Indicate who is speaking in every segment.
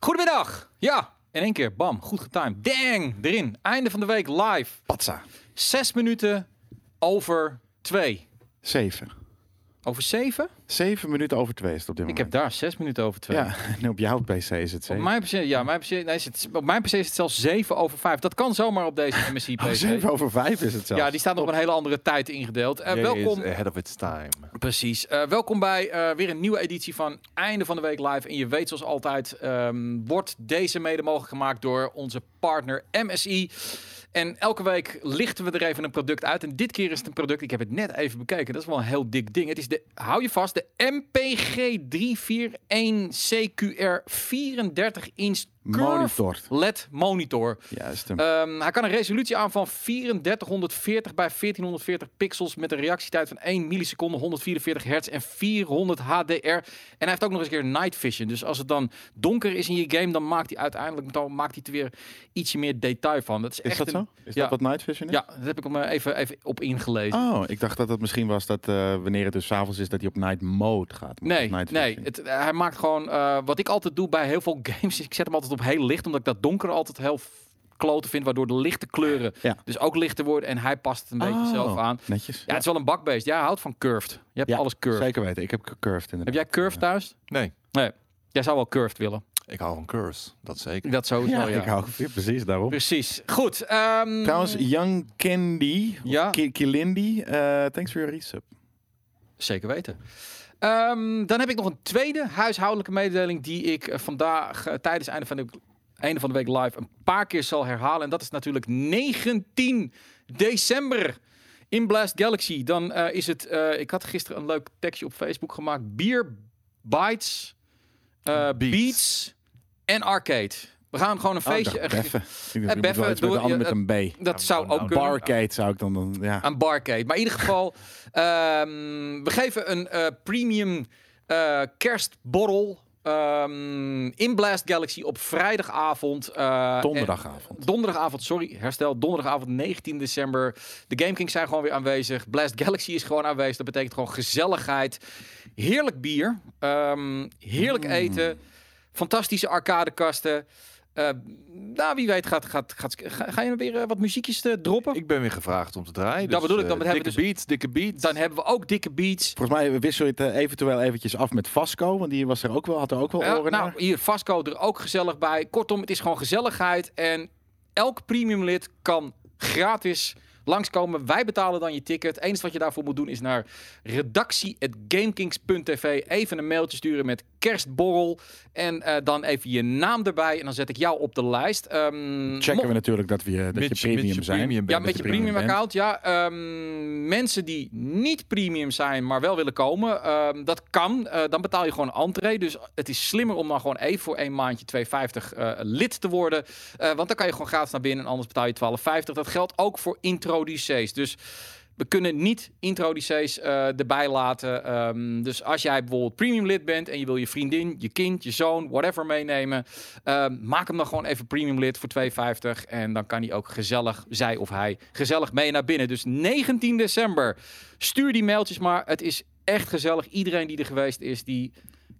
Speaker 1: Goedemiddag. Ja, in één keer. Bam. Goed getimed. Dang. Erin. Einde van de week live.
Speaker 2: Patsa.
Speaker 1: Zes minuten over twee.
Speaker 2: Zeven.
Speaker 1: Over zeven?
Speaker 2: Zeven minuten over twee is het op dit
Speaker 1: Ik
Speaker 2: moment.
Speaker 1: heb daar zes minuten over twee.
Speaker 2: Ja, en op jouw PC is het
Speaker 1: Op
Speaker 2: zeven.
Speaker 1: mijn, PC, ja, mijn PC, nee, is het, op mijn PC is het zelfs 7 over 5. Dat kan zomaar op deze MSI PC.
Speaker 2: Oh, zeven over vijf is het zelfs.
Speaker 1: ja, die staat op een hele andere tijd ingedeeld. Eh,
Speaker 3: Jay
Speaker 1: welkom,
Speaker 3: is ahead of its time.
Speaker 1: precies. Eh, welkom bij eh, weer een nieuwe editie van Einde van de Week Live. En je weet zoals altijd, ehm, wordt deze mede mogelijk gemaakt door onze partner MSI. En elke week lichten we er even een product uit. En dit keer is het een product, ik heb het net even bekeken, dat is wel een heel dik ding. Het is de, hou je vast, de MPG341CQR 34-inch
Speaker 2: Monitort.
Speaker 1: LED E monitor.
Speaker 2: Juist hem.
Speaker 1: Ehm, hij kan een resolutie aan van 3440 bij 1440 pixels met een reactietijd van 1 milliseconde, 144 hertz en 400 HDR. En hij heeft ook nog eens een keer night vision. Dus als het dan donker is in je game, dan maakt hij uiteindelijk dan maakt hij er weer ietsje meer detail van. Dat is,
Speaker 2: is
Speaker 1: echt
Speaker 2: dat
Speaker 1: een-
Speaker 2: zo? Is
Speaker 1: ja.
Speaker 2: dat wat night vision is?
Speaker 1: Ja, daar heb ik hem eh, even, even op ingelezen.
Speaker 2: Oh, ik dacht dat het misschien was dat eh, wanneer het dus 's avonds is dat hij op night mode gaat. maar
Speaker 1: Nee,
Speaker 2: op night
Speaker 1: nee.
Speaker 2: vision.
Speaker 1: Het, hij maakt gewoon... eh, wat ik altijd doe bij heel veel games... is ik zet hem altijd op heel licht... omdat ik dat donker altijd heel f- kloten vind... waardoor de lichte kleuren
Speaker 2: Ja.
Speaker 1: dus ook lichter worden... en hij past het een beetje
Speaker 2: Oh,
Speaker 1: zelf aan.
Speaker 2: Netjes.
Speaker 1: Ja, het is wel een bakbeest. Jij houdt van curved. Je hebt
Speaker 2: Ja,
Speaker 1: alles curved.
Speaker 2: Zeker weten. Ik heb cu- curved
Speaker 1: Heb
Speaker 2: inderdaad.
Speaker 1: jij curved thuis?
Speaker 3: Nee,
Speaker 1: Nee. Jij zou wel curved willen.
Speaker 3: ik hou van curves, dat zeker.
Speaker 1: Dat sowieso, ja. Dus-
Speaker 2: ik hou ja, precies daarom.
Speaker 1: Precies. Goed. ehm,
Speaker 2: Trouwens, Young Candy,
Speaker 1: Ja.
Speaker 2: ja. Kilindi, eh, thanks for your resub.
Speaker 1: Zeker weten. Ehm, dan heb ik nog een tweede huishoudelijke mededeling die ik eh, vandaag eh, tijdens einde van, de, einde van de week live een paar keer zal herhalen. En dat is natuurlijk 19 december in Blast Galaxy. Dan eh, is het, eh, ik had gisteren een leuk tekstje op Facebook gemaakt. Beer Bites, eh,
Speaker 3: Beats.
Speaker 1: Beats en Arcade. We gaan gewoon een feestje. Eh,
Speaker 2: Oh, ik dacht Beffen. Ik dacht, je moet wel
Speaker 1: Beffen,
Speaker 2: iets met
Speaker 1: doe-
Speaker 2: de ander
Speaker 1: ja,
Speaker 2: met een B.
Speaker 1: dat zou
Speaker 3: nou,
Speaker 1: ook kunnen.
Speaker 2: Barcade zou ik dan, dan ja.
Speaker 1: Aan Barcade. Maar in ieder geval, ehm, we geven een eh, premium eh, kerstborrel ehm, in Blast Galaxy op vrijdagavond. eh, en-
Speaker 2: donderdagavond.
Speaker 1: Donderdagavond, sorry, herstel. Donderdagavond 19 december. De Game Kings zijn gewoon weer aanwezig. Blast Galaxy is gewoon aanwezig. Dat betekent gewoon gezelligheid. Heerlijk bier. ehm, heerlijk eten. Fantastische arcadekasten. Eh, nou, wie weet, gaat, gaat, gaat, ga, ga je weer eh, wat muziekjes eh, droppen?
Speaker 3: Ik ben weer gevraagd om te draaien.
Speaker 1: Dat
Speaker 3: dus,
Speaker 1: bedoel ik, dan
Speaker 3: eh,
Speaker 1: hebben we
Speaker 3: dikke beats, dikke beats.
Speaker 1: Dan hebben we ook dikke beats.
Speaker 2: Volgens mij wissel je het eh, eventueel eventjes af met Vasco, want die was er ook wel, had er ook wel
Speaker 1: Ja,
Speaker 2: oren
Speaker 1: nou,
Speaker 2: naar.
Speaker 1: hier Vasco er ook gezellig bij. Kortom, het is gewoon gezelligheid. En elk premium lid kan gratis langskomen. Wij betalen dan je ticket. Het enige wat je daarvoor moet doen is naar redactie.gamekings.tv even een mailtje sturen met kerstborrel. En eh, dan even je naam erbij. En dan zet ik jou op de lijst. Ehm,
Speaker 2: Checken
Speaker 1: mo-
Speaker 2: we natuurlijk dat, we, eh, dat je
Speaker 3: Mits- mits
Speaker 2: premium zijn.
Speaker 3: premium
Speaker 1: ja,
Speaker 3: bent,
Speaker 1: met je
Speaker 3: natuurlijk.
Speaker 1: premium
Speaker 2: bent.
Speaker 1: account. Ja, Ehm, mensen die niet premium zijn, maar wel willen komen, ehm, dat kan. Eh, dan betaal je gewoon entree. Dus het is slimmer om dan gewoon even voor één maandje 2,50 eh, lid te worden. Eh, want dan kan je gewoon gratis naar binnen en anders betaal je 12,50. Dat geldt ook voor introducees. Dus we kunnen niet introducees eh, erbij laten. Ehm, dus als jij bijvoorbeeld premium lid bent en je wil je vriendin, je kind, je zoon, whatever meenemen, ehm, maak hem dan gewoon even premium lid voor 2,50. En dan kan hij ook gezellig, zij of hij, gezellig mee naar binnen. Dus 19 december. Stuur die mailtjes maar. Het is echt gezellig. Iedereen die er geweest is, die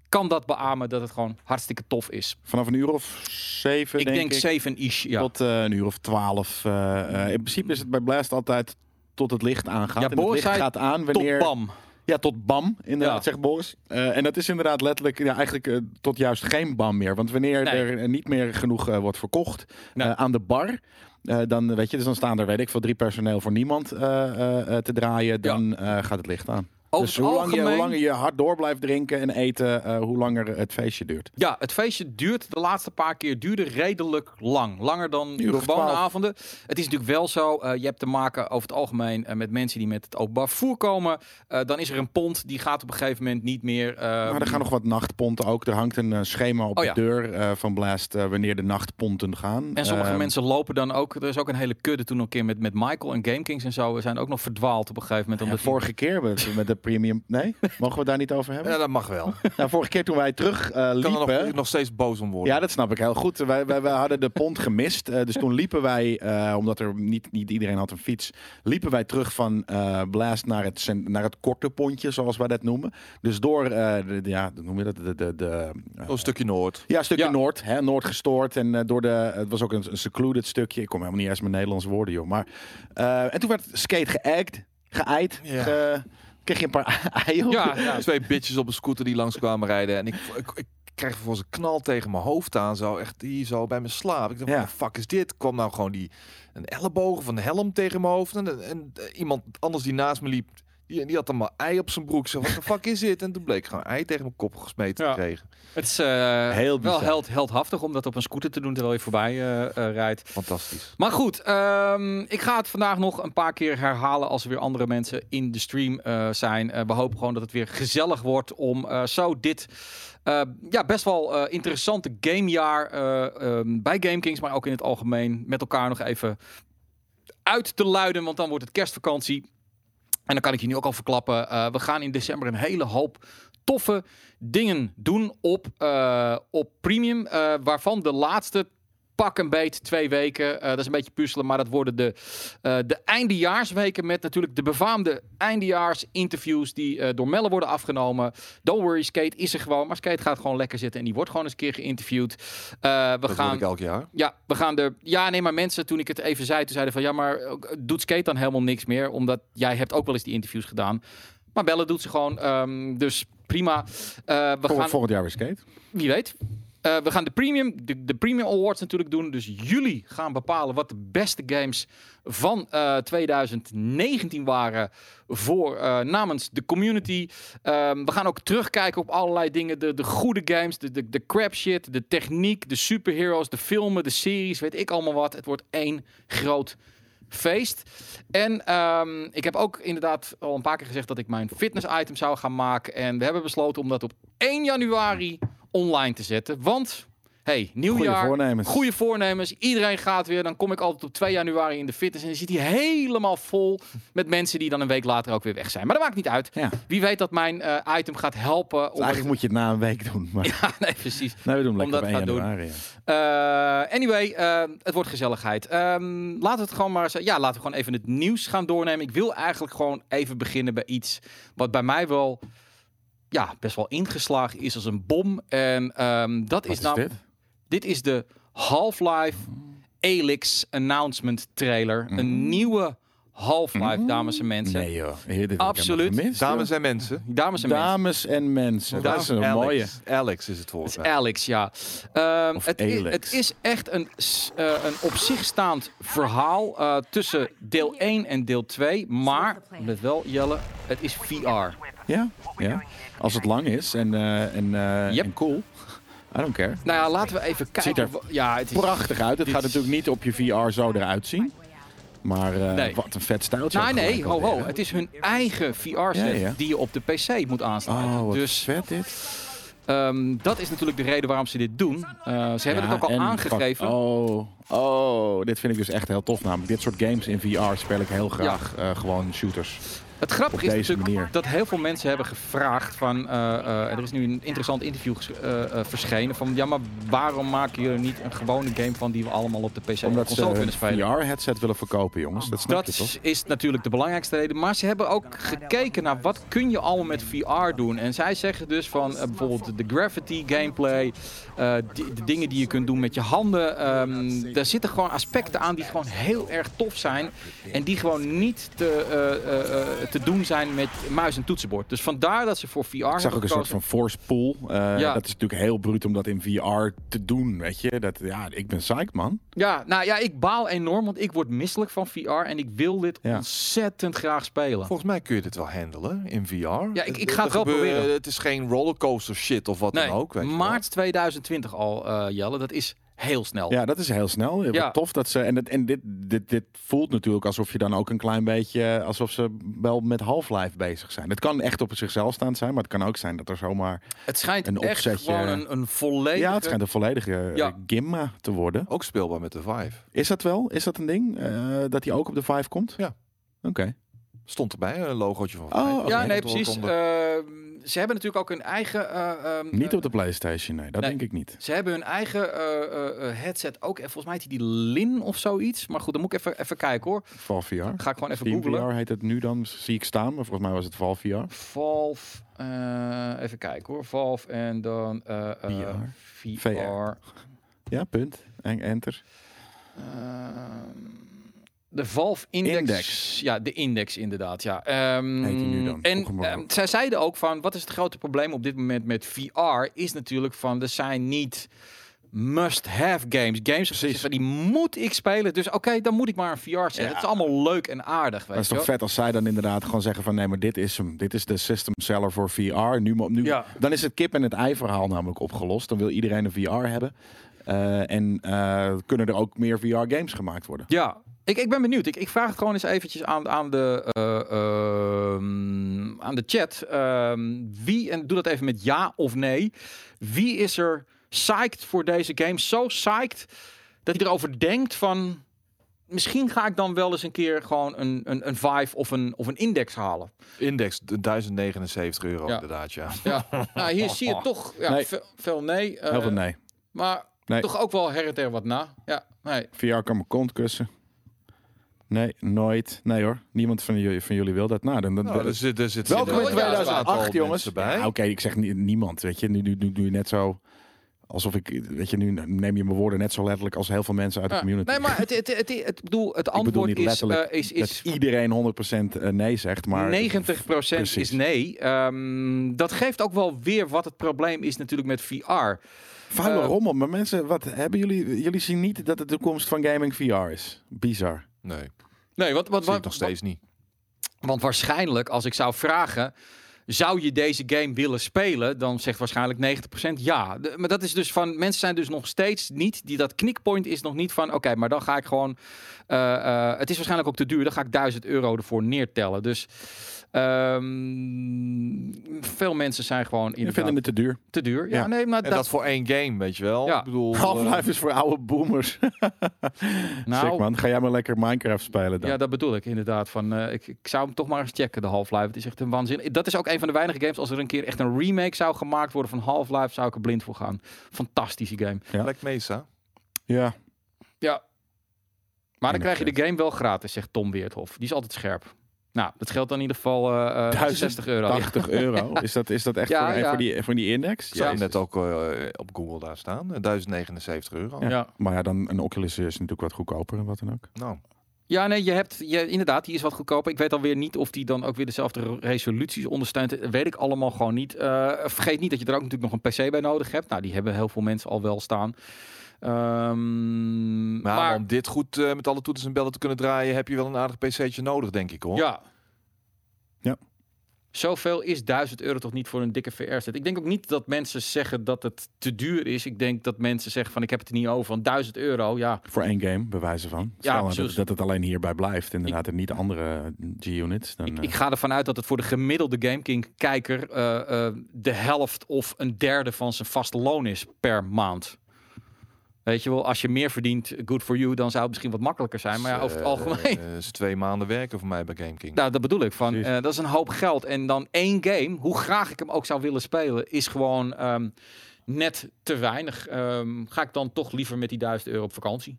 Speaker 1: kan dat beamen dat het gewoon hartstikke tof is.
Speaker 2: Vanaf een uur of zeven,
Speaker 1: Ik
Speaker 2: denk,
Speaker 1: denk
Speaker 2: ik,
Speaker 1: 7-ish. Ja.
Speaker 2: tot eh, een uur of twaalf. eh, eh, in principe is het bij Blast altijd tot het licht aangaat.
Speaker 1: Ja,
Speaker 2: en
Speaker 1: Boris
Speaker 2: het licht
Speaker 1: zei
Speaker 2: gaat aan
Speaker 1: Tot
Speaker 2: wanneer...
Speaker 1: bam.
Speaker 2: Ja, tot bam, inderdaad,
Speaker 1: Ja.
Speaker 2: zegt Boris. Eh, en dat is inderdaad letterlijk, ja, eigenlijk eh, tot juist geen bam meer. Want wanneer
Speaker 1: Nee.
Speaker 2: er eh, niet meer genoeg eh, wordt verkocht
Speaker 1: Nee.
Speaker 2: eh, aan de bar, eh, dan, eh, weet je, dus dan staan er, weet ik veel, drie personeel voor niemand eh, eh, eh, te draaien. Dan eh, gaat het licht aan.
Speaker 1: Over
Speaker 2: dus
Speaker 1: het
Speaker 2: hoe, lang je, hoe
Speaker 1: algemeen-
Speaker 2: langer je hard door blijft drinken en eten, eh, hoe langer het feestje duurt.
Speaker 1: Ja, het feestje duurt de laatste paar keer duurde redelijk lang. Langer dan
Speaker 2: uur of
Speaker 1: gewone
Speaker 2: 12.
Speaker 1: avonden. Het is natuurlijk wel zo, eh, je hebt te maken over het algemeen eh, met mensen die met het openbaar voer komen. Eh, dan is er een pond, die gaat op een gegeven moment niet meer... eh,
Speaker 2: maar er gaan nog wat nachtponten ook. Er hangt een eh, schema op
Speaker 1: Oh ja.
Speaker 2: de deur eh, van Blast eh, wanneer de nachtponten gaan.
Speaker 1: En sommige
Speaker 2: Ehm,
Speaker 1: mensen lopen dan ook... Er is ook een hele kudde toen nog een keer met, met Michael en Gamekings en zo. We zijn ook nog verdwaald op een gegeven moment.
Speaker 2: Ja,
Speaker 1: omdat die-
Speaker 2: vorige keer met, met de premium. Nee? Mogen we daar niet over hebben?
Speaker 3: Ja, dat mag wel. Ik
Speaker 2: Nou, vorige keer toen wij terug eh,
Speaker 3: kan er nog,
Speaker 2: liepen.
Speaker 3: nog steeds boos om worden.
Speaker 2: Ja, dat snap ik heel goed. Wij, wij, wij hadden de pond gemist. eh, dus toen liepen wij, eh, omdat er niet, niet iedereen had een fiets, liepen wij terug van eh Blast naar het, cent- naar het korte pontje, zoals wij dat noemen. Dus door, eh, de, de- ja, hoe noem je dat? De, de, de, eh,
Speaker 3: Een stukje Noord.
Speaker 2: ja, een stukje
Speaker 1: Ja.
Speaker 2: Noord. Hè, Noord gestoord. En eh, door de, het was ook een, een secluded stukje. Ik kom helemaal niet eens met Nederlandse woorden, joh. Maar, eh, en toen werd skate geëikt, geëid.
Speaker 3: Ja.
Speaker 2: ge- kreeg je een paar ei op.
Speaker 1: Ja, ja.
Speaker 3: Twee bitches op een scooter die langskwamen rijden. En ik, ik, ik kreeg vervolgens een knal tegen mijn hoofd aan. Zo echt die zo bij mijn slaap. Ik dacht,
Speaker 2: Ja.
Speaker 3: wat de fuck is dit? Kwam nou gewoon die een elleboog van een helm tegen mijn hoofd. En, en, eh, iemand anders die naast me liep. Die, die had dan maar ei op zijn broek. Zo, wat de fuck is dit? En toen bleek gewoon ei tegen mijn kop gesmeten
Speaker 1: Ja.
Speaker 3: te krijgen.
Speaker 1: Het is eh,
Speaker 2: Heel
Speaker 1: wel
Speaker 2: bizar.
Speaker 1: held, heldhaftig om dat op een scooter te doen terwijl je voorbij eh, eh, rijdt.
Speaker 3: Fantastisch.
Speaker 1: Maar goed, ehm, ik ga het vandaag nog een paar keer herhalen als er weer andere mensen in de stream eh, zijn. Eh, we hopen gewoon dat het weer gezellig wordt om eh, zo dit eh, ja, best wel eh, interessante gamejaar eh, ehm, bij GameKings, maar ook in het algemeen met elkaar nog even uit te luiden, want dan wordt het kerstvakantie. En dan kan ik je nu ook al verklappen, eh, we gaan in december een hele hoop toffe dingen doen op, eh, op Premium, eh, waarvan de laatste pak een beet twee weken. Eh, dat is een beetje puzzelen, maar dat worden de, eh, de eindejaarsweken met natuurlijk de befaamde eindejaarsinterviews die eh, door Melle worden afgenomen. Don't worry, Skate is er gewoon, maar Skate gaat gewoon lekker zitten en die wordt gewoon eens een keer geïnterviewd. Eh, we
Speaker 3: dat
Speaker 1: gaan
Speaker 3: doe ik elk jaar.
Speaker 1: ja, we gaan er. Ja, nee, maar mensen, toen ik het even zei, toen zeiden van ja, maar eh, doet skate dan helemaal niks meer? Omdat jij hebt ook wel eens die interviews gedaan. Maar bellen doet ze gewoon. ehm, dus prima. Eh, we
Speaker 2: Kom ik
Speaker 1: gaan,
Speaker 2: volgend jaar weer skate.
Speaker 1: wie weet. Eh, we gaan de premium, de, de premium awards natuurlijk doen. Dus jullie gaan bepalen wat de beste games van eh, 2019 waren voor eh, namens de community. Ehm, we gaan ook terugkijken op allerlei dingen. De, de goede games, de, de, de crap shit, de techniek, de superheroes, de filmen, de series, weet ik allemaal wat. Het wordt één groot feest. En ehm, ik heb ook inderdaad al een paar keer gezegd dat ik mijn fitness item zou gaan maken. En we hebben besloten om dat op 1 januari online te zetten. Want, hey,
Speaker 2: Goede
Speaker 1: nieuwjaar,
Speaker 2: voornemens.
Speaker 1: goede voornemens. Iedereen gaat weer. Dan kom ik altijd op 2 januari in de fitness. En dan zit hij helemaal vol met mensen die dan een week later ook weer weg zijn. Maar dat maakt niet uit.
Speaker 2: Ja.
Speaker 1: Wie weet dat mijn eh, item gaat helpen.
Speaker 2: Dus
Speaker 1: Om
Speaker 2: eigenlijk moet je het na een week doen. Maar
Speaker 1: nee, precies.
Speaker 2: nee, we doen hem
Speaker 1: Om
Speaker 2: lekker
Speaker 1: dat
Speaker 2: op 1
Speaker 1: gaan doen.
Speaker 2: januari. ja.
Speaker 1: Eh, anyway, eh, het wordt gezelligheid. Ehm, laten we het gewoon maar eens- Ja, laten we gewoon even het nieuws gaan doornemen. Ik wil eigenlijk gewoon even beginnen bij iets wat bij mij wel. Ja, best wel ingeslagen is als een bom. En ehm, dat
Speaker 2: Wat
Speaker 1: is namelijk.
Speaker 2: dit?
Speaker 1: Dit is de Half-Life Elix announcement trailer. Een nieuwe Half-Life, dames en mensen.
Speaker 2: Nee joh. Hier, dit heb ik
Speaker 1: Absoluut.
Speaker 2: helemaal gemist, joh.
Speaker 3: Dames en mensen.
Speaker 1: Dames en mensen.
Speaker 2: Dames en mensen. Dat
Speaker 3: Dames-
Speaker 2: is een
Speaker 3: Alex.
Speaker 2: mooie.
Speaker 3: Alex is het
Speaker 1: Het
Speaker 3: volgens
Speaker 1: is
Speaker 3: mij.
Speaker 1: Alex, ja. Ehm,
Speaker 2: Of
Speaker 1: het, i-
Speaker 2: Alex.
Speaker 1: het is echt een, s- eh, een op zich staand verhaal eh, tussen deel 1 en deel 2. Maar, let wel Jelle, het is Nou VR.
Speaker 2: Ja, ja. Als het lang is en, eh, en, eh,
Speaker 1: Yep.
Speaker 2: en cool. I don't care.
Speaker 1: Nou ja, laten we even kijken.
Speaker 2: ziet er
Speaker 1: wa- ja, het is,
Speaker 2: Prachtig uit. Het
Speaker 1: Dit-
Speaker 2: gaat natuurlijk niet op je VR zo eruit zien. Maar eh,
Speaker 1: Nee.
Speaker 2: wat een vet stijltje.
Speaker 1: nee,
Speaker 2: ook
Speaker 1: Nou, nee,
Speaker 2: gelijk
Speaker 1: ho, ho.
Speaker 2: alweer, hè?
Speaker 1: Het is hun eigen VR-set
Speaker 2: Ja, ja.
Speaker 1: die je op de PC moet aansluiten.
Speaker 2: Oh, wat
Speaker 1: dus
Speaker 2: vet dit.
Speaker 1: ehm, dat is natuurlijk de reden waarom ze dit doen. Eh, ze hebben
Speaker 2: Ja,
Speaker 1: het ook al
Speaker 2: en
Speaker 1: aangegeven.
Speaker 2: fuck- oh, oh, dit vind ik dus echt heel tof namelijk. Dit soort games in VR speel ik heel graag. eh, gewoon shooters.
Speaker 1: Het
Speaker 2: Op
Speaker 1: grappige is
Speaker 2: deze
Speaker 1: natuurlijk
Speaker 2: manier.
Speaker 1: dat heel veel mensen hebben gevraagd van... eh, eh, er is nu een interessant interview ges- eh, eh, verschenen van... Ja, maar waarom maken jullie niet een gewone game van die we allemaal op de PC en
Speaker 2: Omdat ze
Speaker 1: console
Speaker 2: een
Speaker 1: kunnen spelen?
Speaker 2: VR-headset willen verkopen, jongens. Dat snap je toch?
Speaker 1: Dat is natuurlijk de belangrijkste reden. Maar ze hebben ook gekeken naar wat kun je allemaal met VR doen. En zij zeggen dus van eh, bijvoorbeeld de gravity gameplay, eh, die- de dingen die je kunt doen met je handen. ehm, daar zitten gewoon aspecten aan die gewoon heel erg tof zijn. En die gewoon niet te, eh, eh, eh, te doen zijn met muis en toetsenbord. Dus vandaar dat ze voor VR
Speaker 2: Ik zag ook een soort van force pool. Eh,
Speaker 1: Ja.
Speaker 2: Dat is natuurlijk heel bruut om dat in VR te doen, weet je. Dat, ja, ik ben psyched, man.
Speaker 1: Ja, nou ja, ik baal enorm, want ik word misselijk van VR. En ik wil dit
Speaker 2: Ja.
Speaker 1: ontzettend graag spelen.
Speaker 3: Volgens mij kun je dit wel handelen in VR.
Speaker 1: Ja, ik- ik
Speaker 3: Er-
Speaker 1: ga het
Speaker 3: er
Speaker 1: wel
Speaker 3: gebeuren-
Speaker 1: proberen.
Speaker 3: Het is geen rollercoaster shit of wat dan ook. Weet je wel.
Speaker 1: maart 2020 al, eh, Jelle. Dat is heel snel.
Speaker 2: Ja, dat is heel snel. Wat
Speaker 1: Ja.
Speaker 2: tof dat ze. En, dat, en dit, dit, dit voelt natuurlijk alsof je dan ook een klein beetje. eh, alsof ze wel met Half-Life bezig zijn. Het kan echt op zichzelf staand zijn, maar het kan ook zijn dat er zomaar.
Speaker 1: Het schijnt
Speaker 2: Een
Speaker 1: echt
Speaker 2: opzetje.
Speaker 1: gewoon een, een volledige...
Speaker 2: Ja, het schijnt een volledige eh,
Speaker 1: Ja.
Speaker 2: gimma te worden.
Speaker 3: Ook speelbaar met de Vive.
Speaker 2: Is dat wel? Is dat een ding? eh, dat hij ook op de Vive komt?
Speaker 3: Ja.
Speaker 2: Oké.
Speaker 3: Stond erbij een logootje van.
Speaker 2: Oh,
Speaker 3: Fortnite.
Speaker 2: oké.
Speaker 1: Ja, nee,
Speaker 3: Dat hoort
Speaker 1: precies.
Speaker 3: onder-
Speaker 1: Ehm, ze hebben natuurlijk ook hun eigen. eh, ehm,
Speaker 2: Niet op de PlayStation, nee. Dat
Speaker 1: Nee.
Speaker 2: denk ik niet.
Speaker 1: Ze hebben hun eigen eh, eh, eh, headset ook. En volgens mij heet die die Lin of zoiets. Maar goed, dan moet ik even, even kijken hoor.
Speaker 2: Val VR.
Speaker 1: Ga ik gewoon even
Speaker 2: Steam
Speaker 1: googlen.
Speaker 2: VR heet het nu dan, zie ik staan. Maar volgens mij was het Val VR.
Speaker 1: Valve. eh, even kijken hoor. Valve en dan eh, eh,
Speaker 2: VR.
Speaker 1: VR.
Speaker 2: Ja, punt. En enter.
Speaker 1: Ehm, de Valve index,
Speaker 2: Index.
Speaker 1: Ja, de index inderdaad. Ja. Ehm,
Speaker 2: Heet die nu dan?
Speaker 1: En
Speaker 2: Volgende
Speaker 1: ehm,
Speaker 2: ook.
Speaker 1: zij zeiden ook van, wat is het grote probleem op dit moment met VR? Is natuurlijk van, er zijn niet must-have games. Games
Speaker 2: Precies.
Speaker 1: van, die moet ik spelen. Dus oké, dan moet ik maar een VR zetten.
Speaker 2: Ja.
Speaker 1: Het is allemaal leuk en aardig, weet
Speaker 2: Dat is
Speaker 1: je
Speaker 2: toch vet als zij dan inderdaad gewoon zeggen van nee, maar dit is hem. Dit is de system seller voor VR. Nu, mo- nu,
Speaker 1: Ja.
Speaker 2: Dan is het kip en het ei verhaal namelijk opgelost. Dan wil iedereen een VR hebben. Eh, en eh, kunnen er ook meer VR games gemaakt worden.
Speaker 1: Ja, ik, ik ben benieuwd. Ik, ik vraag het gewoon eens eventjes aan, aan, de, eh, ehm, aan de chat. Ehm, wie, en doe dat even met ja of nee. Wie is er psyched voor deze game? Zo psyched dat hij erover denkt van... Misschien ga ik dan wel eens een keer gewoon een, een, een Vive of een, of een Index halen.
Speaker 3: Index de 1079 euro
Speaker 1: Eh, Ja.
Speaker 3: inderdaad, ja.
Speaker 1: Ja, nou, hier zie je toch ja,
Speaker 2: Nee.
Speaker 1: ve- veel nee. eh,
Speaker 2: Heel veel nee.
Speaker 1: Maar
Speaker 2: Nee.
Speaker 1: toch ook wel her en der wat na. Ja, nee.
Speaker 2: VR kan mijn kont kussen. Nee, nooit. Nee hoor. Niemand van jullie, van jullie wil dat. Nou, dan, dan,
Speaker 3: Nou, er zit, er zit
Speaker 2: Welkom
Speaker 1: in
Speaker 3: inderdaad een aantal
Speaker 2: 2008,
Speaker 3: mensen
Speaker 2: jongens.
Speaker 3: Bij.
Speaker 2: Ja, nou, Oké, ik zeg ni- niemand. Weet je, nu, nu, nu doe je net zo. Alsof ik, weet je, nu neem je mijn woorden net zo letterlijk als heel veel mensen uit de
Speaker 1: Ja,
Speaker 2: community.
Speaker 1: Ah, nee, maar het, het, het, het, het, bedoel, het
Speaker 2: bedoel
Speaker 1: antwoord
Speaker 2: niet
Speaker 1: is, eh,
Speaker 2: letterlijk
Speaker 1: is, is
Speaker 2: dat iedereen 100% nee zegt, maar
Speaker 1: 90% is
Speaker 2: Precies.
Speaker 1: nee. Ehm, dat geeft ook wel weer wat het probleem is natuurlijk met VR.
Speaker 2: vuile
Speaker 1: eh,
Speaker 2: rommel. Maar mensen, wat hebben jullie? Jullie zien niet dat de toekomst van gaming VR is. Bizar.
Speaker 3: Nee,
Speaker 1: Nee, wat, wat,
Speaker 3: dat zie ik
Speaker 1: wat,
Speaker 3: nog steeds niet.
Speaker 1: want waarschijnlijk als ik zou vragen... Zou je deze game willen spelen? Dan zegt waarschijnlijk 90% ja. De- maar dat is dus van mensen zijn dus nog steeds niet die dat knikpoint is nog niet van oké, maar dan ga ik gewoon. eh, eh, het is waarschijnlijk ook te duur. Dan ga ik 1000 euro ervoor neertellen. Dus ehm, veel mensen zijn gewoon
Speaker 2: Ik
Speaker 1: inderdaad
Speaker 2: vinden het te duur.
Speaker 1: te duur. Ja,
Speaker 2: Ja.
Speaker 1: nee, maar
Speaker 3: En
Speaker 1: dat-
Speaker 3: dat voor één game, weet je wel.
Speaker 1: Ja.
Speaker 3: Ik bedoel, eh,
Speaker 2: Half-Life is voor oude boomers.
Speaker 1: nou,
Speaker 2: Sick man, ga jij maar lekker Minecraft spelen dan.
Speaker 1: Ja, dat bedoel ik inderdaad. Van, eh, ik, ik zou hem toch maar eens checken, de Half-Life. Het is echt een waanzin. Dat is ook een van de weinige games. Als er een keer echt een remake zou gemaakt worden van Half-Life, zou ik er blind voor gaan. Fantastische game.
Speaker 3: Black Mesa.
Speaker 2: Ja.
Speaker 1: Ja. Maar dan
Speaker 2: Inderdaad.
Speaker 1: krijg je de game wel gratis, zegt Tom Weerthof. Die is altijd scherp. Nou, dat geldt dan in ieder geval eh, eh, 60 euro. Ja.
Speaker 2: 80 euro. Is dat, is dat echt
Speaker 1: Ja,
Speaker 2: voor, en
Speaker 1: ja.
Speaker 2: Voor, die, voor die index?
Speaker 3: Ja,
Speaker 2: Jezus.
Speaker 3: net ook eh, op Google daar staan. Eh, 1079 euro.
Speaker 1: Ja. Ja.
Speaker 2: Maar ja, dan een Oculus is natuurlijk wat goedkoper en wat dan ook.
Speaker 3: Nou,
Speaker 1: nee, je hebt je, inderdaad, die is wat goedkoper. Ik weet alweer niet of die dan ook weer dezelfde re- resoluties ondersteunt. Dat Weet ik allemaal gewoon niet. Eh, vergeet niet dat je er ook natuurlijk nog een PC bij nodig hebt. Nou, die hebben heel veel mensen al wel staan. Ehm,
Speaker 3: maar, om dit goed eh, met alle toeters en bellen te kunnen draaien, heb je wel een aardig pc'tje nodig, denk ik hoor.
Speaker 1: Ja.
Speaker 2: Ja.
Speaker 1: Zoveel is 1000 euro toch niet voor een dikke VR-set? Ik denk ook niet dat mensen zeggen dat het te duur is. Ik denk dat mensen zeggen van ik heb het er niet over. Want 1000 euro, ja.
Speaker 2: Voor één game, bewijzen van.
Speaker 1: Ja,
Speaker 2: Stel nou dat,
Speaker 1: precies.
Speaker 2: dat het alleen hierbij blijft, inderdaad, en niet de andere eh, G-units. Dan,
Speaker 1: Ik,
Speaker 2: eh,
Speaker 1: ik ga ervan uit dat het voor de gemiddelde Game King-kijker eh, eh, de helft of een derde van zijn vaste loon is per maand. Weet je wel, als je meer verdient, good for you, dan zou het misschien wat makkelijker zijn. Maar ja, over het algemeen.
Speaker 3: eh, is twee maanden werken voor mij bij Game King.
Speaker 1: Nou, dat bedoel ik. Van,
Speaker 2: Precies.
Speaker 1: eh, dat is een hoop geld. En dan één game, hoe graag ik hem ook zou willen spelen, is gewoon ehm, net te weinig. Ehm, ga ik dan toch liever met die 1000 euro op vakantie?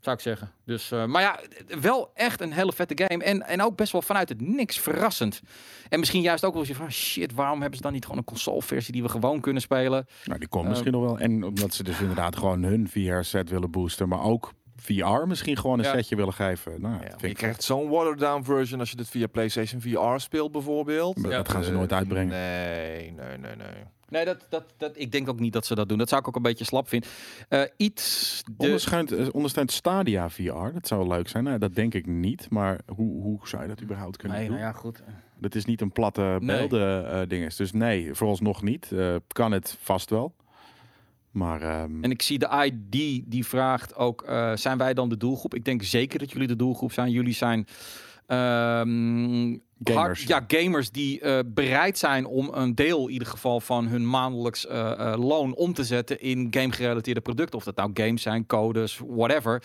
Speaker 1: Zou ik zeggen. Dus, eh, maar ja, wel echt een hele vette game. En, en ook best wel vanuit het niks verrassend. En misschien juist ook wel eens van shit, waarom hebben ze dan niet gewoon een console-versie die we gewoon kunnen spelen?
Speaker 2: nou, die komt
Speaker 1: eh,
Speaker 2: misschien nog wel. En omdat ze dus inderdaad gewoon hun VR-set willen boosten, maar ook VR misschien gewoon een
Speaker 1: Ja.
Speaker 2: setje willen geven. Nou,
Speaker 3: Ja,
Speaker 2: dat,
Speaker 3: je
Speaker 2: vind ik-
Speaker 3: krijgt zo'n watered-down version als je dit via PlayStation VR speelt, bijvoorbeeld.
Speaker 2: dat-
Speaker 1: Ja.
Speaker 2: dat gaan ze nooit
Speaker 3: Eh,
Speaker 2: uitbrengen.
Speaker 3: Nee, nee, nee, nee.
Speaker 1: Nee, dat, dat, dat, ik denk ook niet dat ze dat doen. Dat zou ik ook een beetje slap vinden. Eh, iets. De,
Speaker 2: Ondersteunt, eh, ondersteunt Stadia VR, dat zou wel leuk zijn. Nou, dat denk ik niet, maar hoe, hoe zou je dat überhaupt kunnen
Speaker 1: nee,
Speaker 2: doen?
Speaker 1: nou ja, goed.
Speaker 2: Dat is niet een platte
Speaker 1: Nee.
Speaker 2: beelden eh, ding is. Dus nee, vooralsnog niet. Eh, kan het vast wel. Maar ehm,
Speaker 1: En ik zie de ID die vraagt ook: eh, zijn wij dan de doelgroep? Ik denk zeker dat jullie de doelgroep zijn. Jullie zijn ehm,
Speaker 2: Gamers.
Speaker 1: hard- ja, gamers die eh, bereid zijn om een deel in ieder geval van hun maandelijks eh, eh, loon om te zetten in game-gerelateerde producten. Of dat nou games zijn, codes, whatever.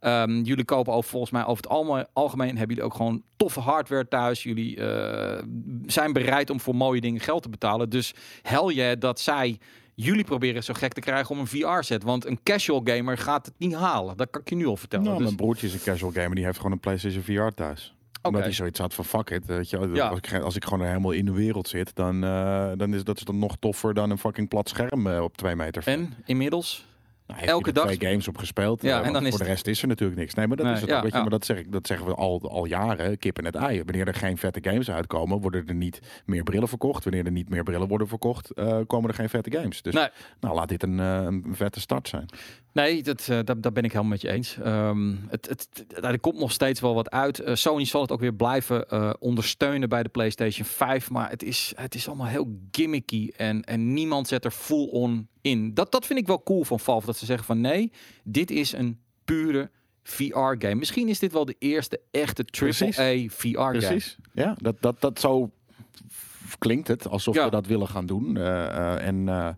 Speaker 1: Ehm, jullie kopen ook volgens mij over het alme- algemeen hebben jullie ook gewoon toffe hardware thuis. Jullie eh, zijn bereid om voor mooie dingen geld te betalen. Dus hel je dat zij jullie proberen zo gek te krijgen om een VR-set. Want een casual gamer gaat het niet halen. Dat kan ik je nu al vertellen.
Speaker 2: Nou,
Speaker 1: Dus-
Speaker 2: Mijn broertje is een casual gamer, die heeft gewoon een PlayStation VR thuis. Omdat hij zoiets had van fuck it. Weet je, wel,
Speaker 1: Ja.
Speaker 2: als, ik, ge- als ik gewoon helemaal in de wereld zit, dan, eh, dan is dat is dan nog toffer dan een fucking plat scherm eh, op twee meter.
Speaker 1: En inmiddels?
Speaker 2: Nou, heeft hij
Speaker 1: elke
Speaker 2: er
Speaker 1: dag-
Speaker 2: twee games op gespeeld.
Speaker 1: Ja,
Speaker 2: eh,
Speaker 1: en
Speaker 2: want
Speaker 1: dan is
Speaker 2: voor de
Speaker 1: het-
Speaker 2: rest is er natuurlijk niks. Nee, maar dat
Speaker 1: Nee,
Speaker 2: is het.
Speaker 1: ja,
Speaker 2: ook, weet je,
Speaker 1: ja.
Speaker 2: maar dat, zeg ik, dat zeggen we al, al jaren, kip en het ei. Wanneer er geen vette games uitkomen, worden er niet meer brillen verkocht. Wanneer er niet meer brillen worden verkocht, eh, komen er geen vette games. Dus
Speaker 1: Nee.
Speaker 2: nou, laat dit een, eh, een vette start zijn.
Speaker 1: Nee, dat, eh, dat, dat ben ik helemaal met je eens. Ehm, het, het, het- er komt nog steeds wel wat uit. Eh, Sony zal het ook weer blijven eh, ondersteunen bij de PlayStation 5. Maar het is, het is allemaal heel gimmicky. En, en niemand zet er full on in. Dat, dat vind ik wel cool van Valve. Dat ze zeggen van nee, dit is een pure VR-game. Misschien is dit wel de eerste echte
Speaker 2: Precies.
Speaker 1: AAA VR-game.
Speaker 2: Ja, dat, dat, dat zo f- klinkt het alsof
Speaker 1: Ja.
Speaker 2: we dat willen gaan doen. Eh, eh, en eh,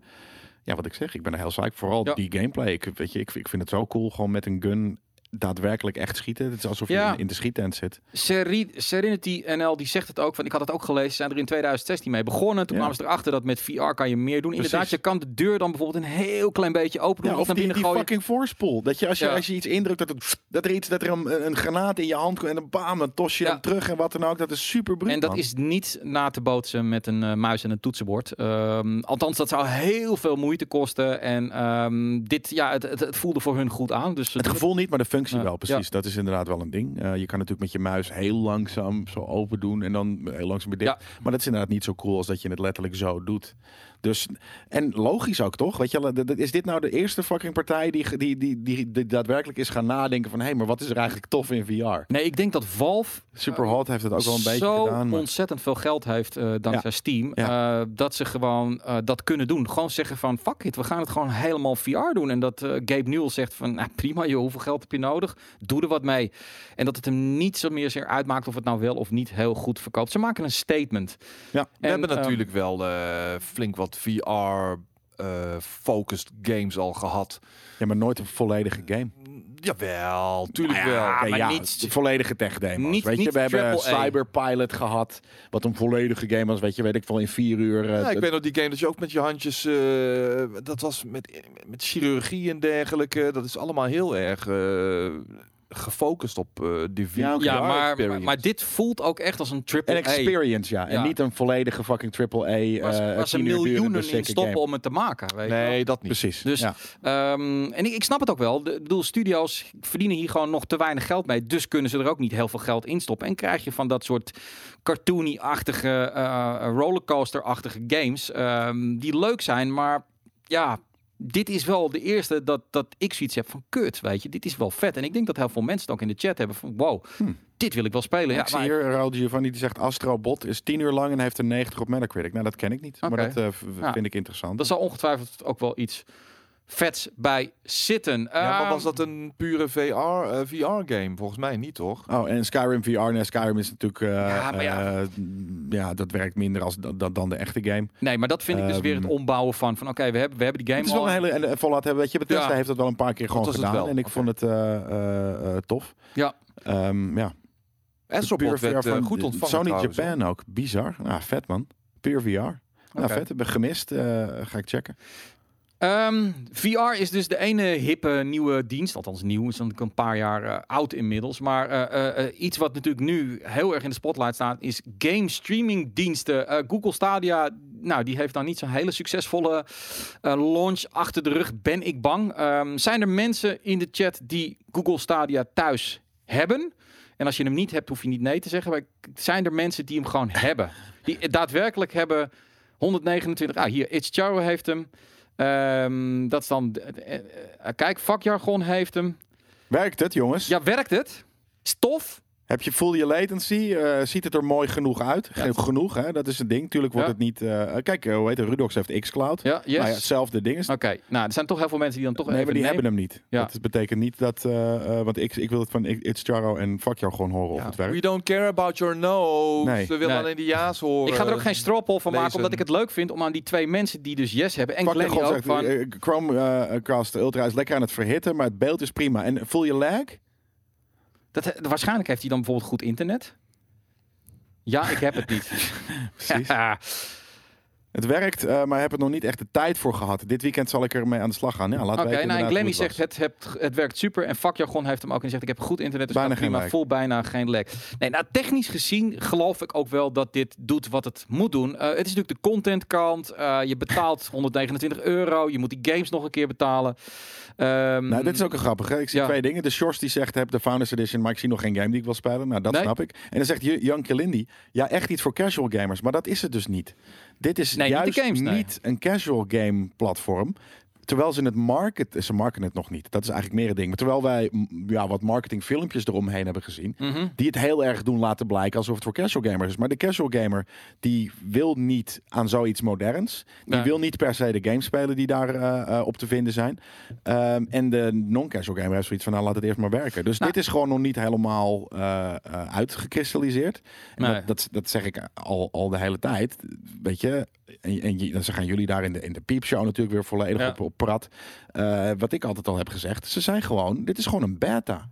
Speaker 2: ja, wat ik zeg, ik ben er heel psyched. Vooral
Speaker 1: Ja.
Speaker 2: die gameplay. Ik, weet je, ik, ik vind het zo cool, gewoon met een gun daadwerkelijk echt schieten. Het is alsof je
Speaker 1: Ja.
Speaker 2: in, in de schiettent zit.
Speaker 1: Seri- Serenity NL die zegt het ook, want ik had het ook gelezen. Ze zijn er in 2016 mee begonnen. Toen
Speaker 2: Ja.
Speaker 1: kwamen ze erachter dat met VR kan je meer doen.
Speaker 2: Precies.
Speaker 1: Inderdaad, je kan de deur dan bijvoorbeeld een heel klein beetje open doen.
Speaker 2: Ja,
Speaker 1: of
Speaker 2: of
Speaker 1: naar
Speaker 2: die,
Speaker 1: binnen
Speaker 2: die
Speaker 1: gooien.
Speaker 2: fucking voorspoel. Dat je als, je
Speaker 1: Ja.
Speaker 2: als je iets indrukt, dat, het, dat er, iets, dat er een, een granaat in je hand komt en dan bam, dan tos je
Speaker 1: Ja.
Speaker 2: hem terug en wat dan ook. Dat is super bruut.
Speaker 1: En dat
Speaker 2: man.
Speaker 1: is niet na te bootsen met een eh, muis en een toetsenbord. Ehm, althans, dat zou heel veel moeite kosten. En ehm, dit, ja, het, het, het voelde voor hun goed aan. Dus ze
Speaker 2: Het
Speaker 1: doen
Speaker 2: gevoel niet, maar de functie
Speaker 1: Ja,
Speaker 2: wel, precies. Dat is inderdaad wel een ding. Eh, je kan natuurlijk met je muis heel langzaam zo open doen en dan eh, heel langzaam weer dicht. Maar dat is inderdaad niet zo cool als dat je het letterlijk zo doet. Dus, en logisch ook toch? Weet je, wel, d- d- is dit nou de eerste fucking partij die, ge- die, die, die, die daadwerkelijk is gaan nadenken van... hé, hey, maar wat is er eigenlijk tof in VR?
Speaker 1: Nee, ik denk dat Valve
Speaker 2: Superhot heeft het ook wel een beetje
Speaker 1: zo
Speaker 2: gedaan. maar-
Speaker 1: ontzettend veel geld heeft eh, dankzij Steam. eh, dat ze gewoon eh, dat kunnen doen. Gewoon zeggen van fuck it, we gaan het gewoon helemaal VR doen. En dat eh, Gabe Newell zegt van nou, prima joh, hoeveel geld heb je nodig? Doe er wat mee. En dat het hem niet zo meer zeer uitmaakt of het nou wel of niet heel goed verkoopt. Ze maken een statement.
Speaker 2: Ja,
Speaker 3: We
Speaker 1: En,
Speaker 3: hebben
Speaker 1: ehm,
Speaker 3: natuurlijk wel eh, flink wat VR-focused games al gehad.
Speaker 2: ja, maar nooit een volledige game.
Speaker 3: Mm, Jawel, tuurlijk
Speaker 1: Nou ja,
Speaker 3: wel.
Speaker 2: Oké,
Speaker 1: maar
Speaker 2: ja,
Speaker 1: niet-
Speaker 2: de volledige tech-demo's.
Speaker 1: niet-
Speaker 2: weet je,
Speaker 1: niet
Speaker 2: we hebben
Speaker 1: triple A.
Speaker 2: Cyberpilot gehad, wat een volledige game was. Weet je, weet ik wel, in vier uur. eh,
Speaker 3: Ja, ik
Speaker 2: dat-
Speaker 3: weet nog die game dat je ook met je handjes... eh, dat was met, met chirurgie en dergelijke. Dat is allemaal heel erg eh, gefocust op eh de VR
Speaker 2: Ja, oké.
Speaker 1: Ja, maar, maar,
Speaker 3: experience.
Speaker 1: maar dit voelt ook echt als een triple
Speaker 2: Een experience, ja.
Speaker 1: Ja.
Speaker 2: En niet een volledige fucking triple A. eh
Speaker 1: Waar, ze- waar ze
Speaker 2: 10 uur durende
Speaker 1: miljoenen in
Speaker 2: sikke
Speaker 1: stoppen
Speaker 2: game.
Speaker 1: om het te maken. Weet je wel.
Speaker 3: Nee, dat niet.
Speaker 2: Precies.
Speaker 1: Dus-
Speaker 2: ja.
Speaker 1: Ehm, en ik, ik snap het ook wel. De, ik bedoel, studio's verdienen hier gewoon nog te weinig geld mee. Dus kunnen ze er ook niet heel veel geld in stoppen. En krijg je van dat soort cartoony-achtige, eh, rollercoaster-achtige games. ehm, die leuk zijn, maar ja. Dit is wel de eerste dat, dat ik zoiets heb van kut, weet je. Dit is wel vet. En ik denk dat heel veel mensen het ook in de chat hebben van wow,
Speaker 2: Hm.
Speaker 1: dit wil ik wel spelen. Ja,
Speaker 2: ik zie
Speaker 1: maar
Speaker 2: hier Raul Giovanni die zegt Astrobot is 10 uur lang en heeft een 90 op Metacritic. Nou, dat ken ik niet.
Speaker 1: Oké.
Speaker 2: Maar dat eh, v-
Speaker 1: Ja.
Speaker 2: vind ik interessant.
Speaker 1: er zal ongetwijfeld ook wel iets vets bij zitten.
Speaker 3: Ja, maar
Speaker 1: Ehm,
Speaker 3: was dat een pure VR, eh, VR game? Volgens mij niet, toch?
Speaker 2: Oh, en Skyrim VR. Nee, Skyrim is natuurlijk... eh,
Speaker 1: Ja, maar ja.
Speaker 2: eh, ja, dat werkt minder als da- da- dan de echte game.
Speaker 1: Nee, maar dat vind ik dus weer het
Speaker 2: Ehm,
Speaker 1: ombouwen van. Van oké, we, hebben, we hebben die game
Speaker 2: Het is wel
Speaker 1: al.
Speaker 2: een hele... En, en Fallout hebben, weet je, Bethesda
Speaker 1: Ja.
Speaker 2: heeft dat wel een paar keer gewoon
Speaker 3: was het
Speaker 2: gedaan.
Speaker 3: wel.
Speaker 2: En ik
Speaker 3: Oké.
Speaker 2: vond het eh, eh, eh, tof.
Speaker 1: Ja.
Speaker 2: Ehm, ja. Pure
Speaker 3: Astrobot
Speaker 2: VR
Speaker 3: werd eh,
Speaker 2: van
Speaker 3: goed ontvangen
Speaker 2: Sony
Speaker 3: trouwens, hoor.
Speaker 2: Japan ook. Bizar. Nou, vet man. Pure VR. Nou,
Speaker 1: Oké.
Speaker 2: vet. Heb ik gemist. Eh, ga ik checken.
Speaker 1: Ehm, VR is dus de ene hippe nieuwe dienst. Althans, nieuw is dan een paar jaar eh, oud inmiddels. Maar eh, eh, eh, iets wat natuurlijk nu heel erg in de spotlight staat, is game streaming diensten. Eh, Google Stadia, nou, die heeft dan niet zo'n hele succesvolle eh, launch achter de rug, ben ik bang. Ehm, zijn er mensen in de chat die Google Stadia thuis hebben? En als je hem niet hebt, hoef je niet nee te zeggen. Maar zijn er mensen die hem gewoon hebben? Die eh, daadwerkelijk hebben 129. Ah, hier, It's Charo heeft hem. Ehm, dat is dan. eh, eh, kijk, vakjargon heeft hem.
Speaker 2: Werkt het, jongens?
Speaker 1: Ja, werkt het? Stof?
Speaker 2: Heb je full je latency? eh, ziet het er mooi genoeg uit? Ge- Genoeg, hè? Dat is het ding. Tuurlijk wordt
Speaker 1: Ja.
Speaker 2: het niet... eh, kijk, eh, hoe heet het? Rudox heeft Xcloud.
Speaker 1: Ja, yes.
Speaker 2: Nou ja, hetzelfde ding is
Speaker 1: Oké, nou, er zijn toch heel veel mensen die dan toch
Speaker 2: nee, maar
Speaker 1: even
Speaker 2: die
Speaker 1: nemen.
Speaker 2: hebben hem niet.
Speaker 1: Ja.
Speaker 2: Dat is- betekent niet dat... eh, eh, want ik, ik wil het van I- It's Charo en Fuck jou gewoon horen of het
Speaker 3: We
Speaker 2: werkt.
Speaker 3: don't care about your no's.
Speaker 2: Nee.
Speaker 3: We willen
Speaker 1: Nee.
Speaker 3: alleen de ja's horen.
Speaker 1: Ik ga er ook geen stroppel
Speaker 2: eh,
Speaker 1: van maken,
Speaker 3: Lezen.
Speaker 1: omdat ik het leuk vind om aan die twee mensen die dus yes hebben en
Speaker 2: Fuck jou
Speaker 1: Glenn die
Speaker 2: gewoon
Speaker 1: ook
Speaker 2: zegt,
Speaker 1: van...
Speaker 2: eh, eh, Chromecast Ultra is lekker aan het verhitten, maar het beeld is prima. En voel je lag?
Speaker 1: Dat, he- waarschijnlijk heeft hij dan bijvoorbeeld goed internet. Ja, ik heb het niet.
Speaker 2: Precies.
Speaker 1: Ja.
Speaker 2: Het werkt, eh, maar heb er nog niet echt de tijd voor gehad. Dit weekend zal ik ermee aan de slag gaan. Ja, laat
Speaker 1: Oké,
Speaker 2: weten
Speaker 1: nou en
Speaker 2: inderdaad
Speaker 1: Glenny
Speaker 2: hoe het
Speaker 1: zegt het, hebt- het werkt super. En Vakjargon heeft hem ook en zegt ik heb goed internet. Dus
Speaker 2: Bijna
Speaker 1: gaat
Speaker 2: geen
Speaker 1: prima,
Speaker 2: lek.
Speaker 1: vol bijna geen lek. Nee, nou technisch gezien geloof ik ook wel dat dit doet wat het moet doen. Eh, het is natuurlijk de contentkant. Eh, je betaalt 129 euro. Je moet die games nog een keer betalen. Ehm,
Speaker 2: Nou, dit is ook een grappig. Ik zie
Speaker 1: Ja.
Speaker 2: twee dingen. De Shorts die zegt, heb de Founders Edition, maar ik zie nog geen game die ik wil spelen. Nou, dat
Speaker 1: Nee.
Speaker 2: snap ik. En dan zegt J- Jan Kelindi, ja, echt iets voor casual gamers. Maar dat is het dus niet. Dit is
Speaker 1: Nee, niet de
Speaker 2: juist
Speaker 1: games, nee.
Speaker 2: niet een casual game platform. Terwijl ze het market, ze marketen het nog niet. Dat is eigenlijk meer het ding. Maar terwijl wij m, ja, wat marketingfilmpjes eromheen hebben gezien,
Speaker 1: mhm.
Speaker 2: die het heel erg doen laten blijken alsof het voor casual gamers is. Maar de casual gamer die wil niet aan zoiets moderns. Die
Speaker 1: Nee.
Speaker 2: wil niet per se de games spelen die daar eh, eh, op te vinden zijn. Ehm, en de non-casual gamer heeft zoiets van, nou laat het eerst maar werken. Dus
Speaker 1: Nou.
Speaker 2: dit is gewoon nog niet helemaal eh, eh, uitgekristalliseerd. En
Speaker 1: Nee.
Speaker 2: dat, dat, dat zeg ik al, al de hele tijd. Weet je, en, en je- dan gaan jullie daar in de, in de piepshow natuurlijk weer volledig
Speaker 1: Ja.
Speaker 2: op, op prat. Eh, wat ik altijd al heb gezegd, ze zijn gewoon, dit is gewoon een beta.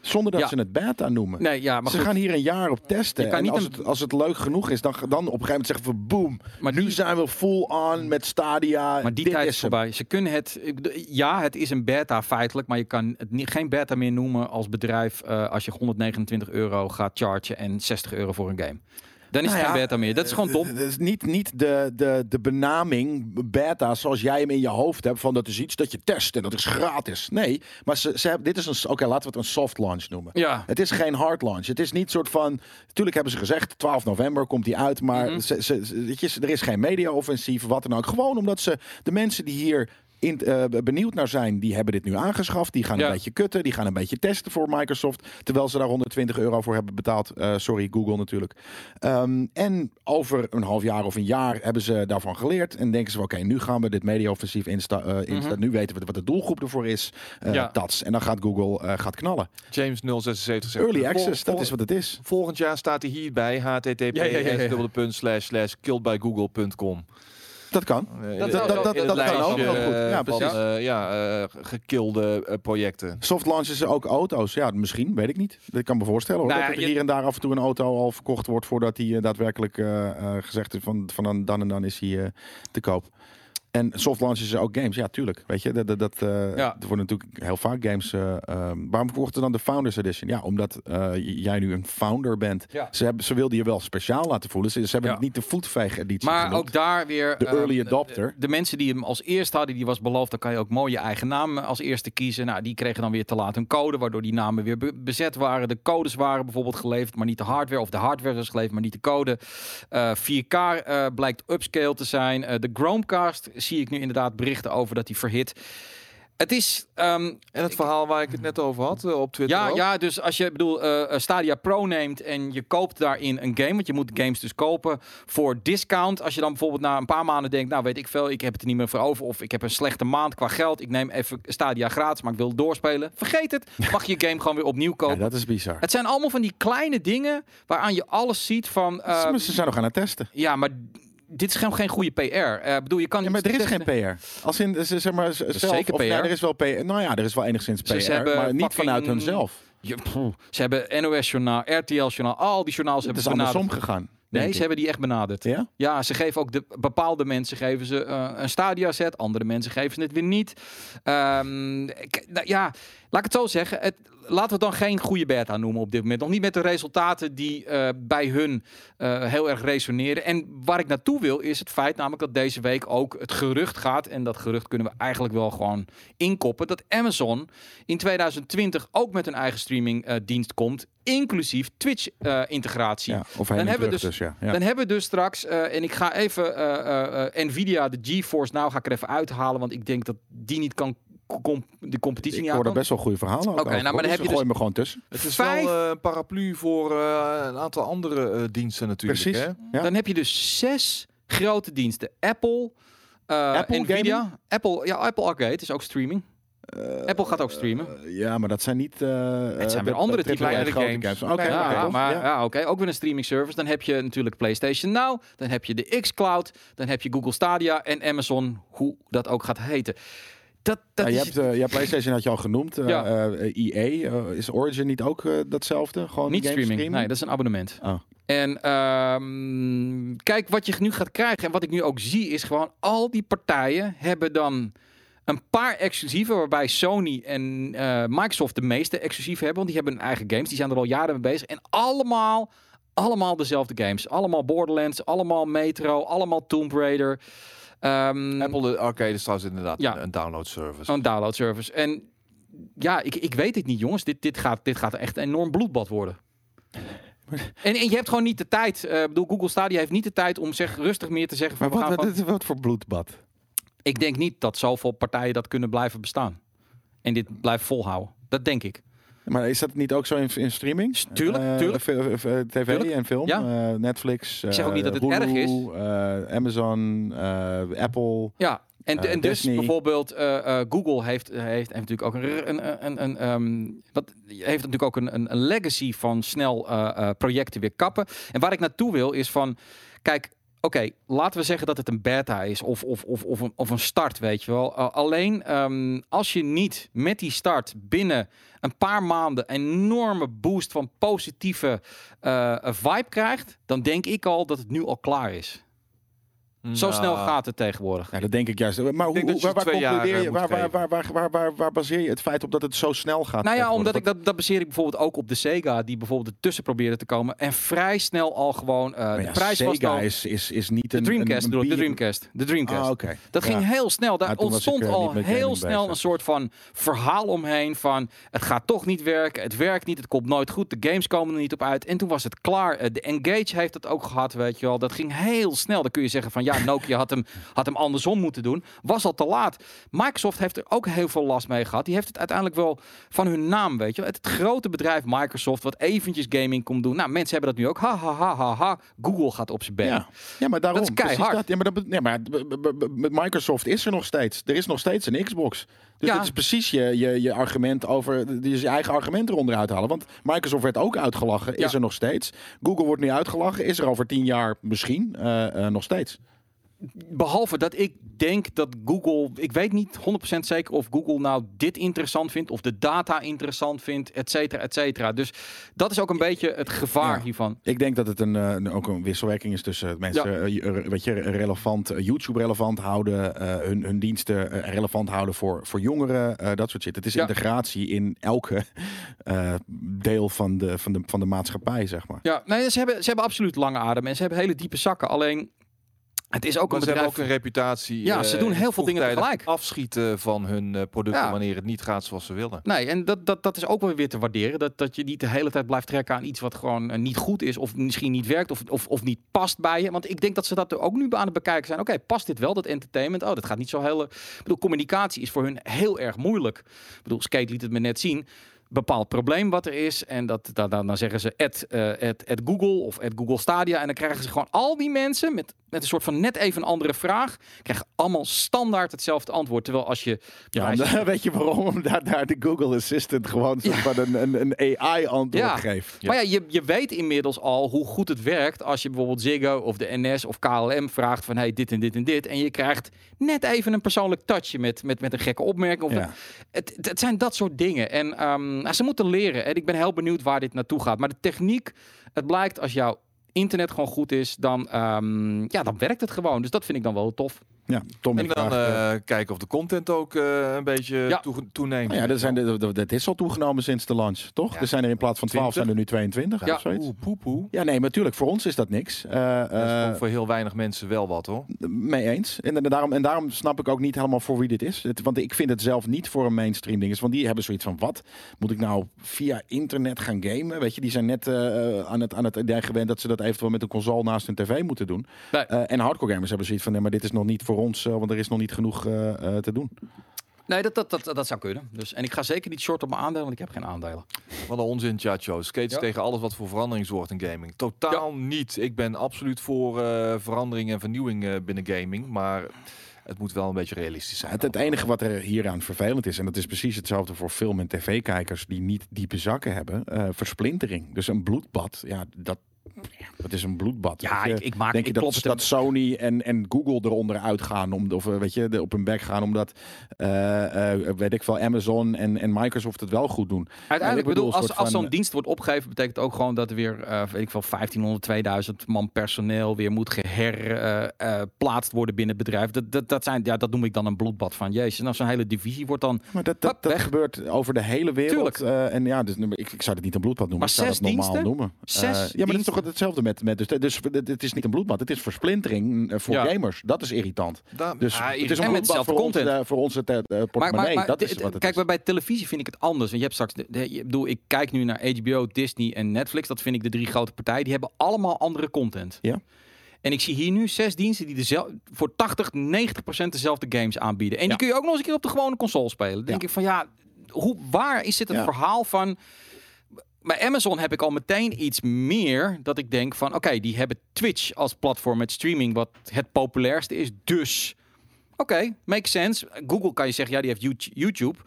Speaker 2: Zonder dat
Speaker 1: Ja.
Speaker 2: ze het beta noemen
Speaker 1: Nee, ja, maar
Speaker 2: ze
Speaker 1: goed.
Speaker 2: gaan hier een jaar op testen.
Speaker 1: Je kan
Speaker 2: En
Speaker 1: niet
Speaker 2: als,
Speaker 1: een-
Speaker 2: het, als het leuk genoeg is, dan, dan op een gegeven moment zeggen we boom.
Speaker 1: Maar
Speaker 2: nu
Speaker 1: die-
Speaker 2: zijn we full on met Stadia.
Speaker 1: Maar die
Speaker 2: Eh, Dit
Speaker 1: tijd
Speaker 2: is
Speaker 1: is
Speaker 2: hem.
Speaker 1: voorbij. Ze kunnen het. ik bedoel, Ja, het is een beta feitelijk, maar je kan het niet, geen beta meer noemen als bedrijf eh, als je 129 euro gaat chargen en 60 euro voor een game. Dan is
Speaker 2: Nou
Speaker 1: het
Speaker 2: ja,
Speaker 1: geen beta meer. Dat is gewoon dom.
Speaker 2: Het is Eh, dus niet, niet de, de, de benaming beta zoals jij hem in je hoofd hebt. Van dat is iets dat je test en dat is gratis. Nee, maar ze, ze hebben, dit is een. Oké, laten we het een soft launch noemen.
Speaker 1: Ja.
Speaker 2: Het is geen hard launch. Het is niet soort van. Tuurlijk hebben ze gezegd 12 november komt die uit. Maar
Speaker 1: Mhm.
Speaker 2: ze, ze, ze- weet je, er is geen media-offensief, wat dan ook. Gewoon omdat ze de mensen die hier. In, eh, benieuwd naar zijn, die hebben dit nu aangeschaft. Die gaan
Speaker 1: Ja.
Speaker 2: een beetje kutten, die gaan een beetje testen voor Microsoft. Terwijl ze daar 120 euro voor hebben betaald. Eh, sorry, Google natuurlijk. Ehm, en over een half jaar of een jaar hebben ze daarvan geleerd. En denken ze: van, oké, nu gaan we dit media-offensief insta- eh, insta- Nu weten we wat de doelgroep ervoor is. Eh
Speaker 1: Mhm. Ja.
Speaker 2: tats. En dan gaat Google eh, gaat knallen.
Speaker 3: James 076 zegt...
Speaker 2: Early
Speaker 3: vol-
Speaker 2: access, dat
Speaker 3: vol-
Speaker 2: is wat het is.
Speaker 3: Volgend jaar staat hij hierbij. https
Speaker 1: Ja, ja, ja, ja.
Speaker 3: dubbele punt slash slash killedbygoogle.com.
Speaker 2: Dat kan.
Speaker 3: Eh,
Speaker 2: Dat-
Speaker 3: in-
Speaker 1: dat-
Speaker 3: in
Speaker 1: dat-
Speaker 3: het
Speaker 1: dat kan
Speaker 3: lijstje,
Speaker 1: ook wel
Speaker 3: eh,
Speaker 2: goed. Ja,
Speaker 3: van,
Speaker 2: precies.
Speaker 3: eh, ja, eh, gekilde eh, projecten.
Speaker 2: Soft launchen ze ook auto's? Ja, misschien, weet ik niet. Dat kan me voorstellen hoor.
Speaker 1: Nou ja,
Speaker 2: dat er
Speaker 1: je-
Speaker 2: hier en daar af en toe een auto al verkocht wordt voordat die eh, daadwerkelijk eh, eh, gezegd is van, van dan, dan en dan is hij eh, te koop. En soft launchen ze ook games? Ja, tuurlijk. Weet je, dat, dat, dat, eh,
Speaker 1: Ja.
Speaker 2: er worden natuurlijk heel vaak games. eh, ehm, waarom verkochten dan de Founders Edition? Ja, omdat eh, j- jij nu een founder bent.
Speaker 1: Ja.
Speaker 2: Ze, hebben, ze wilden je wel speciaal laten voelen. Ze, ze hebben
Speaker 1: Ja.
Speaker 2: het niet de voetveeg-editie
Speaker 1: Maar
Speaker 2: genoemd.
Speaker 1: ook daar weer.
Speaker 2: De
Speaker 1: ehm,
Speaker 2: early adopter.
Speaker 1: De mensen die hem als eerste hadden, die was beloofd, dan kan je ook mooi je eigen naam eh, als eerste kiezen. Nou, die kregen dan weer te laat hun code, waardoor die namen weer be- bezet waren. De codes waren bijvoorbeeld geleverd, maar niet de hardware. Of de hardware was geleverd, maar niet de code. Eh, 4K eh, blijkt upscale te zijn. Eh, de Chromecast zie ik nu inderdaad berichten over dat die verhit. Het is, ehm,
Speaker 3: En het verhaal waar ik het net over had eh, op Twitter
Speaker 1: ja,
Speaker 3: ook.
Speaker 1: ja, dus als je bedoel, eh, eh, Stadia Pro neemt en je koopt daarin een game, want je moet games dus kopen voor discount. Als je dan bijvoorbeeld na een paar maanden denkt, nou weet ik veel, ik heb het er niet meer voor over, of ik heb een slechte maand qua geld, ik neem even Stadia gratis, maar ik wil doorspelen. Vergeet het, mag je je game gewoon weer opnieuw
Speaker 2: Ja,
Speaker 1: kopen.
Speaker 2: dat is bizar.
Speaker 1: Het zijn allemaal van die kleine dingen waaraan je alles ziet van, eh,
Speaker 2: Maar ze zijn nog aan het testen.
Speaker 1: ja, maar dit is gewoon geen goede PR. Eh, bedoel, je kan
Speaker 2: Ja, maar
Speaker 1: iets
Speaker 2: er is geen
Speaker 1: testen-
Speaker 2: PR. Als in, ze- zeg maar, z- zelf,
Speaker 1: zeker
Speaker 2: of,
Speaker 1: PR.
Speaker 2: nou, er is wel PR. Nou ja, er is wel enigszins PR,
Speaker 1: Ze- ze hebben
Speaker 2: maar niet
Speaker 1: fucking-
Speaker 2: vanuit hunzelf.
Speaker 1: Je- pff, ze hebben NOS-journaal, RTL-journaal, al die journaals
Speaker 2: Het
Speaker 1: hebben
Speaker 2: is
Speaker 1: ze benaderd.
Speaker 2: andersom gegaan.
Speaker 1: Nee,
Speaker 2: denk
Speaker 1: ze
Speaker 2: ik.
Speaker 1: hebben die echt benaderd.
Speaker 2: Ja?
Speaker 1: Ja, ze geven ook de, bepaalde mensen geven ze eh, een stadia set, andere mensen geven ze het weer niet. Ehm, ik- nou ja, laat ik het zo zeggen. Het, laten we het dan geen goede beta noemen op dit moment. Nog niet met de resultaten die eh, bij hun eh, heel erg resoneren. En waar ik naartoe wil is het feit namelijk dat deze week ook het gerucht gaat. En dat gerucht kunnen we eigenlijk wel gewoon inkoppen. Dat Amazon in 2020 ook met een eigen streamingdienst komt. Inclusief eh, Twitch-integratie.
Speaker 2: Ja, of heen en
Speaker 1: hebben we
Speaker 2: terug
Speaker 1: dus-
Speaker 2: dus, ja. Ja.
Speaker 1: Dan hebben we dus straks, eh, en ik ga even eh, eh, eh, Nvidia, de GeForce, nou ga ik er even uithalen, want ik denk dat die niet kan com- de competitie niet
Speaker 2: Ik hoor daar
Speaker 1: aankomt.
Speaker 2: best wel goede verhalen ook
Speaker 1: Oké, nou,
Speaker 2: over,
Speaker 1: maar
Speaker 2: hoor.
Speaker 1: dan
Speaker 2: Dus
Speaker 1: heb je
Speaker 2: gooi me gewoon tussen.
Speaker 3: Het is
Speaker 1: Vijf-
Speaker 3: wel eh, een paraplu voor eh, een aantal andere eh, diensten natuurlijk.
Speaker 2: Precies.
Speaker 3: Hè?
Speaker 2: Ja.
Speaker 1: Dan heb je dus zes grote diensten. Apple, eh,
Speaker 2: Apple
Speaker 1: Nvidia, Apple, ja, Apple Arcade is ook streaming. Apple gaat ook streamen.
Speaker 2: Eh, ja, maar dat zijn niet... eh,
Speaker 1: Het zijn weer
Speaker 2: eh,
Speaker 1: andere type
Speaker 2: triple A
Speaker 3: kleinere
Speaker 2: grote
Speaker 3: games.
Speaker 2: games. Oké,
Speaker 3: Ja,
Speaker 1: ja,
Speaker 2: oké,
Speaker 1: ja,
Speaker 2: tof.
Speaker 1: maar
Speaker 2: Ja.
Speaker 1: ja. oké. Ook weer een streaming service. Dan heb je natuurlijk PlayStation Now. Dan heb je de xCloud. Dan heb je Google Stadia en Amazon, hoe dat ook gaat heten. Dat, dat
Speaker 2: Ja, je
Speaker 1: is
Speaker 2: hebt, eh, ja, PlayStation had je al genoemd. eh
Speaker 1: dus- Ja.
Speaker 2: eh, EA, eh, is Origin niet ook eh, datzelfde? Gewoon
Speaker 1: niet
Speaker 2: games
Speaker 1: streaming. Nee, dat is een abonnement.
Speaker 2: Oh.
Speaker 1: En ehm, kijk, wat je nu gaat krijgen en wat ik nu ook zie, is gewoon al die partijen hebben dan een paar exclusieve, waarbij Sony en eh, Microsoft de meeste exclusieve hebben, want die hebben hun eigen games, die zijn er al jaren mee bezig. En allemaal, allemaal dezelfde games. Allemaal Borderlands, allemaal Metro, allemaal Tomb Raider. Ehm,
Speaker 3: Apple eh, Arcade is trouwens inderdaad
Speaker 1: Ja.
Speaker 3: een, een download service.
Speaker 1: Zo'n download service. En ja, ik, ik weet het niet, jongens. Dit, dit, gaat, dit gaat echt een enorm bloedbad worden. En, en je hebt gewoon niet de tijd. Eh, Ik bedoel, Google Stadia heeft niet de tijd om zeg, rustig meer te zeggen. Van,
Speaker 2: Maar
Speaker 1: we
Speaker 2: wat,
Speaker 1: gaan
Speaker 2: wat,
Speaker 1: van-
Speaker 2: dit- wat voor bloedbad?
Speaker 1: Ik denk niet dat zoveel partijen dat kunnen blijven bestaan. En dit blijft volhouden. Dat denk ik.
Speaker 2: Maar is dat niet ook zo in, in streaming?
Speaker 1: Tuurlijk,
Speaker 2: Eh,
Speaker 1: tuurlijk.
Speaker 2: v- v- eh, TV
Speaker 1: Tuurlijk.
Speaker 2: en film,
Speaker 1: Ja.
Speaker 2: eh, Netflix,
Speaker 1: Ik zeg ook
Speaker 2: eh,
Speaker 1: niet dat het
Speaker 2: Hulu,
Speaker 1: erg is.
Speaker 2: eh, Amazon, eh, Apple.
Speaker 1: Ja, en,
Speaker 2: Eh,
Speaker 1: en dus
Speaker 2: Disney.
Speaker 1: bijvoorbeeld eh, eh, Google heeft, heeft, heeft natuurlijk ook een, r- een, een, een ehm, wat, heeft natuurlijk ook een, een, een legacy van snel eh, eh, projecten weer kappen. En waar ik naartoe wil is van, kijk, oké, laten we zeggen dat het een beta is of, of, of, of, een, of een start, weet je wel. Eh, alleen ehm, als je niet met die start binnen een paar maanden een enorme boost van positieve eh, vibe krijgt, dan denk ik al dat het nu al klaar is.
Speaker 3: Mm.
Speaker 1: Zo
Speaker 3: Nou.
Speaker 1: snel gaat het tegenwoordig.
Speaker 2: Ja, dat denk ik juist. Maar hoe,
Speaker 3: denk dat
Speaker 2: hoe-
Speaker 3: je
Speaker 2: waar, waar
Speaker 3: twee
Speaker 2: concludeer
Speaker 3: jaar, eh,
Speaker 2: je,
Speaker 3: moet
Speaker 2: waar, waar,
Speaker 3: geven.
Speaker 2: waar, waar, waar, waar, waar baseer je het feit op dat het zo snel
Speaker 1: Nou
Speaker 2: gaat?
Speaker 1: ja,
Speaker 2: tegenwoordig?
Speaker 1: omdat ik
Speaker 2: Want-
Speaker 1: dat, dat baseer ik bijvoorbeeld ook op de Sega, die bijvoorbeeld ertussen probeerde te komen en vrij snel al gewoon eh,
Speaker 2: maar
Speaker 1: de
Speaker 2: Nou ja,
Speaker 1: prijs was
Speaker 2: Sega
Speaker 1: dan
Speaker 2: is, is, is niet
Speaker 1: de
Speaker 2: een...
Speaker 1: Dreamcast,
Speaker 2: een,
Speaker 1: bedoel ik,
Speaker 2: een
Speaker 1: de
Speaker 2: bier-
Speaker 1: Dreamcast, de Dreamcast.
Speaker 2: Ah, oké.
Speaker 1: Dat
Speaker 2: Ja.
Speaker 1: ging heel snel. Daar
Speaker 2: Ja, toen was ik,
Speaker 1: ontstond
Speaker 2: eh,
Speaker 1: al
Speaker 2: niet met gaming
Speaker 1: heel
Speaker 2: bezig.
Speaker 1: snel een soort van verhaal omheen van het gaat toch niet werken, het werkt niet, het komt nooit goed, de games komen er niet op uit. En toen was het klaar. Eh, De Engage heeft dat ook gehad, weet je wel. Dat ging heel snel. Dan kun je zeggen van ja, Nokia had hem, had hem andersom moeten doen. Was al te laat. Microsoft heeft er ook heel veel last mee gehad. Die heeft het uiteindelijk wel van hun naam, weet je wel. Het, het grote bedrijf Microsoft wat eventjes gaming komt doen. Nou, mensen hebben dat nu ook. Ha, ha, ha, ha, ha. Google gaat op zijn bek.
Speaker 2: Ja. ja, maar daarom.
Speaker 1: Dat is keihard.
Speaker 2: precies dat. Ja, maar, dat, bet- nee, maar b- b- b- met Microsoft is er nog steeds. Er is nog steeds een Xbox. Dus
Speaker 1: Ja.
Speaker 2: dat is precies je, je, je argument over... Dus je eigen argument eronder uithalen. Want Microsoft werd ook uitgelachen.
Speaker 1: Ja.
Speaker 2: Is er nog steeds. Google wordt nu uitgelachen. Is er over tien jaar misschien eh, eh, nog steeds.
Speaker 1: Behalve dat ik denk dat Google, ik weet niet 100% zeker of Google nou dit interessant vindt, of de data interessant vindt, et cetera, et cetera. Dus dat is ook een beetje het gevaar
Speaker 2: Ja.
Speaker 1: hiervan.
Speaker 2: Ik denk dat het een, eh, een- ook een wisselwerking is tussen mensen eh, je- eh, weet je, relevant, eh, YouTube relevant houden, eh, hun, hun diensten eh, relevant houden voor, voor jongeren, eh, dat soort shit. Het is
Speaker 1: Ja.
Speaker 2: integratie in elke eh, deel van de, van, de, van de maatschappij, zeg maar.
Speaker 1: Ja, nee, ze hebben, ze hebben absoluut lange adem en ze hebben hele diepe zakken. Alleen, het is ook
Speaker 3: Maar
Speaker 1: een
Speaker 3: ze
Speaker 1: bedrijf...
Speaker 3: hebben ook een reputatie.
Speaker 1: Ja, ze
Speaker 3: eh,
Speaker 1: doen heel veel dingen
Speaker 3: vroegtijdig
Speaker 1: tegelijk.
Speaker 3: Afschieten van hun eh, producten
Speaker 1: Ja.
Speaker 3: wanneer het niet gaat zoals ze willen.
Speaker 1: Nee, en dat, dat, dat is ook wel weer te waarderen. Dat, dat je niet de hele tijd blijft trekken aan iets wat gewoon eh, niet goed is. Of misschien niet werkt. Of, of, of niet past bij je. Want ik denk dat ze dat er ook nu aan het bekijken zijn. Oké, past dit wel, dat entertainment? Oh, dat gaat niet zo heel... eh, Ik bedoel, communicatie is voor hun heel erg moeilijk. Ik bedoel, Skate liet het me net zien. Bepaald probleem wat er is. En dat, dan, dan, dan zeggen ze at, eh, at, at Google of at Google Stadia. En dan krijgen ze gewoon al die mensen met, met een soort van net even een andere vraag. Krijgen allemaal standaard hetzelfde antwoord. Terwijl als je...
Speaker 2: Ja,
Speaker 1: als je-
Speaker 2: omdat- weet je waarom? Omdat daar de Google Assistant gewoon soort van een, een, een AI-antwoord
Speaker 1: Ja.
Speaker 2: geeft.
Speaker 1: Maar ja, je, je weet inmiddels al hoe goed het werkt als je bijvoorbeeld Ziggo of de NS of KLM vraagt van hey, dit en dit en dit. En je krijgt net even een persoonlijk touchje met, met, met een gekke opmerking. Of
Speaker 2: Ja.
Speaker 1: het, het- het zijn dat soort dingen. En ehm, nou, ze moeten leren. En ik ben heel benieuwd waar dit naartoe gaat. Maar de techniek, het blijkt als jouw internet gewoon goed is, dan, ehm, ja, dan werkt het gewoon. Dus dat vind ik dan wel tof.
Speaker 2: Ja, Tom,
Speaker 3: En
Speaker 2: die
Speaker 3: dan
Speaker 2: vraagt, eh,
Speaker 3: eh, kijken of de content ook eh, een beetje
Speaker 1: Ja.
Speaker 3: toege- toeneemt.
Speaker 2: nou ja, dat, zijn de, dat- dat is al toegenomen sinds de launch, toch?
Speaker 3: Ja.
Speaker 2: Er zijn er in plaats van 12 zijn er nu 22
Speaker 1: Ja.
Speaker 2: of zoiets.
Speaker 3: Oeh, poepoe.
Speaker 2: Ja, nee, maar natuurlijk. Voor ons is dat niks. Eh, eh,
Speaker 3: Dat is gewoon voor heel weinig mensen wel wat hoor.
Speaker 2: mee eens. En, en daarom, en daarom snap ik ook niet helemaal voor wie dit is. Het- want ik vind het zelf niet voor een mainstream ding. is. Want die hebben zoiets van, wat? Moet ik nou via internet gaan gamen? Weet je, die zijn net eh, aan, het, aan het idee gewend... dat ze dat eventueel met een console naast hun tv moeten doen.
Speaker 1: Nee.
Speaker 2: Eh, en hardcore gamers hebben zoiets van... nee, maar dit is nog niet voor ons... eh, want er is nog niet genoeg eh, eh, te doen.
Speaker 1: Nee, dat, dat, dat, dat zou kunnen. Dus, en ik ga zeker niet short op mijn aandelen, want ik heb geen aandelen.
Speaker 3: Wat een onzin, Chacho. Skates
Speaker 1: Ja.
Speaker 3: tegen alles wat voor verandering zorgt in gaming. Totaal niet. Ik ben absoluut voor eh, verandering en vernieuwing eh, binnen gaming. Maar het moet wel een beetje realistisch zijn.
Speaker 2: Dus Het, het enige wat er hieraan vervelend is, en dat is precies hetzelfde voor film- en tv-kijkers die niet diepe zakken hebben, eh, versplintering. Dus een bloedbad, ja, dat, dat is een bloedbad.
Speaker 1: Ja,
Speaker 2: Weet
Speaker 1: ik,
Speaker 2: je,
Speaker 1: ik maak
Speaker 2: Denk
Speaker 1: ik
Speaker 2: je dat,
Speaker 1: klop het hem-
Speaker 2: dat Sony en, en Google eronder uitgaan, om, of eh, weet je, de- op hun bek gaan, omdat, eh, eh, weet ik veel, Amazon en, en Microsoft het wel goed doen.
Speaker 1: Uiteindelijk,
Speaker 2: ik bedoel,
Speaker 1: bedoel, als,
Speaker 2: een soort
Speaker 1: als zo'n
Speaker 2: van-
Speaker 1: dienst wordt opgegeven, betekent ook gewoon dat er weer, eh, weet ik wel, 1500, 2000 man personeel weer moet geherplaatst worden binnen het bedrijf. Dat, dat, dat, zijn, ja, dat noem ik dan een bloedbad van Jezus. Nou, zo'n hele divisie wordt dan.
Speaker 2: Maar dat, dat,
Speaker 1: Hup,
Speaker 2: dat
Speaker 1: weg.
Speaker 2: gebeurt over de hele wereld.
Speaker 1: Tuurlijk.
Speaker 2: Eh, en ja, dus, nu- ik, ik zou het niet een bloedbad noemen.
Speaker 1: Maar
Speaker 2: ik zou
Speaker 1: zes
Speaker 2: dat normaal
Speaker 1: diensten?
Speaker 2: noemen.
Speaker 1: Zes
Speaker 2: Eh, ja, maar dat is
Speaker 1: diensten?
Speaker 2: toch hetzelfde met. met dus, dus het het is niet een bloedbad, het is versplintering eh, voor
Speaker 1: Ja,
Speaker 2: gamers. Dat is irritant.
Speaker 3: Daar-
Speaker 2: Dus
Speaker 3: Ah,
Speaker 2: het is een
Speaker 1: en met
Speaker 2: bloedbad
Speaker 1: hetzelfde
Speaker 2: voor, ons,
Speaker 1: content.
Speaker 2: eh, voor onze te- eh, portemonnee. dat
Speaker 1: dit-
Speaker 2: is wat het
Speaker 1: kijk,
Speaker 2: is.
Speaker 1: maar bij televisie vind ik het anders. Want je hebt straks, de, de- je- ik bedoel, ik kijk nu naar HBO, Disney en Netflix. Dat vind ik de drie grote partijen. Die hebben allemaal andere content.
Speaker 2: Ja.
Speaker 1: En ik zie hier nu zes diensten die dezel, voor 80, 90 dezelfde games aanbieden. En
Speaker 2: Ja.
Speaker 1: die kun je ook nog eens een keer op de gewone console spelen. Dan denk ik van ja, hoe, waar is dit het
Speaker 2: Ja.
Speaker 1: verhaal van... Bij Amazon heb ik al meteen iets meer dat ik denk van... oké, die hebben Twitch als platform met streaming wat het populairste is. Dus, oké, makes sense. Google kan je zeggen, ja, die heeft Yout- YouTube.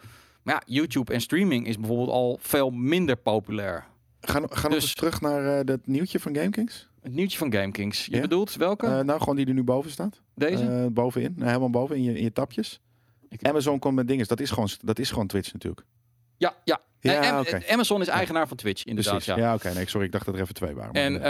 Speaker 1: Maar ja, YouTube en streaming is bijvoorbeeld al veel minder populair.
Speaker 2: Gaan, gaan we
Speaker 1: dus-
Speaker 2: eens terug naar eh, dat nieuwtje van GameKings?
Speaker 1: Het nieuwtje van GameKings. Je
Speaker 2: Ja?
Speaker 1: bedoelt welke?
Speaker 2: Eh, nou, gewoon die er nu boven staat.
Speaker 1: Deze?
Speaker 2: Eh, bovenin. Nou, helemaal boven in je, in je tapjes.
Speaker 1: Ik-
Speaker 2: Amazon komt met dingen. Dat is gewoon, dat is gewoon Twitch natuurlijk.
Speaker 1: ja, ja.
Speaker 2: Ja,
Speaker 1: En- en-
Speaker 2: oké.
Speaker 1: Amazon is eigenaar van Twitch, inderdaad.
Speaker 2: Precies.
Speaker 1: ja.
Speaker 2: Ja, oké. nee, sorry, ik dacht dat er even twee waren. maar
Speaker 1: En
Speaker 2: nee.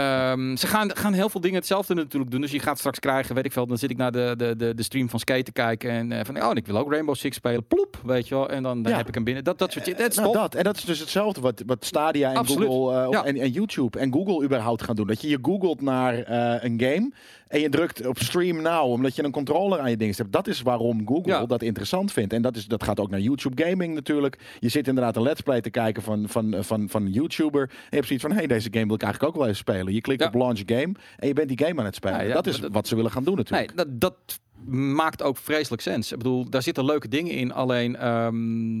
Speaker 1: ehm, ze gaan, gaan heel veel dingen hetzelfde natuurlijk doen. Dus je gaat straks krijgen, weet ik veel, dan zit ik naar de, de, de, de stream van Skate te kijken. En eh, van, oh, en ik wil ook Rainbow Six spelen. Ploep, weet je wel. En dan, dan
Speaker 2: Ja.
Speaker 1: heb ik hem binnen. Dat, dat soort dingen. Dat is
Speaker 2: Nou,
Speaker 1: top.
Speaker 2: dat. En dat is dus hetzelfde wat, wat Stadia en
Speaker 1: Absoluut.
Speaker 2: Google eh,
Speaker 1: Ja.
Speaker 2: en, en YouTube en Google überhaupt gaan doen. Dat je je googelt naar eh, een game en je drukt op stream now omdat je een controller aan je ding hebt. Dat is waarom Google
Speaker 1: Ja.
Speaker 2: dat interessant vindt. En dat, is, dat gaat ook naar YouTube gaming natuurlijk. Je zit inderdaad een let's play te kijken van, van, van, van, een YouTuber. En je hebt zoiets van, hey, deze game wil ik eigenlijk ook wel eens spelen. Je klikt
Speaker 1: Ja.
Speaker 2: op launch game en je bent die game aan het spelen.
Speaker 1: Ja, ja,
Speaker 2: dat is
Speaker 1: maar dat-
Speaker 2: wat ze willen gaan doen natuurlijk.
Speaker 1: Nee, dat, dat maakt ook vreselijk sens. Ik bedoel, daar zitten leuke dingen in. Alleen, ehm,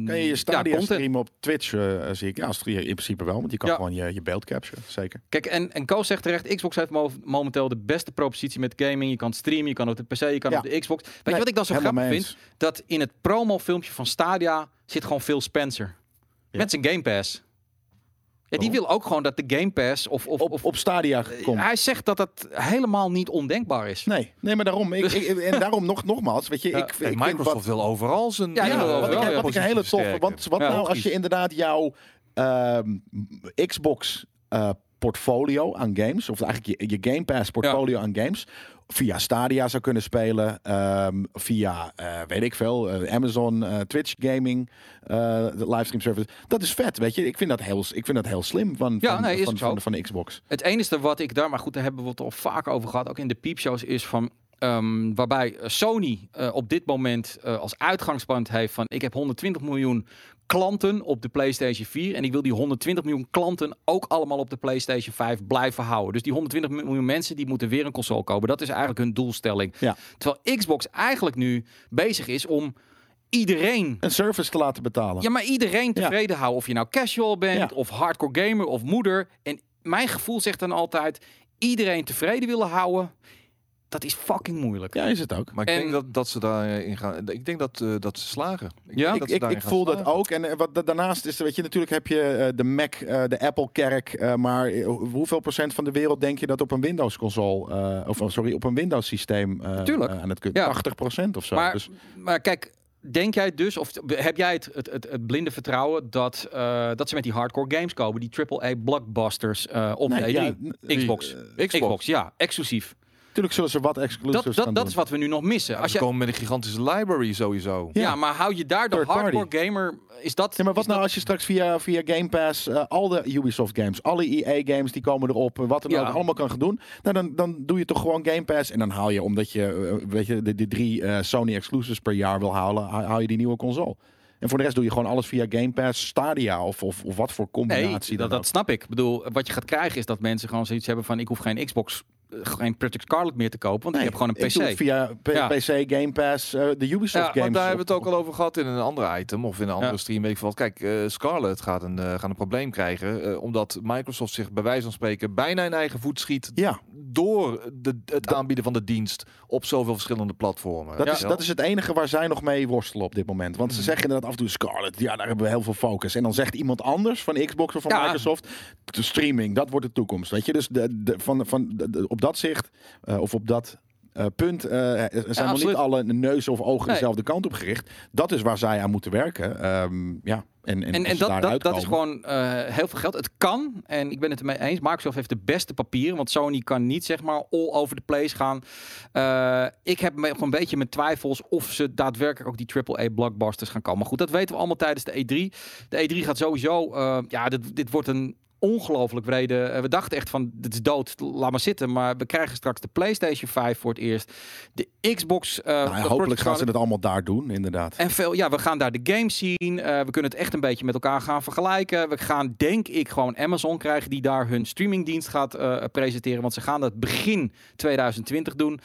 Speaker 2: Kan je je
Speaker 1: ja,
Speaker 2: Stadia
Speaker 1: content.
Speaker 2: streamen op Twitch, eh, zie ik. Ja, in principe wel, want je kan
Speaker 1: Ja.
Speaker 2: gewoon je, je beeld capturen, zeker.
Speaker 1: Kijk, en, en Koos zegt terecht, Xbox heeft mo- momenteel de beste propositie met gaming. Je kan streamen, je kan op de PC, je kan
Speaker 2: Ja.
Speaker 1: op de Xbox. Weet
Speaker 2: Nee,
Speaker 1: je wat ik dan zo
Speaker 2: helemaal
Speaker 1: grappig
Speaker 2: mee
Speaker 1: vind?
Speaker 2: eens.
Speaker 1: Dat in het promofilmpje van Stadia zit gewoon Phil Spencer.
Speaker 2: Ja.
Speaker 1: Met zijn Game Pass. Ja, die
Speaker 2: Waarom?
Speaker 1: wil ook gewoon dat de Game Pass of... of,
Speaker 2: op,
Speaker 1: of
Speaker 2: op Stadia komt.
Speaker 1: hij zegt dat dat helemaal niet ondenkbaar is.
Speaker 2: Nee, nee, maar daarom. Ik, ik- en daarom nog, nogmaals, weet je,
Speaker 1: Ja,
Speaker 2: ik, ik
Speaker 3: Kijk,
Speaker 2: vind
Speaker 3: Microsoft
Speaker 2: wat-
Speaker 3: wil overal zijn.
Speaker 1: Ja, die wil
Speaker 2: ja, wat,
Speaker 1: overal,
Speaker 2: ik,
Speaker 1: ja.
Speaker 2: wat ik een hele toffe. Want wat
Speaker 1: Ja,
Speaker 2: nou als
Speaker 1: logisch.
Speaker 2: je inderdaad jouw ehm, Xbox eh, portfolio aan games, of eigenlijk je, je Game Pass portfolio aan games, via Stadia zou kunnen spelen, ehm, via eh, weet ik veel, eh, Amazon, eh, Twitch gaming, eh, de livestream service. Dat is vet, weet je. Ik vind dat heel, ik vind dat heel slim van,
Speaker 1: Ja,
Speaker 2: van,
Speaker 1: nee, is
Speaker 2: van,
Speaker 1: ook zo.
Speaker 2: van, van de Xbox.
Speaker 1: Het enige wat ik daar, maar goed, daar hebben we het al vaak over gehad, ook in de piepshows, is van. ehm, waarbij Sony eh, op dit moment eh, als uitgangspunt heeft van ik heb 120 miljoen klanten op de PlayStation 4 en ik wil die 120 miljoen klanten ook allemaal op de PlayStation 5 blijven houden. Dus die 120 miljoen mensen die moeten weer een console kopen. Dat is eigenlijk hun doelstelling.
Speaker 2: Ja.
Speaker 1: Terwijl Xbox eigenlijk nu bezig is om iedereen
Speaker 2: Een service te laten betalen.
Speaker 1: ja, maar iedereen tevreden houden. Of je nou casual bent,
Speaker 2: Ja.
Speaker 1: of hardcore gamer, of moeder. En mijn gevoel zegt dan altijd: iedereen tevreden willen houden, dat is fucking moeilijk.
Speaker 2: ja is het ook.
Speaker 3: Maar ik
Speaker 1: En-
Speaker 3: denk dat, dat ze daarin gaan. Ik denk dat, eh, dat ze slagen. Ik
Speaker 1: Ja?
Speaker 3: denk
Speaker 2: ik,
Speaker 3: dat ze
Speaker 2: ik,
Speaker 3: daarin
Speaker 2: ik
Speaker 3: gaan
Speaker 2: voel dat
Speaker 3: slagen.
Speaker 2: ook. En eh, wat, da- daarnaast is, er, weet je, natuurlijk heb je eh, de Mac, eh, de Apple-kerk. eh, maar eh, ho- hoeveel procent van de wereld denk je dat op een Windows-console, eh, of oh, sorry, op een Windows-systeem eh,
Speaker 1: Tuurlijk.
Speaker 2: eh, aan het kunnen?
Speaker 1: Ja.
Speaker 2: 80 procent of zo.
Speaker 1: Maar,
Speaker 2: dus,
Speaker 1: maar kijk, denk jij dus, of heb jij het, het, het, het blinde vertrouwen dat, eh, dat ze met die hardcore games komen, die AAA blockbusters eh op
Speaker 2: nee,
Speaker 1: de E3?
Speaker 2: ja, n- eh,
Speaker 1: Xbox. Xbox. ja, exclusief.
Speaker 2: Tuurlijk zullen ze wat
Speaker 1: Dat,
Speaker 2: exclusives
Speaker 1: dat,
Speaker 2: gaan
Speaker 1: dat is
Speaker 2: doen.
Speaker 1: wat we nu nog missen.
Speaker 3: Ja,
Speaker 1: Als
Speaker 3: ze
Speaker 1: je,
Speaker 3: komen met een gigantische library sowieso.
Speaker 1: ja.
Speaker 2: Ja.
Speaker 1: maar hou je daar de
Speaker 2: Third party.
Speaker 1: hardcore gamer, is dat...
Speaker 2: Ja, maar wat
Speaker 1: is dat-
Speaker 2: nou als je straks via, via Game Pass eh, al de Ubisoft games, alle EA games die komen erop, eh, wat dan
Speaker 1: Ja.
Speaker 2: ook allemaal kan gaan doen. Nou, dan, dan doe je toch gewoon Game Pass en dan haal je, omdat je, eh, weet je de, de drie eh, Sony exclusives per jaar wil halen, ha- haal je die nieuwe console. En voor de rest doe je gewoon alles via Game Pass, Stadia of, of, of wat voor
Speaker 1: Nee,
Speaker 2: combinatie
Speaker 1: dat,
Speaker 2: dan
Speaker 1: dat snap ik. Ik bedoel, wat je gaat krijgen is dat mensen gewoon zoiets hebben van... ik hoef geen Xbox geen Project Scarlet meer te kopen, want
Speaker 2: Nee,
Speaker 1: ik heb gewoon
Speaker 2: ik doe
Speaker 1: een
Speaker 2: het
Speaker 1: PC.
Speaker 2: via P-
Speaker 1: Ja.
Speaker 2: PC, Game Pass, eh, de Ubisoft
Speaker 1: Ja,
Speaker 2: games.
Speaker 1: maar
Speaker 3: Maar daar hebben we het
Speaker 2: op-
Speaker 3: ook al over gehad in een ander item of in een andere
Speaker 1: Ja.
Speaker 3: stream. Weet ik veel wat. Kijk, eh, Scarlett gaat een, eh, gaat een probleem krijgen. eh, omdat Microsoft zich bij wijze van spreken bijna in eigen voet schiet.
Speaker 2: Ja,
Speaker 3: Door de, het aanbieden van de dienst op zoveel verschillende platformen.
Speaker 2: dat,
Speaker 3: Weet
Speaker 2: is,
Speaker 3: je wel?
Speaker 2: dat is het enige waar zij nog mee worstelen op dit moment. Want
Speaker 1: Mm.
Speaker 2: ze zeggen inderdaad af en toe Scarlett, ja, daar hebben we heel veel focus. En dan zegt iemand anders van Xbox of van
Speaker 1: Ja.
Speaker 2: Microsoft, de streaming, dat wordt de toekomst. Weet je, dus de, de, van, van, de- de- op dat zicht, eh, of op dat eh, punt, eh, zijn nog niet
Speaker 1: absoluut.
Speaker 2: alle neuzen of ogen
Speaker 1: Nee.
Speaker 2: dezelfde kant op gericht. Dat is waar zij aan moeten werken. Ehm, ja, en,
Speaker 1: En,
Speaker 2: en, als
Speaker 1: en
Speaker 2: ze
Speaker 1: dat,
Speaker 2: daaruit
Speaker 1: dat, dat is
Speaker 2: komen-
Speaker 1: gewoon eh, heel veel geld. Het kan, en ik ben het ermee eens. Microsoft heeft de beste papieren, want Sony kan niet zeg maar all over the place gaan. Eh, ik heb me, gewoon een beetje mijn twijfels of ze daadwerkelijk ook die AAA blockbusters gaan komen. Maar goed, dat weten we allemaal tijdens de E3. De E3 gaat sowieso, eh, ja, dit, dit wordt een ongelooflijk brede. eh, we dachten echt van, dit is dood, laat maar zitten. Maar we krijgen straks de PlayStation 5 voor het eerst. De Xbox. eh,
Speaker 2: Nou,
Speaker 1: de
Speaker 2: hopelijk
Speaker 1: Project
Speaker 2: gaan ze het allemaal daar doen, inderdaad.
Speaker 1: en veel, ja, we gaan daar de games zien. Eh, we kunnen het echt een beetje met elkaar gaan vergelijken. We gaan, denk ik, gewoon Amazon krijgen die daar hun streamingdienst gaat eh, presenteren. Want ze gaan dat begin 2020 doen.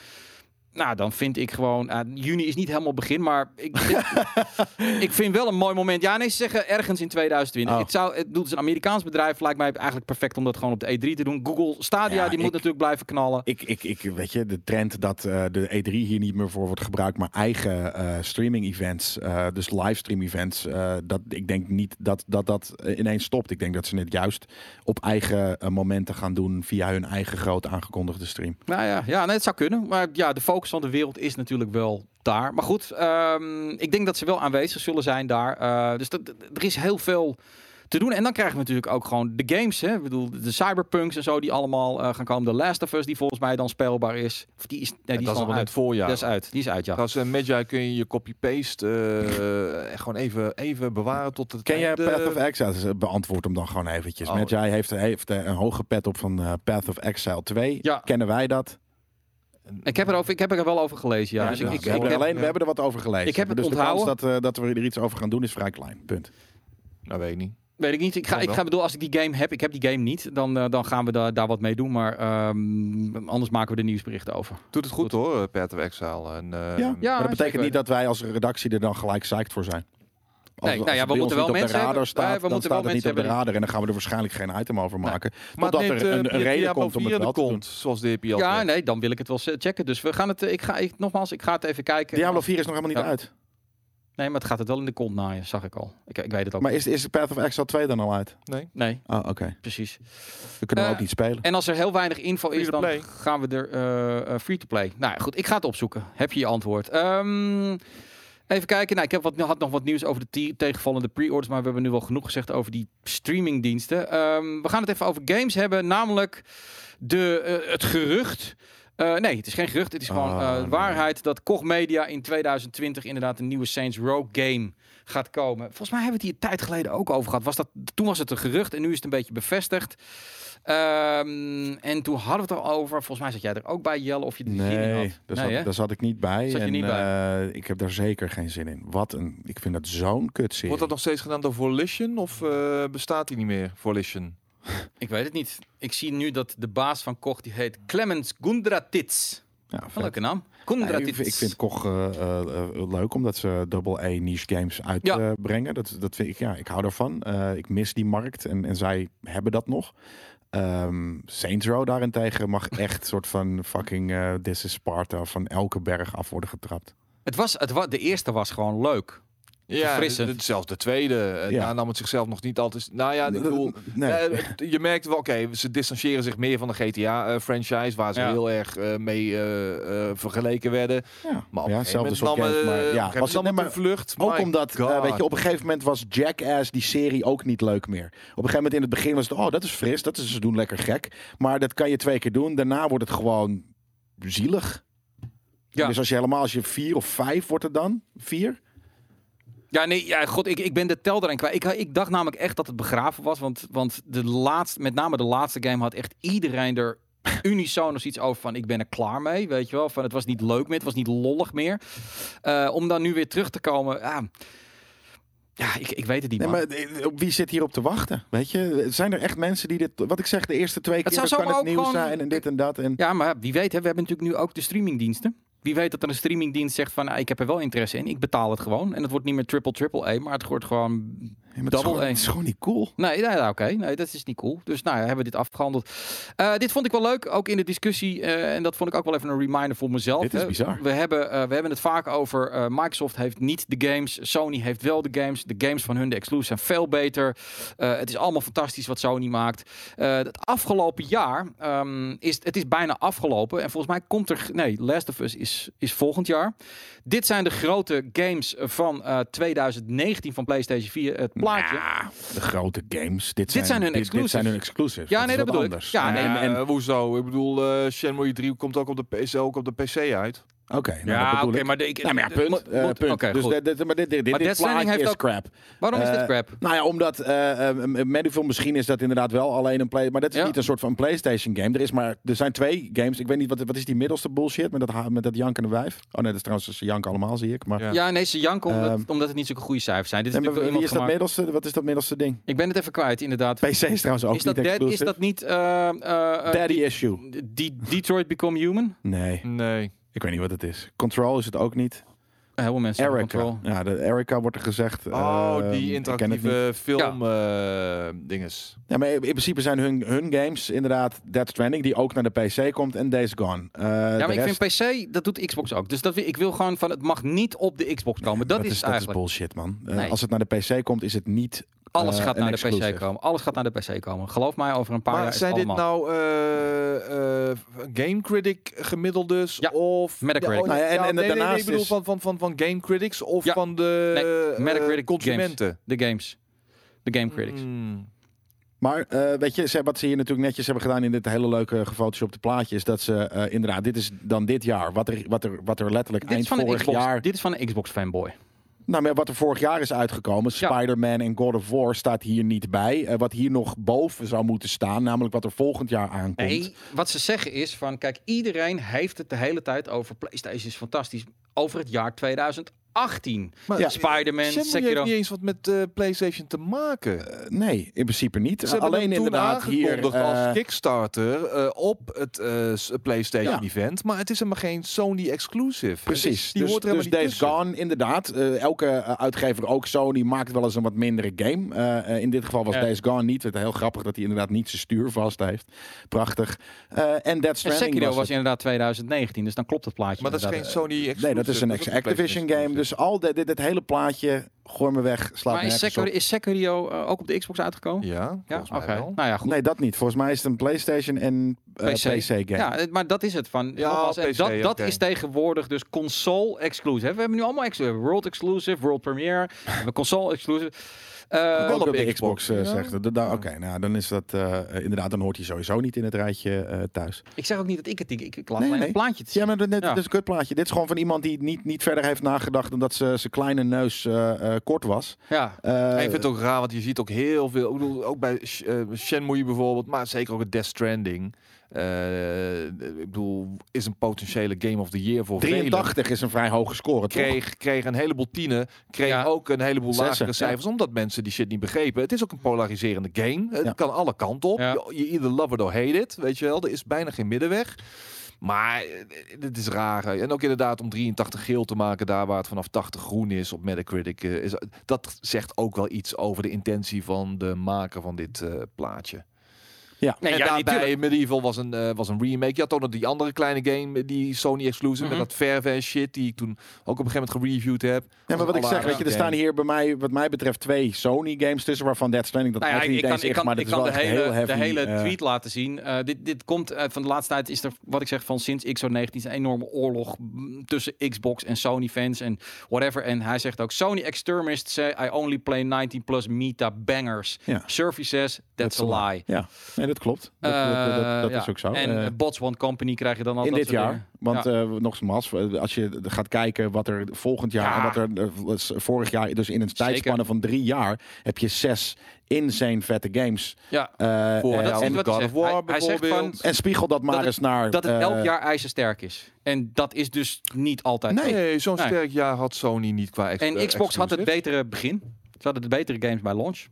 Speaker 1: Nou, dan vind ik gewoon... ah, juni is niet helemaal begin, maar ik, ik vind wel een mooi moment. Ja, nee, ze zeggen ergens in 2020.
Speaker 2: Oh.
Speaker 1: Het, zou, het doet een Amerikaans bedrijf. Lijkt mij eigenlijk perfect om dat gewoon op de E3 te doen. Google Stadia,
Speaker 2: Ja,
Speaker 1: die
Speaker 2: ik-
Speaker 1: moet natuurlijk blijven knallen.
Speaker 2: Ik, ik, ik, weet je, de trend dat eh, de E3 hier niet meer voor wordt gebruikt, maar eigen eh, streaming-events, eh, dus livestream-events, eh, dat ik denk niet dat dat, dat eh, ineens stopt. Ik denk dat ze het juist op eigen eh, momenten gaan doen via hun eigen groot aangekondigde stream.
Speaker 1: Nou ja, ja nee, het zou kunnen. Maar ja, de focus van de wereld is natuurlijk wel daar. Maar goed, ehm, ik denk dat ze wel aanwezig zullen zijn daar. Eh, dus dat, dat- er is heel veel te doen. En dan krijgen we natuurlijk ook gewoon de games. Hè? Ik bedoel, de cyberpunks en zo die allemaal eh, gaan komen. De Last of Us, die volgens mij dan speelbaar is. Of die is, nee, die
Speaker 3: En dat
Speaker 1: is
Speaker 3: is
Speaker 1: al
Speaker 3: allemaal
Speaker 1: uit.
Speaker 3: net voorjaar.
Speaker 1: Dat is uit. Die is uit, ja.
Speaker 3: Als een Magi eh, kun je je copy-paste eh, eh, gewoon even, even bewaren tot het
Speaker 2: Ken je
Speaker 3: einde.
Speaker 2: Path of Exile? Dus, eh, Beantwoord hem dan gewoon eventjes.
Speaker 3: Oh.
Speaker 2: Met jij heeft, heeft eh, een hoge pet op van eh, Path of Exile 2.
Speaker 1: Ja.
Speaker 2: Kennen wij dat?
Speaker 1: Ik heb, erover, ik heb er wel over gelezen, ja.
Speaker 2: Ja,
Speaker 1: dus ik,
Speaker 2: nou,
Speaker 1: ik,
Speaker 2: we,
Speaker 1: ik
Speaker 2: hebben er
Speaker 1: heb-
Speaker 2: alleen, we
Speaker 3: ja.
Speaker 2: hebben er wat over gelezen.
Speaker 1: Ik heb het
Speaker 2: dus de
Speaker 1: onthouden.
Speaker 2: kans dat, eh, dat we er iets over gaan doen is vrij klein. Punt.
Speaker 3: Nou, weet ik niet.
Speaker 1: Weet ik niet. Ik ga,
Speaker 3: Kan
Speaker 1: ik
Speaker 3: wel.
Speaker 1: ga bedoel, als ik die game heb, ik heb die game niet, dan, eh, dan gaan we daar daar wat mee doen. Maar ehm, anders maken we er nieuwsberichten over.
Speaker 3: Doet het goed, hoor, eh, Path of Exile. En,
Speaker 2: Ja,
Speaker 3: eh,
Speaker 1: Ja,
Speaker 2: maar dat
Speaker 1: zeker
Speaker 2: betekent niet dat wij als redactie er dan gelijk psyched voor zijn. Als-
Speaker 1: Nee, nou
Speaker 2: als
Speaker 1: ja,
Speaker 2: het
Speaker 1: we
Speaker 2: bij ons
Speaker 1: moeten wel
Speaker 2: niet op
Speaker 1: mensen
Speaker 2: de radar
Speaker 1: hebben.
Speaker 2: staat,
Speaker 1: Nee, we
Speaker 2: dan
Speaker 1: moeten
Speaker 2: staat
Speaker 1: wel
Speaker 2: het niet
Speaker 1: mensen
Speaker 2: op de
Speaker 1: hebben
Speaker 2: radar en dan gaan we er waarschijnlijk geen item over maken.
Speaker 3: Maar
Speaker 2: Totdat
Speaker 3: neemt,
Speaker 2: er
Speaker 3: eh,
Speaker 2: een, een reden
Speaker 3: Diablo
Speaker 2: komt om
Speaker 3: 4
Speaker 2: het
Speaker 3: de
Speaker 2: wel te doen.
Speaker 3: kont, zoals DPL.
Speaker 1: Ja,
Speaker 3: zegt.
Speaker 1: nee, dan wil ik het wel z- checken. Dus we gaan het. eh, Ik ga ik, nogmaals, ik ga het even kijken.
Speaker 2: Diablo 4 is nog helemaal niet
Speaker 1: Ja.
Speaker 2: uit.
Speaker 1: Nee, maar het gaat het wel in de kont naaien, zag ik al. Ik, ik weet het ook.
Speaker 2: Maar is, is Path of Exile 2 dan al uit?
Speaker 1: Nee,
Speaker 2: Oh, oké.
Speaker 1: precies.
Speaker 2: We kunnen we
Speaker 1: Eh,
Speaker 2: ook niet spelen.
Speaker 1: En als er heel weinig info
Speaker 3: Free
Speaker 1: is,
Speaker 3: to
Speaker 1: dan
Speaker 3: play.
Speaker 1: gaan we er eh, eh, free to play. Nou ja, goed, ik ga het opzoeken. Heb je je antwoord? Ehm, even kijken. Nou, ik heb wat, had nog wat nieuws over de te- tegenvallende pre-orders, maar we hebben nu wel genoeg gezegd over die streamingdiensten. Ehm, we gaan het even over games hebben, namelijk de, eh, het gerucht. Eh, nee, het is geen gerucht. Het is gewoon
Speaker 2: Ah,
Speaker 1: eh, de
Speaker 2: nee.
Speaker 1: waarheid dat Koch Media in 2020 inderdaad een nieuwe Saints Row game gaat komen. Volgens mij hebben we het hier een tijd geleden ook over gehad. Was dat, toen was het een gerucht en nu is het een beetje bevestigd. Ehm, en toen hadden we het erover. Volgens mij zat jij er ook bij, Jelle, of je er zin in
Speaker 2: Nee,
Speaker 1: had.
Speaker 2: daar,
Speaker 1: nee,
Speaker 2: zat,
Speaker 1: hè?
Speaker 2: daar zat ik niet bij.
Speaker 1: Zat je
Speaker 2: en,
Speaker 1: niet
Speaker 2: eh, ik heb daar zeker geen zin in. Wat een, ik vind dat zo'n kutserie.
Speaker 3: Wordt dat nog steeds gedaan door Volition of eh, bestaat die niet meer, Volition?
Speaker 1: Ik weet het niet. Ik zie nu dat de baas van Koch, die heet Clemens Gundratits.
Speaker 2: Ja,
Speaker 1: Wel
Speaker 2: vet.
Speaker 1: een leuke naam.
Speaker 2: Ja, ik,
Speaker 1: Gundratits.
Speaker 2: vind- ik vind Koch eh, eh, eh, leuk omdat ze double A niche games
Speaker 1: Ja.
Speaker 2: uitbrengen. dat, dat vind ik, ja, ik hou daarvan. Eh, ik mis die markt en, en zij hebben dat nog. Ehm Saints Row daarentegen mag echt soort van fucking eh This is Sparta van elke berg af worden getrapt.
Speaker 1: Het was, het wa- de eerste was gewoon leuk.
Speaker 3: Ja,
Speaker 1: Verfrissend.
Speaker 3: d- d- zelfs de tweede. Eh,
Speaker 2: Ja.
Speaker 3: Daar nam het zichzelf nog niet altijd. Nou ja, ik bedoel,
Speaker 2: nee.
Speaker 3: eh, het- je merkt wel, oké, ze distancieren zich meer van de GTA-franchise, eh, waar ze
Speaker 1: Ja.
Speaker 3: heel erg eh, mee eh, eh, vergeleken werden.
Speaker 2: ja,
Speaker 3: Maar op
Speaker 2: ja
Speaker 3: een gegeven
Speaker 2: hetzelfde soort
Speaker 3: moment nam,
Speaker 2: games.
Speaker 3: eh,
Speaker 2: Maar
Speaker 3: op een
Speaker 2: ja,
Speaker 3: gegeven
Speaker 2: was het, nee,
Speaker 3: moment nam
Speaker 2: maar
Speaker 3: het een vlucht.
Speaker 2: Ook
Speaker 3: My
Speaker 2: omdat, eh,
Speaker 3: God.
Speaker 2: weet je, op een gegeven moment was Jackass, die serie, ook niet leuk meer. Op een gegeven moment in het begin was het, oh, dat is fris, dat is, ze doen lekker gek. Maar dat kan je twee keer doen. Daarna wordt het gewoon zielig.
Speaker 1: Ja.
Speaker 2: Dus als je helemaal, als je vier of vijf wordt het dan, vier.
Speaker 1: Ja, nee, ja, god, ik, ik ben de tel erin kwijt. Ik, ik dacht namelijk echt dat het begraven was. Want, want de laatste, met name de laatste game had echt iedereen er unisono nog iets over van... ik ben er klaar mee, weet je wel. Van, het was niet leuk meer, het was niet lollig meer. Eh, om dan nu weer terug te komen... ja. ah, Ja, ik, ik weet het niet,
Speaker 2: Nee,
Speaker 1: man.
Speaker 2: maar eh, op wie zit hierop te wachten? Weet je, zijn er echt mensen die dit. Wat ik zeg, de eerste twee keer
Speaker 1: zou
Speaker 2: dan kan
Speaker 1: zomaar
Speaker 2: het
Speaker 1: ook
Speaker 2: nieuws
Speaker 1: gewoon-
Speaker 2: zijn en dit en dat. En...
Speaker 1: Ja, maar wie weet, hè, we hebben natuurlijk nu ook de streamingdiensten. Wie weet dat er een streamingdienst zegt van, nou, ik heb er wel interesse in, ik betaal het gewoon. En het wordt niet meer triple triple A, maar het wordt gewoon...
Speaker 2: Ja, maar het, is
Speaker 1: Double
Speaker 2: gewoon,
Speaker 1: A.
Speaker 2: het is gewoon niet cool.
Speaker 1: Nee, nee, nee, oké, nee, dat is niet cool. Dus nou, ja, hebben we dit afgehandeld. Eh, dit vond ik wel leuk, ook in de discussie. eh, en dat vond ik ook wel even een reminder voor mezelf.
Speaker 2: Dit is
Speaker 1: hè.
Speaker 2: bizar.
Speaker 1: We hebben, eh, we hebben het vaak over eh, Microsoft heeft niet de games. Sony heeft wel de games. De games van hun, de exclusives, zijn veel beter. Eh, het is allemaal fantastisch wat Sony maakt. Eh, het afgelopen jaar ehm, is het is bijna afgelopen. En volgens mij komt er... Nee, Last of Us is, is volgend jaar. Dit zijn de grote games van eh, 2019 van PlayStation 4. Het plaatje.
Speaker 2: Ja, Ah, de grote games. Dit,
Speaker 1: Ah, zijn hun
Speaker 2: dit- Dit
Speaker 1: exclusives.
Speaker 2: zijn hun exclusives.
Speaker 1: Ja,
Speaker 2: is
Speaker 1: nee, dat
Speaker 2: wat
Speaker 1: bedoel ik.
Speaker 2: anders.
Speaker 1: Ja, nee,
Speaker 2: en-
Speaker 3: en,
Speaker 2: en-
Speaker 3: eh, hoezo? Ik bedoel, eh, Shenmue 3 komt ook op de PC, ook op de PC uit.
Speaker 2: Oké, nou, dat bedoel ik.
Speaker 1: maar de- ik-
Speaker 2: Nou, maar ja, punt.
Speaker 1: moet-
Speaker 2: eh,
Speaker 1: moet-
Speaker 2: punt.
Speaker 1: Oké,
Speaker 2: dus
Speaker 1: goed.
Speaker 2: dit, dit- maar dit, dit, dit,
Speaker 1: Maar
Speaker 2: dit
Speaker 1: Death Stranding
Speaker 2: plaatje
Speaker 1: heeft
Speaker 2: is
Speaker 1: ook-
Speaker 2: crap.
Speaker 1: Waarom is dit
Speaker 2: Eh,
Speaker 1: crap?
Speaker 2: Nou ja, omdat eh eh, Medieval misschien is dat inderdaad wel alleen een play, maar dat is
Speaker 1: Ja.
Speaker 2: niet een soort van PlayStation game. Er is maar er zijn twee games. Ik weet niet wat, wat is die middelste bullshit met dat ha- met dat jankende wijf. Oh nee, dat is trouwens ze janken allemaal zie ik. Maar
Speaker 3: Ja.
Speaker 1: Ja, nee, ze janken omdat,
Speaker 2: Ehm,
Speaker 1: omdat het niet zulke goede cijfers zijn. Dit is
Speaker 2: Nee, maar
Speaker 1: natuurlijk
Speaker 2: wie
Speaker 1: door
Speaker 2: is dat
Speaker 1: iemand gemaakt.
Speaker 2: middelste? Wat is dat middelste ding?
Speaker 1: Ik ben het even kwijt, inderdaad.
Speaker 2: PC is trouwens ook
Speaker 1: Is dat,
Speaker 2: niet
Speaker 1: dead, is
Speaker 2: exclusive.
Speaker 1: dat niet eh, eh, eh,
Speaker 2: Daddy issue.
Speaker 1: die- die Detroit Become Human?
Speaker 2: Nee,
Speaker 3: Nee.
Speaker 2: ik weet niet wat het is. Control is het ook niet.
Speaker 1: Eh, Heel veel mensen hebben
Speaker 2: Erica.
Speaker 1: control.
Speaker 2: Ja, de Erica wordt er gezegd.
Speaker 3: Oh,
Speaker 2: ehm, ik ken het
Speaker 3: die
Speaker 2: niet.
Speaker 3: interactieve film eh, dinges.
Speaker 2: Ja, maar in principe zijn hun, hun games inderdaad Death Stranding, die ook naar de PC komt, en Days Gone. Eh, de
Speaker 1: Ja, maar ik
Speaker 2: rest-
Speaker 1: vind PC, dat doet Xbox ook. Dus dat, wi- ik wil gewoon van, het mag niet op de Xbox komen. dat, is,
Speaker 2: dat is
Speaker 1: eigenlijk.
Speaker 2: bullshit, man. Eh,
Speaker 1: Nee.
Speaker 2: Als het naar de PC komt, is het niet.
Speaker 1: alles
Speaker 2: eh,
Speaker 1: gaat
Speaker 2: een
Speaker 1: naar de
Speaker 2: exclusive.
Speaker 1: PC komen. Alles gaat naar de PC komen. Geloof mij, over een paar jaar
Speaker 3: Maar
Speaker 1: is
Speaker 3: zijn
Speaker 1: het
Speaker 3: dit
Speaker 1: allemaal.
Speaker 3: nou eh, eh, Game Critic gemiddeldes
Speaker 1: Ja,
Speaker 3: of
Speaker 1: Metacritic.
Speaker 3: Ja, oh,
Speaker 2: Nou ja, en-
Speaker 3: ja,
Speaker 2: en
Speaker 3: nee, nee, nee,
Speaker 2: daarnaast
Speaker 3: ik bedoel
Speaker 2: is-
Speaker 3: van, van, van, van Game Critics of
Speaker 1: Ja,
Speaker 3: van de eh,
Speaker 1: Metacritic
Speaker 3: consumenten.
Speaker 2: nou-
Speaker 1: De games. De game critics.
Speaker 2: Mm,
Speaker 3: Hmm.
Speaker 2: Maar eh, weet je, ze- wat ze hier natuurlijk netjes hebben gedaan in dit hele leuke gefotoshopte plaatje, is dat ze eh, inderdaad, dit is dan dit jaar, wat er, wat er, wat er letterlijk
Speaker 1: Dit is,
Speaker 2: eind
Speaker 1: van een
Speaker 2: vorig
Speaker 1: Xbox,
Speaker 2: jaar.
Speaker 1: dit is van een Xbox fanboy.
Speaker 2: Nou, maar wat er vorig jaar is uitgekomen,
Speaker 1: Ja.
Speaker 2: Spider-Man en God of War staat hier niet bij. Eh, wat hier nog boven zou moeten staan, namelijk wat er volgend jaar aankomt.
Speaker 1: Nee, wat ze zeggen is van, kijk, iedereen heeft het de hele tijd over PlayStation is fantastisch over het jaar 2018.
Speaker 3: Maar
Speaker 2: Ja.
Speaker 1: Spider-Man,
Speaker 3: Shenmue heeft
Speaker 1: Sekiro.
Speaker 3: niet eens wat met eh, PlayStation te maken.
Speaker 2: Eh, nee, in principe niet.
Speaker 3: Ze hebben
Speaker 2: Alleen
Speaker 3: hem toen
Speaker 2: inderdaad hier.
Speaker 3: aangekondigd
Speaker 2: eh,
Speaker 3: als Kickstarter eh, op het eh, s- PlayStation
Speaker 2: Ja.
Speaker 3: event, maar het is helemaal geen Sony exclusive.
Speaker 2: Precies.
Speaker 3: Die
Speaker 2: dus
Speaker 3: hoort er helemaal
Speaker 2: dus Days
Speaker 3: niet tussen.
Speaker 2: Gone, inderdaad. eh, elke eh, uitgever, ook Sony, maakt wel eens een wat mindere game. Eh, eh, in dit geval was
Speaker 1: Ja.
Speaker 2: Days Gone niet. Het is heel grappig dat hij inderdaad niet zijn stuur vast heeft. Prachtig. Eh, en Dead
Speaker 1: En
Speaker 2: Stranding
Speaker 1: Sekiro was
Speaker 2: was het.
Speaker 1: inderdaad 2019, dus dan klopt het plaatje.
Speaker 3: Maar dat is geen
Speaker 1: inderdaad.
Speaker 3: Sony exclusive.
Speaker 2: eh, Nee, dat is een ex-Activision game. Dus al dit, dit, dit hele plaatje, gooi me weg, slaat
Speaker 1: Maar is
Speaker 2: nergens
Speaker 1: Sekiro,
Speaker 2: op.
Speaker 1: is Sekiro eh, ook op de Xbox
Speaker 2: dus-
Speaker 1: uitgekomen?
Speaker 3: Ja, volgens mij wel.
Speaker 1: Nou ja, goed.
Speaker 2: Nee, dat niet. Volgens mij is het een PlayStation en eh,
Speaker 1: PC.
Speaker 2: PC game.
Speaker 1: Ja, het- maar dat is het van.
Speaker 3: Ja,
Speaker 1: nogmaals, en
Speaker 3: PC,
Speaker 1: dat dat
Speaker 3: oké.
Speaker 1: is tegenwoordig dus console exclusive. We hebben nu allemaal exclusive. World exclusive, world premiere, we hebben console exclusive. Eh,
Speaker 2: Ook
Speaker 3: op
Speaker 2: dat de
Speaker 3: Xbox.
Speaker 2: Xbox eh,
Speaker 3: Ja.
Speaker 2: zegt. dat- dat- Oké, nou dan is dat eh, eh, inderdaad, dan hoort hij sowieso niet in het rijtje eh, thuis.
Speaker 1: ik zeg ook niet dat ik het ik, ik, ik laat
Speaker 2: Nee,
Speaker 1: alleen
Speaker 2: nee.
Speaker 1: een plaatje te zien.
Speaker 2: Ja, maar dit, dit
Speaker 1: Ja.
Speaker 2: is een kutplaatje. Dit is gewoon van iemand die niet, niet verder heeft nagedacht dan dat ze zijn kleine neus eh, eh, kort was.
Speaker 1: Ja.
Speaker 2: Eh,
Speaker 3: Maar ik vind het ook raar, want je ziet ook heel veel. Ik bedoel, ook bij Sh- eh, Shenmue bijvoorbeeld, maar zeker ook het Death Stranding. Eh, ik bedoel, is een potentiële Game of the Year voor velen.
Speaker 2: 83 is een vrij hoge score, toch?
Speaker 3: Kreeg, kreeg een heleboel tienen, kreeg
Speaker 1: Ja.
Speaker 3: ook een heleboel
Speaker 2: Zessen,
Speaker 3: lagere cijfers, omdat mensen die shit niet begrepen. Het is ook een polariserende game. Het
Speaker 2: Ja.
Speaker 3: kan alle kanten op.
Speaker 1: Ja.
Speaker 3: Je, je either love it or hate it, weet je wel. Er is bijna geen middenweg. Maar eh, dit is raar. En ook inderdaad om 83 geel te maken, daar waar het vanaf 80 groen is op Metacritic. eh, Is, dat zegt ook wel iets over de intentie van de maker van dit eh, plaatje.
Speaker 1: Nee,
Speaker 3: en
Speaker 1: ja, natuurlijk.
Speaker 3: daarbij Medieval was een, eh, was een remake. Je had ook nog die andere kleine game, eh, die Sony exclusive,
Speaker 1: Mhm.
Speaker 3: met dat verven en shit, die ik toen ook op een gegeven moment gereviewd heb.
Speaker 2: Ja, maar wat ik zeg,
Speaker 3: Allemaal
Speaker 2: weet je, er
Speaker 3: game.
Speaker 2: staan hier bij mij, wat mij betreft, twee Sony-games tussen, waarvan Death Stranding dat
Speaker 1: Nou ja, ik
Speaker 2: eigenlijk
Speaker 1: kan,
Speaker 2: niet
Speaker 1: ik
Speaker 2: eens is,
Speaker 1: kan,
Speaker 2: maar
Speaker 1: ik kan
Speaker 2: dat is wel
Speaker 1: de,
Speaker 2: echt
Speaker 1: hele,
Speaker 2: heel heavy.
Speaker 1: de hele
Speaker 2: eh,
Speaker 1: tweet laten zien. Eh, dit, dit komt eh, van de laatste tijd, is er, wat ik zeg, van sinds X19 is een enorme oorlog mm, tussen Xbox en Sony fans en whatever. En hij zegt ook, Sony extremists say I only play 19 plus meta bangers.
Speaker 2: Ja.
Speaker 1: Survey says, that's,
Speaker 2: That's
Speaker 1: a
Speaker 2: a
Speaker 1: lie.
Speaker 2: ja, nee, dat klopt. Dat, dat, dat- dat
Speaker 1: Eh,
Speaker 2: is
Speaker 1: ja.
Speaker 2: ook zo.
Speaker 1: En
Speaker 2: Eh,
Speaker 1: eh, Bots One Company krijg je dan al
Speaker 2: in
Speaker 1: dat
Speaker 2: dit
Speaker 1: soort
Speaker 2: jaar.
Speaker 1: dingen.
Speaker 2: Want
Speaker 1: Ja.
Speaker 2: eh, nogmaals, eh, als je gaat kijken wat er volgend jaar
Speaker 1: Ja.
Speaker 2: en wat er eh, was vorig jaar, dus in een tijdspanne
Speaker 1: Zeker.
Speaker 2: van drie jaar, heb je zes insane vette games.
Speaker 1: ja.
Speaker 2: Eh,
Speaker 3: Voor-
Speaker 2: eh,
Speaker 1: Maar dat is
Speaker 2: en,
Speaker 1: niet wat
Speaker 3: God
Speaker 1: hij
Speaker 3: of
Speaker 1: zegt.
Speaker 3: War
Speaker 1: Hij, hij zegt van,
Speaker 3: bijvoorbeeld.
Speaker 2: en spiegel dat maar
Speaker 1: dat het-
Speaker 2: eens naar.
Speaker 1: dat het
Speaker 2: eh,
Speaker 1: elk jaar ijzersterk is. En dat is dus niet altijd.
Speaker 2: Nee.
Speaker 3: Nee, zo'n
Speaker 1: Nee.
Speaker 3: sterk jaar had Sony niet qua ex-
Speaker 1: En
Speaker 3: eh,
Speaker 1: Xbox had het
Speaker 3: exclusive.
Speaker 1: betere begin. hadden de betere games bij launch.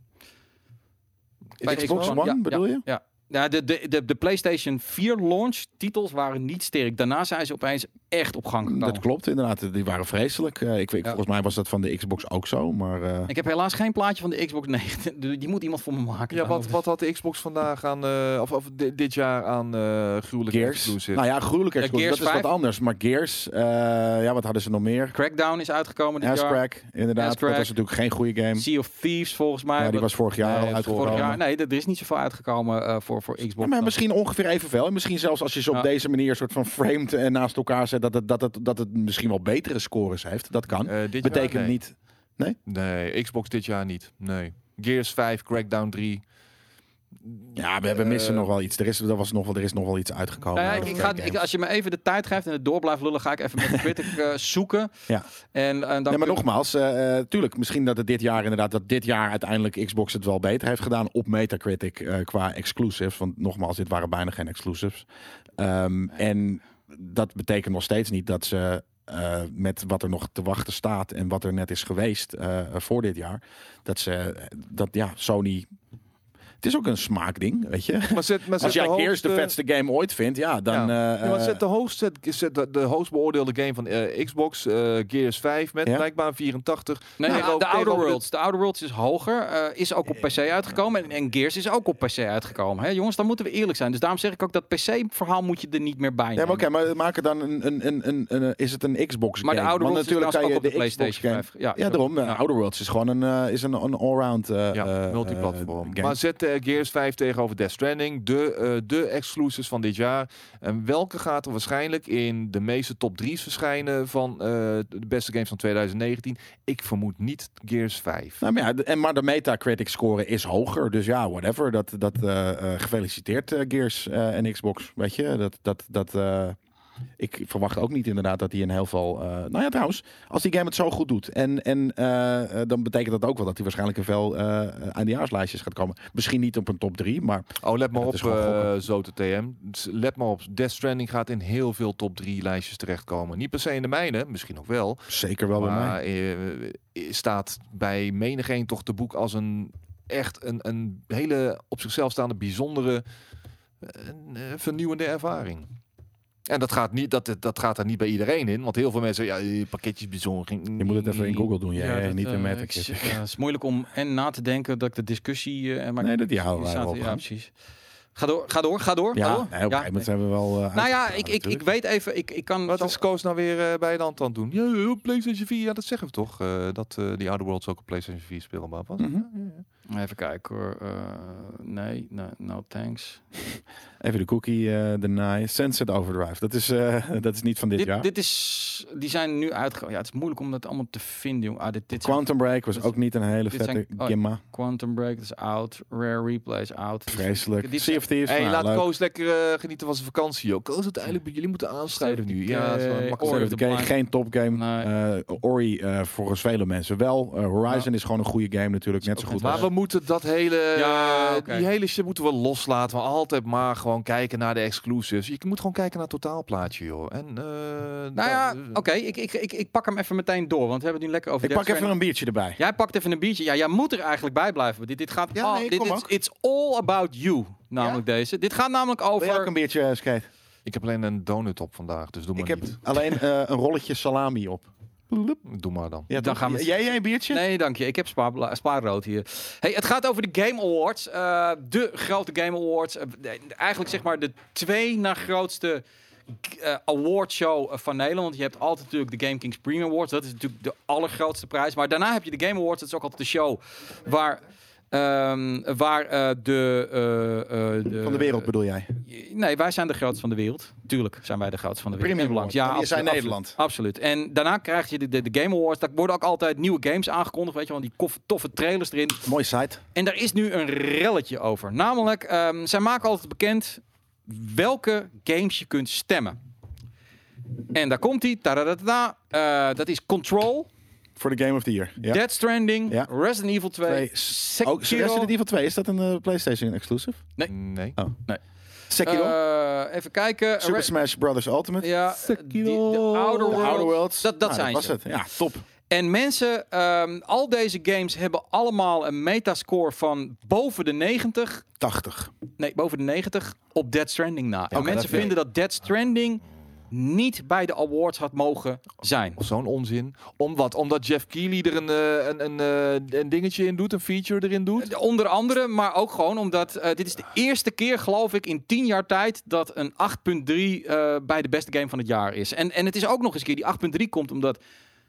Speaker 1: Bij
Speaker 2: Xbox One,
Speaker 1: ja,
Speaker 2: bedoel
Speaker 1: ja,
Speaker 2: je?
Speaker 1: Ja. Ja, de, de, de, de PlayStation 4 launch titels waren niet sterk. Daarna zijn ze opeens echt op gang gekomen.
Speaker 2: Dat klopt inderdaad. Die waren vreselijk. Eh, ik weet,
Speaker 1: Ja.
Speaker 2: Volgens mij was dat van de Xbox ook zo. Maar eh,
Speaker 1: Ik heb helaas geen plaatje van de Xbox 9. Die die moet iemand voor me maken.
Speaker 3: Ja, wat, wat had de Xbox vandaag aan, eh, of, of di- dit jaar aan eh gruwelijke
Speaker 2: Gears.
Speaker 3: exclusive?
Speaker 2: Nou ja, gruwelijk
Speaker 1: Ja,
Speaker 2: exclusive.
Speaker 1: Gears
Speaker 2: dat is
Speaker 1: 5.
Speaker 2: wat anders. Maar Gears, eh, ja, wat hadden ze nog meer?
Speaker 1: Crackdown is uitgekomen dit jaar.
Speaker 2: Hashcrack, inderdaad.
Speaker 1: Hashcrack.
Speaker 2: Dat was natuurlijk geen goede game.
Speaker 1: Sea of Thieves volgens mij.
Speaker 2: Ja, die
Speaker 1: Wat-
Speaker 2: was vorig jaar
Speaker 1: Nee,
Speaker 2: al
Speaker 1: vorig
Speaker 2: uitgekomen.
Speaker 1: jaar- nee, er er is niet zoveel uitgekomen eh, voor, voor Xbox.
Speaker 2: Ja, maar misschien ongeveer evenveel. En misschien zelfs als je ze op
Speaker 1: Ja.
Speaker 2: deze manier soort van framed en naast elkaar zet, dat het, dat, het, dat het misschien wel betere scores heeft. Dat kan.
Speaker 3: Eh, dit jaar?
Speaker 2: Betekent
Speaker 3: Nee.
Speaker 2: niet.
Speaker 3: Nee, Xbox dit jaar niet. Nee. Gears 5, Crackdown 3.
Speaker 2: Ja, we, we
Speaker 3: Eh,
Speaker 2: missen nog wel iets. Er is, dat was nog wel, er is nog wel iets uitgekomen.
Speaker 1: Nou ja, ik,
Speaker 2: over
Speaker 1: ik ga,
Speaker 2: games.
Speaker 1: ik, als je me even de tijd geeft en het door blijft lullen, ga ik even met Twitter eh, zoeken.
Speaker 2: Ja.
Speaker 1: En, eh, dan
Speaker 2: Nee, maar
Speaker 1: kun-
Speaker 2: nogmaals, eh, eh, tuurlijk, misschien dat het dit jaar inderdaad, dat dit jaar uiteindelijk Xbox het wel beter heeft gedaan op Metacritic eh, qua exclusives. Want nogmaals, dit waren bijna geen exclusives. Ehm, En dat betekent nog steeds niet dat ze eh, met wat er nog te wachten staat en wat er net is geweest eh, voor dit jaar, dat ze, dat ja, Sony. Het is ook een smaakding, weet je.
Speaker 3: Maar zet, maar zet
Speaker 2: Als jij
Speaker 3: de
Speaker 2: Gears de
Speaker 3: hoogste-
Speaker 2: vetste game ooit vindt, ja, dan.
Speaker 3: Ja.
Speaker 2: eh,
Speaker 3: Ja, maar
Speaker 2: eh,
Speaker 3: zet de hoogste, zet de, de hoogst beoordeelde game van eh, Xbox, eh, Gears 5, met
Speaker 2: Ja.
Speaker 3: blijkbaar een 84.
Speaker 1: Nee,
Speaker 2: Nou,
Speaker 3: Tegen-
Speaker 1: de, de
Speaker 3: tegen-
Speaker 1: Outer Worlds. De Outer Worlds is hoger. eh, is ook op PC uitgekomen. En, en Gears is ook op PC uitgekomen. Hè, jongens, dan moeten we eerlijk zijn. Dus daarom zeg ik ook dat PC-verhaal moet je er niet meer bij
Speaker 2: Ja,
Speaker 1: nemen.
Speaker 2: maar oké, maar maak er dan een, een, een, een, een- is het een Xbox
Speaker 1: Maar
Speaker 2: game?
Speaker 1: de Outer
Speaker 2: Want
Speaker 1: Worlds is trouwens ook op de,
Speaker 2: Xbox
Speaker 1: PlayStation
Speaker 2: game-
Speaker 1: 5. Ja,
Speaker 2: Ja, daarom. eh, Outer Worlds is gewoon een, eh, is een, een allround eh
Speaker 3: Ja,
Speaker 2: eh,
Speaker 3: multiplatform.
Speaker 2: eh, game.
Speaker 3: maar zet eh, Gears 5 tegenover Death Stranding, de, eh, de exclusives van dit jaar. En welke gaat er waarschijnlijk in de meeste top 3's verschijnen van eh, de beste games van 2019? Ik vermoed niet Gears 5.
Speaker 2: nou, maar, ja, de- en, maar de Metacritic score is hoger. Dus ja, whatever. Dat, dat, eh, eh, gefeliciteerd eh, Gears eh, en Xbox. Weet je, dat... dat, dat eh, ik verwacht ook niet inderdaad dat hij in heel veel... eh, nou ja, trouwens, als die game het zo goed doet... en, en eh, eh, dan betekent dat ook wel dat hij waarschijnlijk in veel eh eindejaarslijstjes gaat komen. Misschien niet op een top 3, maar
Speaker 3: Oh, let maar
Speaker 2: dat
Speaker 3: op,
Speaker 2: is gewoon
Speaker 3: eh
Speaker 2: gokken.
Speaker 3: Zote TM. S- Let maar op, Death Stranding gaat in heel veel top 3 lijstjes terechtkomen. Niet per se in de mijne, misschien ook wel.
Speaker 2: zeker wel bij mij.
Speaker 3: maar eh, eh, staat bij menigeen toch te boek als een echt een, een hele op zichzelf staande bijzondere eh, een, eh, vernieuwende ervaring. En dat gaat, niet, dat, dat gaat er niet bij iedereen in, want heel veel mensen, ja, eh, pakketjes bezorging.
Speaker 2: Je moet het even in Google doen, jij,
Speaker 1: Ja,
Speaker 2: hè,
Speaker 1: dat,
Speaker 2: niet in
Speaker 1: eh,
Speaker 2: Metacritic.
Speaker 1: ik- ja, Het is moeilijk om en na te denken dat ik de discussie... eh, maar
Speaker 2: nee, dat die
Speaker 1: Die
Speaker 2: houden wij
Speaker 1: zaten-
Speaker 2: wel op.
Speaker 1: ja,
Speaker 2: Ja,
Speaker 1: precies. Ga door, ga door, ga door.
Speaker 2: ja
Speaker 1: ga door.
Speaker 2: nee, op een gegeven moment zijn we wel... eh,
Speaker 1: Nou ja,
Speaker 2: uitgepraat
Speaker 1: ik, ik, ik
Speaker 2: natuurlijk.
Speaker 1: weet even, ik, ik kan...
Speaker 3: Wat
Speaker 1: zo-
Speaker 3: is Koos nou weer eh, bij de hand aan het doen? Ja, eh, op PlayStation 4, ja, dat zeggen we toch. eh, dat eh, die Outer Worlds ook op PlayStation 4 speelbaar was.
Speaker 2: Mhm.
Speaker 1: Even kijken hoor. Eh, nee, nee, no thanks.
Speaker 2: Even de cookie eh deny. Sunset Overdrive. Dat is, eh, dat is niet van dit,
Speaker 1: Dit,
Speaker 2: jaar.
Speaker 1: dit is... Die zijn nu uitgekomen. Ja, het is moeilijk om dat allemaal te vinden. Jong. Ah, dit, dit zijn-
Speaker 2: Quantum Break was
Speaker 1: dit-
Speaker 2: ook niet een hele
Speaker 1: dit
Speaker 2: vette
Speaker 1: zijn- oh ja.
Speaker 2: gimma.
Speaker 1: Quantum Break is out. Rare Replay is out.
Speaker 2: Vreselijk.
Speaker 1: Dit-
Speaker 2: Sea of Thieves.
Speaker 3: Hey,
Speaker 2: nou,
Speaker 3: laat
Speaker 2: leuk.
Speaker 3: Koos lekker eh, genieten van zijn vakantie, joh. Koos, uiteindelijk, jullie moeten aanschuiven nu. Ja, eh, dat is wel
Speaker 1: Oké,
Speaker 3: makkelijk.
Speaker 1: Ori of the
Speaker 2: Oké,
Speaker 1: Blind.
Speaker 2: geen topgame.
Speaker 1: Nee.
Speaker 2: Eh, Ori eh, volgens vele mensen wel. Eh, Horizon is gewoon een goede game natuurlijk. Net zo
Speaker 1: ook
Speaker 2: goed
Speaker 1: net
Speaker 2: als...
Speaker 3: Maar we moeten dat hele,
Speaker 1: Ja, oké.
Speaker 3: die hele shit moeten we loslaten. Maar altijd maar gewoon kijken naar de exclusives. Je moet gewoon kijken naar het totaalplaatje, joh. En, eh,
Speaker 1: Nou ja,
Speaker 3: dan- eh,
Speaker 1: oké. ik, ik, ik, ik pak hem even meteen door. Want we hebben het nu lekker over...
Speaker 2: Ik
Speaker 1: Death
Speaker 2: pak even
Speaker 1: Stranding.
Speaker 2: een biertje erbij.
Speaker 1: Jij pakt even een biertje. Ja, jij moet er eigenlijk bij blijven. Dit, dit gaat...
Speaker 2: Ja,
Speaker 1: al-
Speaker 2: nee,
Speaker 1: dit,
Speaker 2: kom
Speaker 1: dit-
Speaker 2: ook.
Speaker 1: it's all about you. Namelijk deze. Dit gaat namelijk
Speaker 2: Wil jij ook
Speaker 1: over...
Speaker 2: een biertje, eh, Skate?
Speaker 3: Ik heb alleen een donut op vandaag, dus doe maar
Speaker 2: Ik heb
Speaker 3: niet.
Speaker 2: alleen eh, een rolletje salami op.
Speaker 3: Doe maar dan.
Speaker 2: Ja,
Speaker 1: Dan
Speaker 2: toch?
Speaker 1: gaan we-
Speaker 2: Jij, jij een biertje?
Speaker 1: Nee, dank je. Ik heb spaarbla- spaarrood hier. Hey, het gaat over de Game Awards. Eh, de grote Game Awards. Eh, de- eigenlijk zeg maar de twee na grootste g- eh, awardshow eh, van Nederland. Want je hebt altijd natuurlijk de Game Kings Premium Awards. Dat is natuurlijk de allergrootste prijs. Maar daarna heb je de Game Awards. Dat is ook altijd de show waar... ehm, waar eh, de, eh, eh,
Speaker 2: Van de wereld bedoel jij?
Speaker 1: Nee, wij zijn de grootste van de wereld. Tuurlijk zijn wij de grootste van de wereld.
Speaker 2: Premium
Speaker 1: En belangrijk.
Speaker 2: Award.
Speaker 1: Ja,
Speaker 2: Die zijn
Speaker 1: absoluut,
Speaker 2: Nederland.
Speaker 1: Absoluut. En daarna krijg je de, de, de Game Awards. Daar worden ook altijd nieuwe games aangekondigd. Weet je, want die kof- toffe trailers erin.
Speaker 2: Mooi site.
Speaker 1: En daar is nu een relletje over. Namelijk, ehm, zij maken altijd bekend welke games je kunt stemmen. En daar komt hij. dat is Control,
Speaker 2: Voor de Game of the Year. Ja.
Speaker 1: Dead Stranding,
Speaker 2: Ja.
Speaker 1: Resident Evil 2,
Speaker 2: Twee.
Speaker 1: Sekiro.
Speaker 2: Ook Resident Evil 2, is dat een eh, PlayStation exclusive?
Speaker 3: Nee.
Speaker 1: Oh.
Speaker 2: Sekiro,
Speaker 1: Eh, even kijken.
Speaker 2: Super
Speaker 1: Re-
Speaker 2: Smash Brothers Ultimate.
Speaker 1: ja, die- de Outer
Speaker 2: De
Speaker 1: Worlds.
Speaker 2: Outer Worlds.
Speaker 1: Dat- dat
Speaker 2: Nou,
Speaker 1: zijn
Speaker 2: was
Speaker 1: ze.
Speaker 2: het. Ja, top.
Speaker 1: En mensen, ehm, al deze games hebben allemaal een metascore van boven de 90.
Speaker 2: 80.
Speaker 1: Nee, boven de 90 op Dead Stranding na. en
Speaker 2: maar
Speaker 1: mensen
Speaker 2: dat-
Speaker 1: vinden dat Dead Stranding niet bij de awards had mogen zijn.
Speaker 3: Of zo'n onzin. Om wat? Omdat Jeff Keighley er een, eh, een, een, eh, een dingetje in doet, een feature erin doet.
Speaker 1: Eh, Onder andere, maar ook gewoon omdat eh, dit is de eerste keer, geloof ik, in 10 jaar tijd dat een 8.3 eh, bij de beste game van het jaar is. En, en het is ook nog eens een keer, die 8.3 komt omdat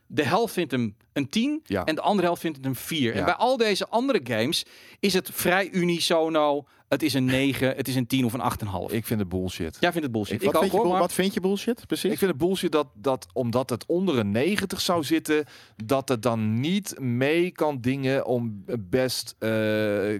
Speaker 1: de helft vindt hem een 10
Speaker 3: Ja.
Speaker 1: en de andere helft vindt het een 4. En
Speaker 3: Ja.
Speaker 1: bij al deze andere games is het vrij unisono. Het is een 9, het is een 10 of een 8,5.
Speaker 3: Ik vind het bullshit.
Speaker 1: Jij vindt het bullshit. Ik,
Speaker 2: wat,
Speaker 1: ook
Speaker 2: vind je,
Speaker 1: hoor,
Speaker 2: bull-
Speaker 1: maar
Speaker 2: wat vind je bullshit? Precies.
Speaker 3: Ik vind het bullshit dat, dat omdat het onder een 90 zou zitten, dat het dan niet mee kan dingen om best eh,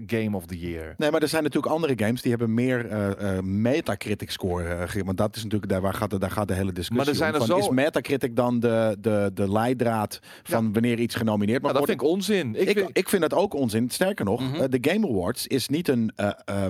Speaker 3: game of the year.
Speaker 2: Nee, maar er zijn natuurlijk andere games die hebben meer eh, eh, Metacritic score. eh, gegeven. want dat is natuurlijk daar, waar gaat de, daar gaat de hele discussie
Speaker 3: Maar er zijn
Speaker 2: om.
Speaker 3: er
Speaker 2: Van,
Speaker 3: zo-
Speaker 2: Is Metacritic dan de, de, de leidraad van wanneer iets genomineerd
Speaker 3: Maar
Speaker 2: mag
Speaker 3: Nou, dat
Speaker 2: worden?
Speaker 3: vind ik onzin. Ik,
Speaker 2: ik,
Speaker 3: vind-
Speaker 2: ik vind dat ook onzin. Sterker nog,
Speaker 1: Mhm.
Speaker 2: eh, de Game Awards is niet een eh, ehm,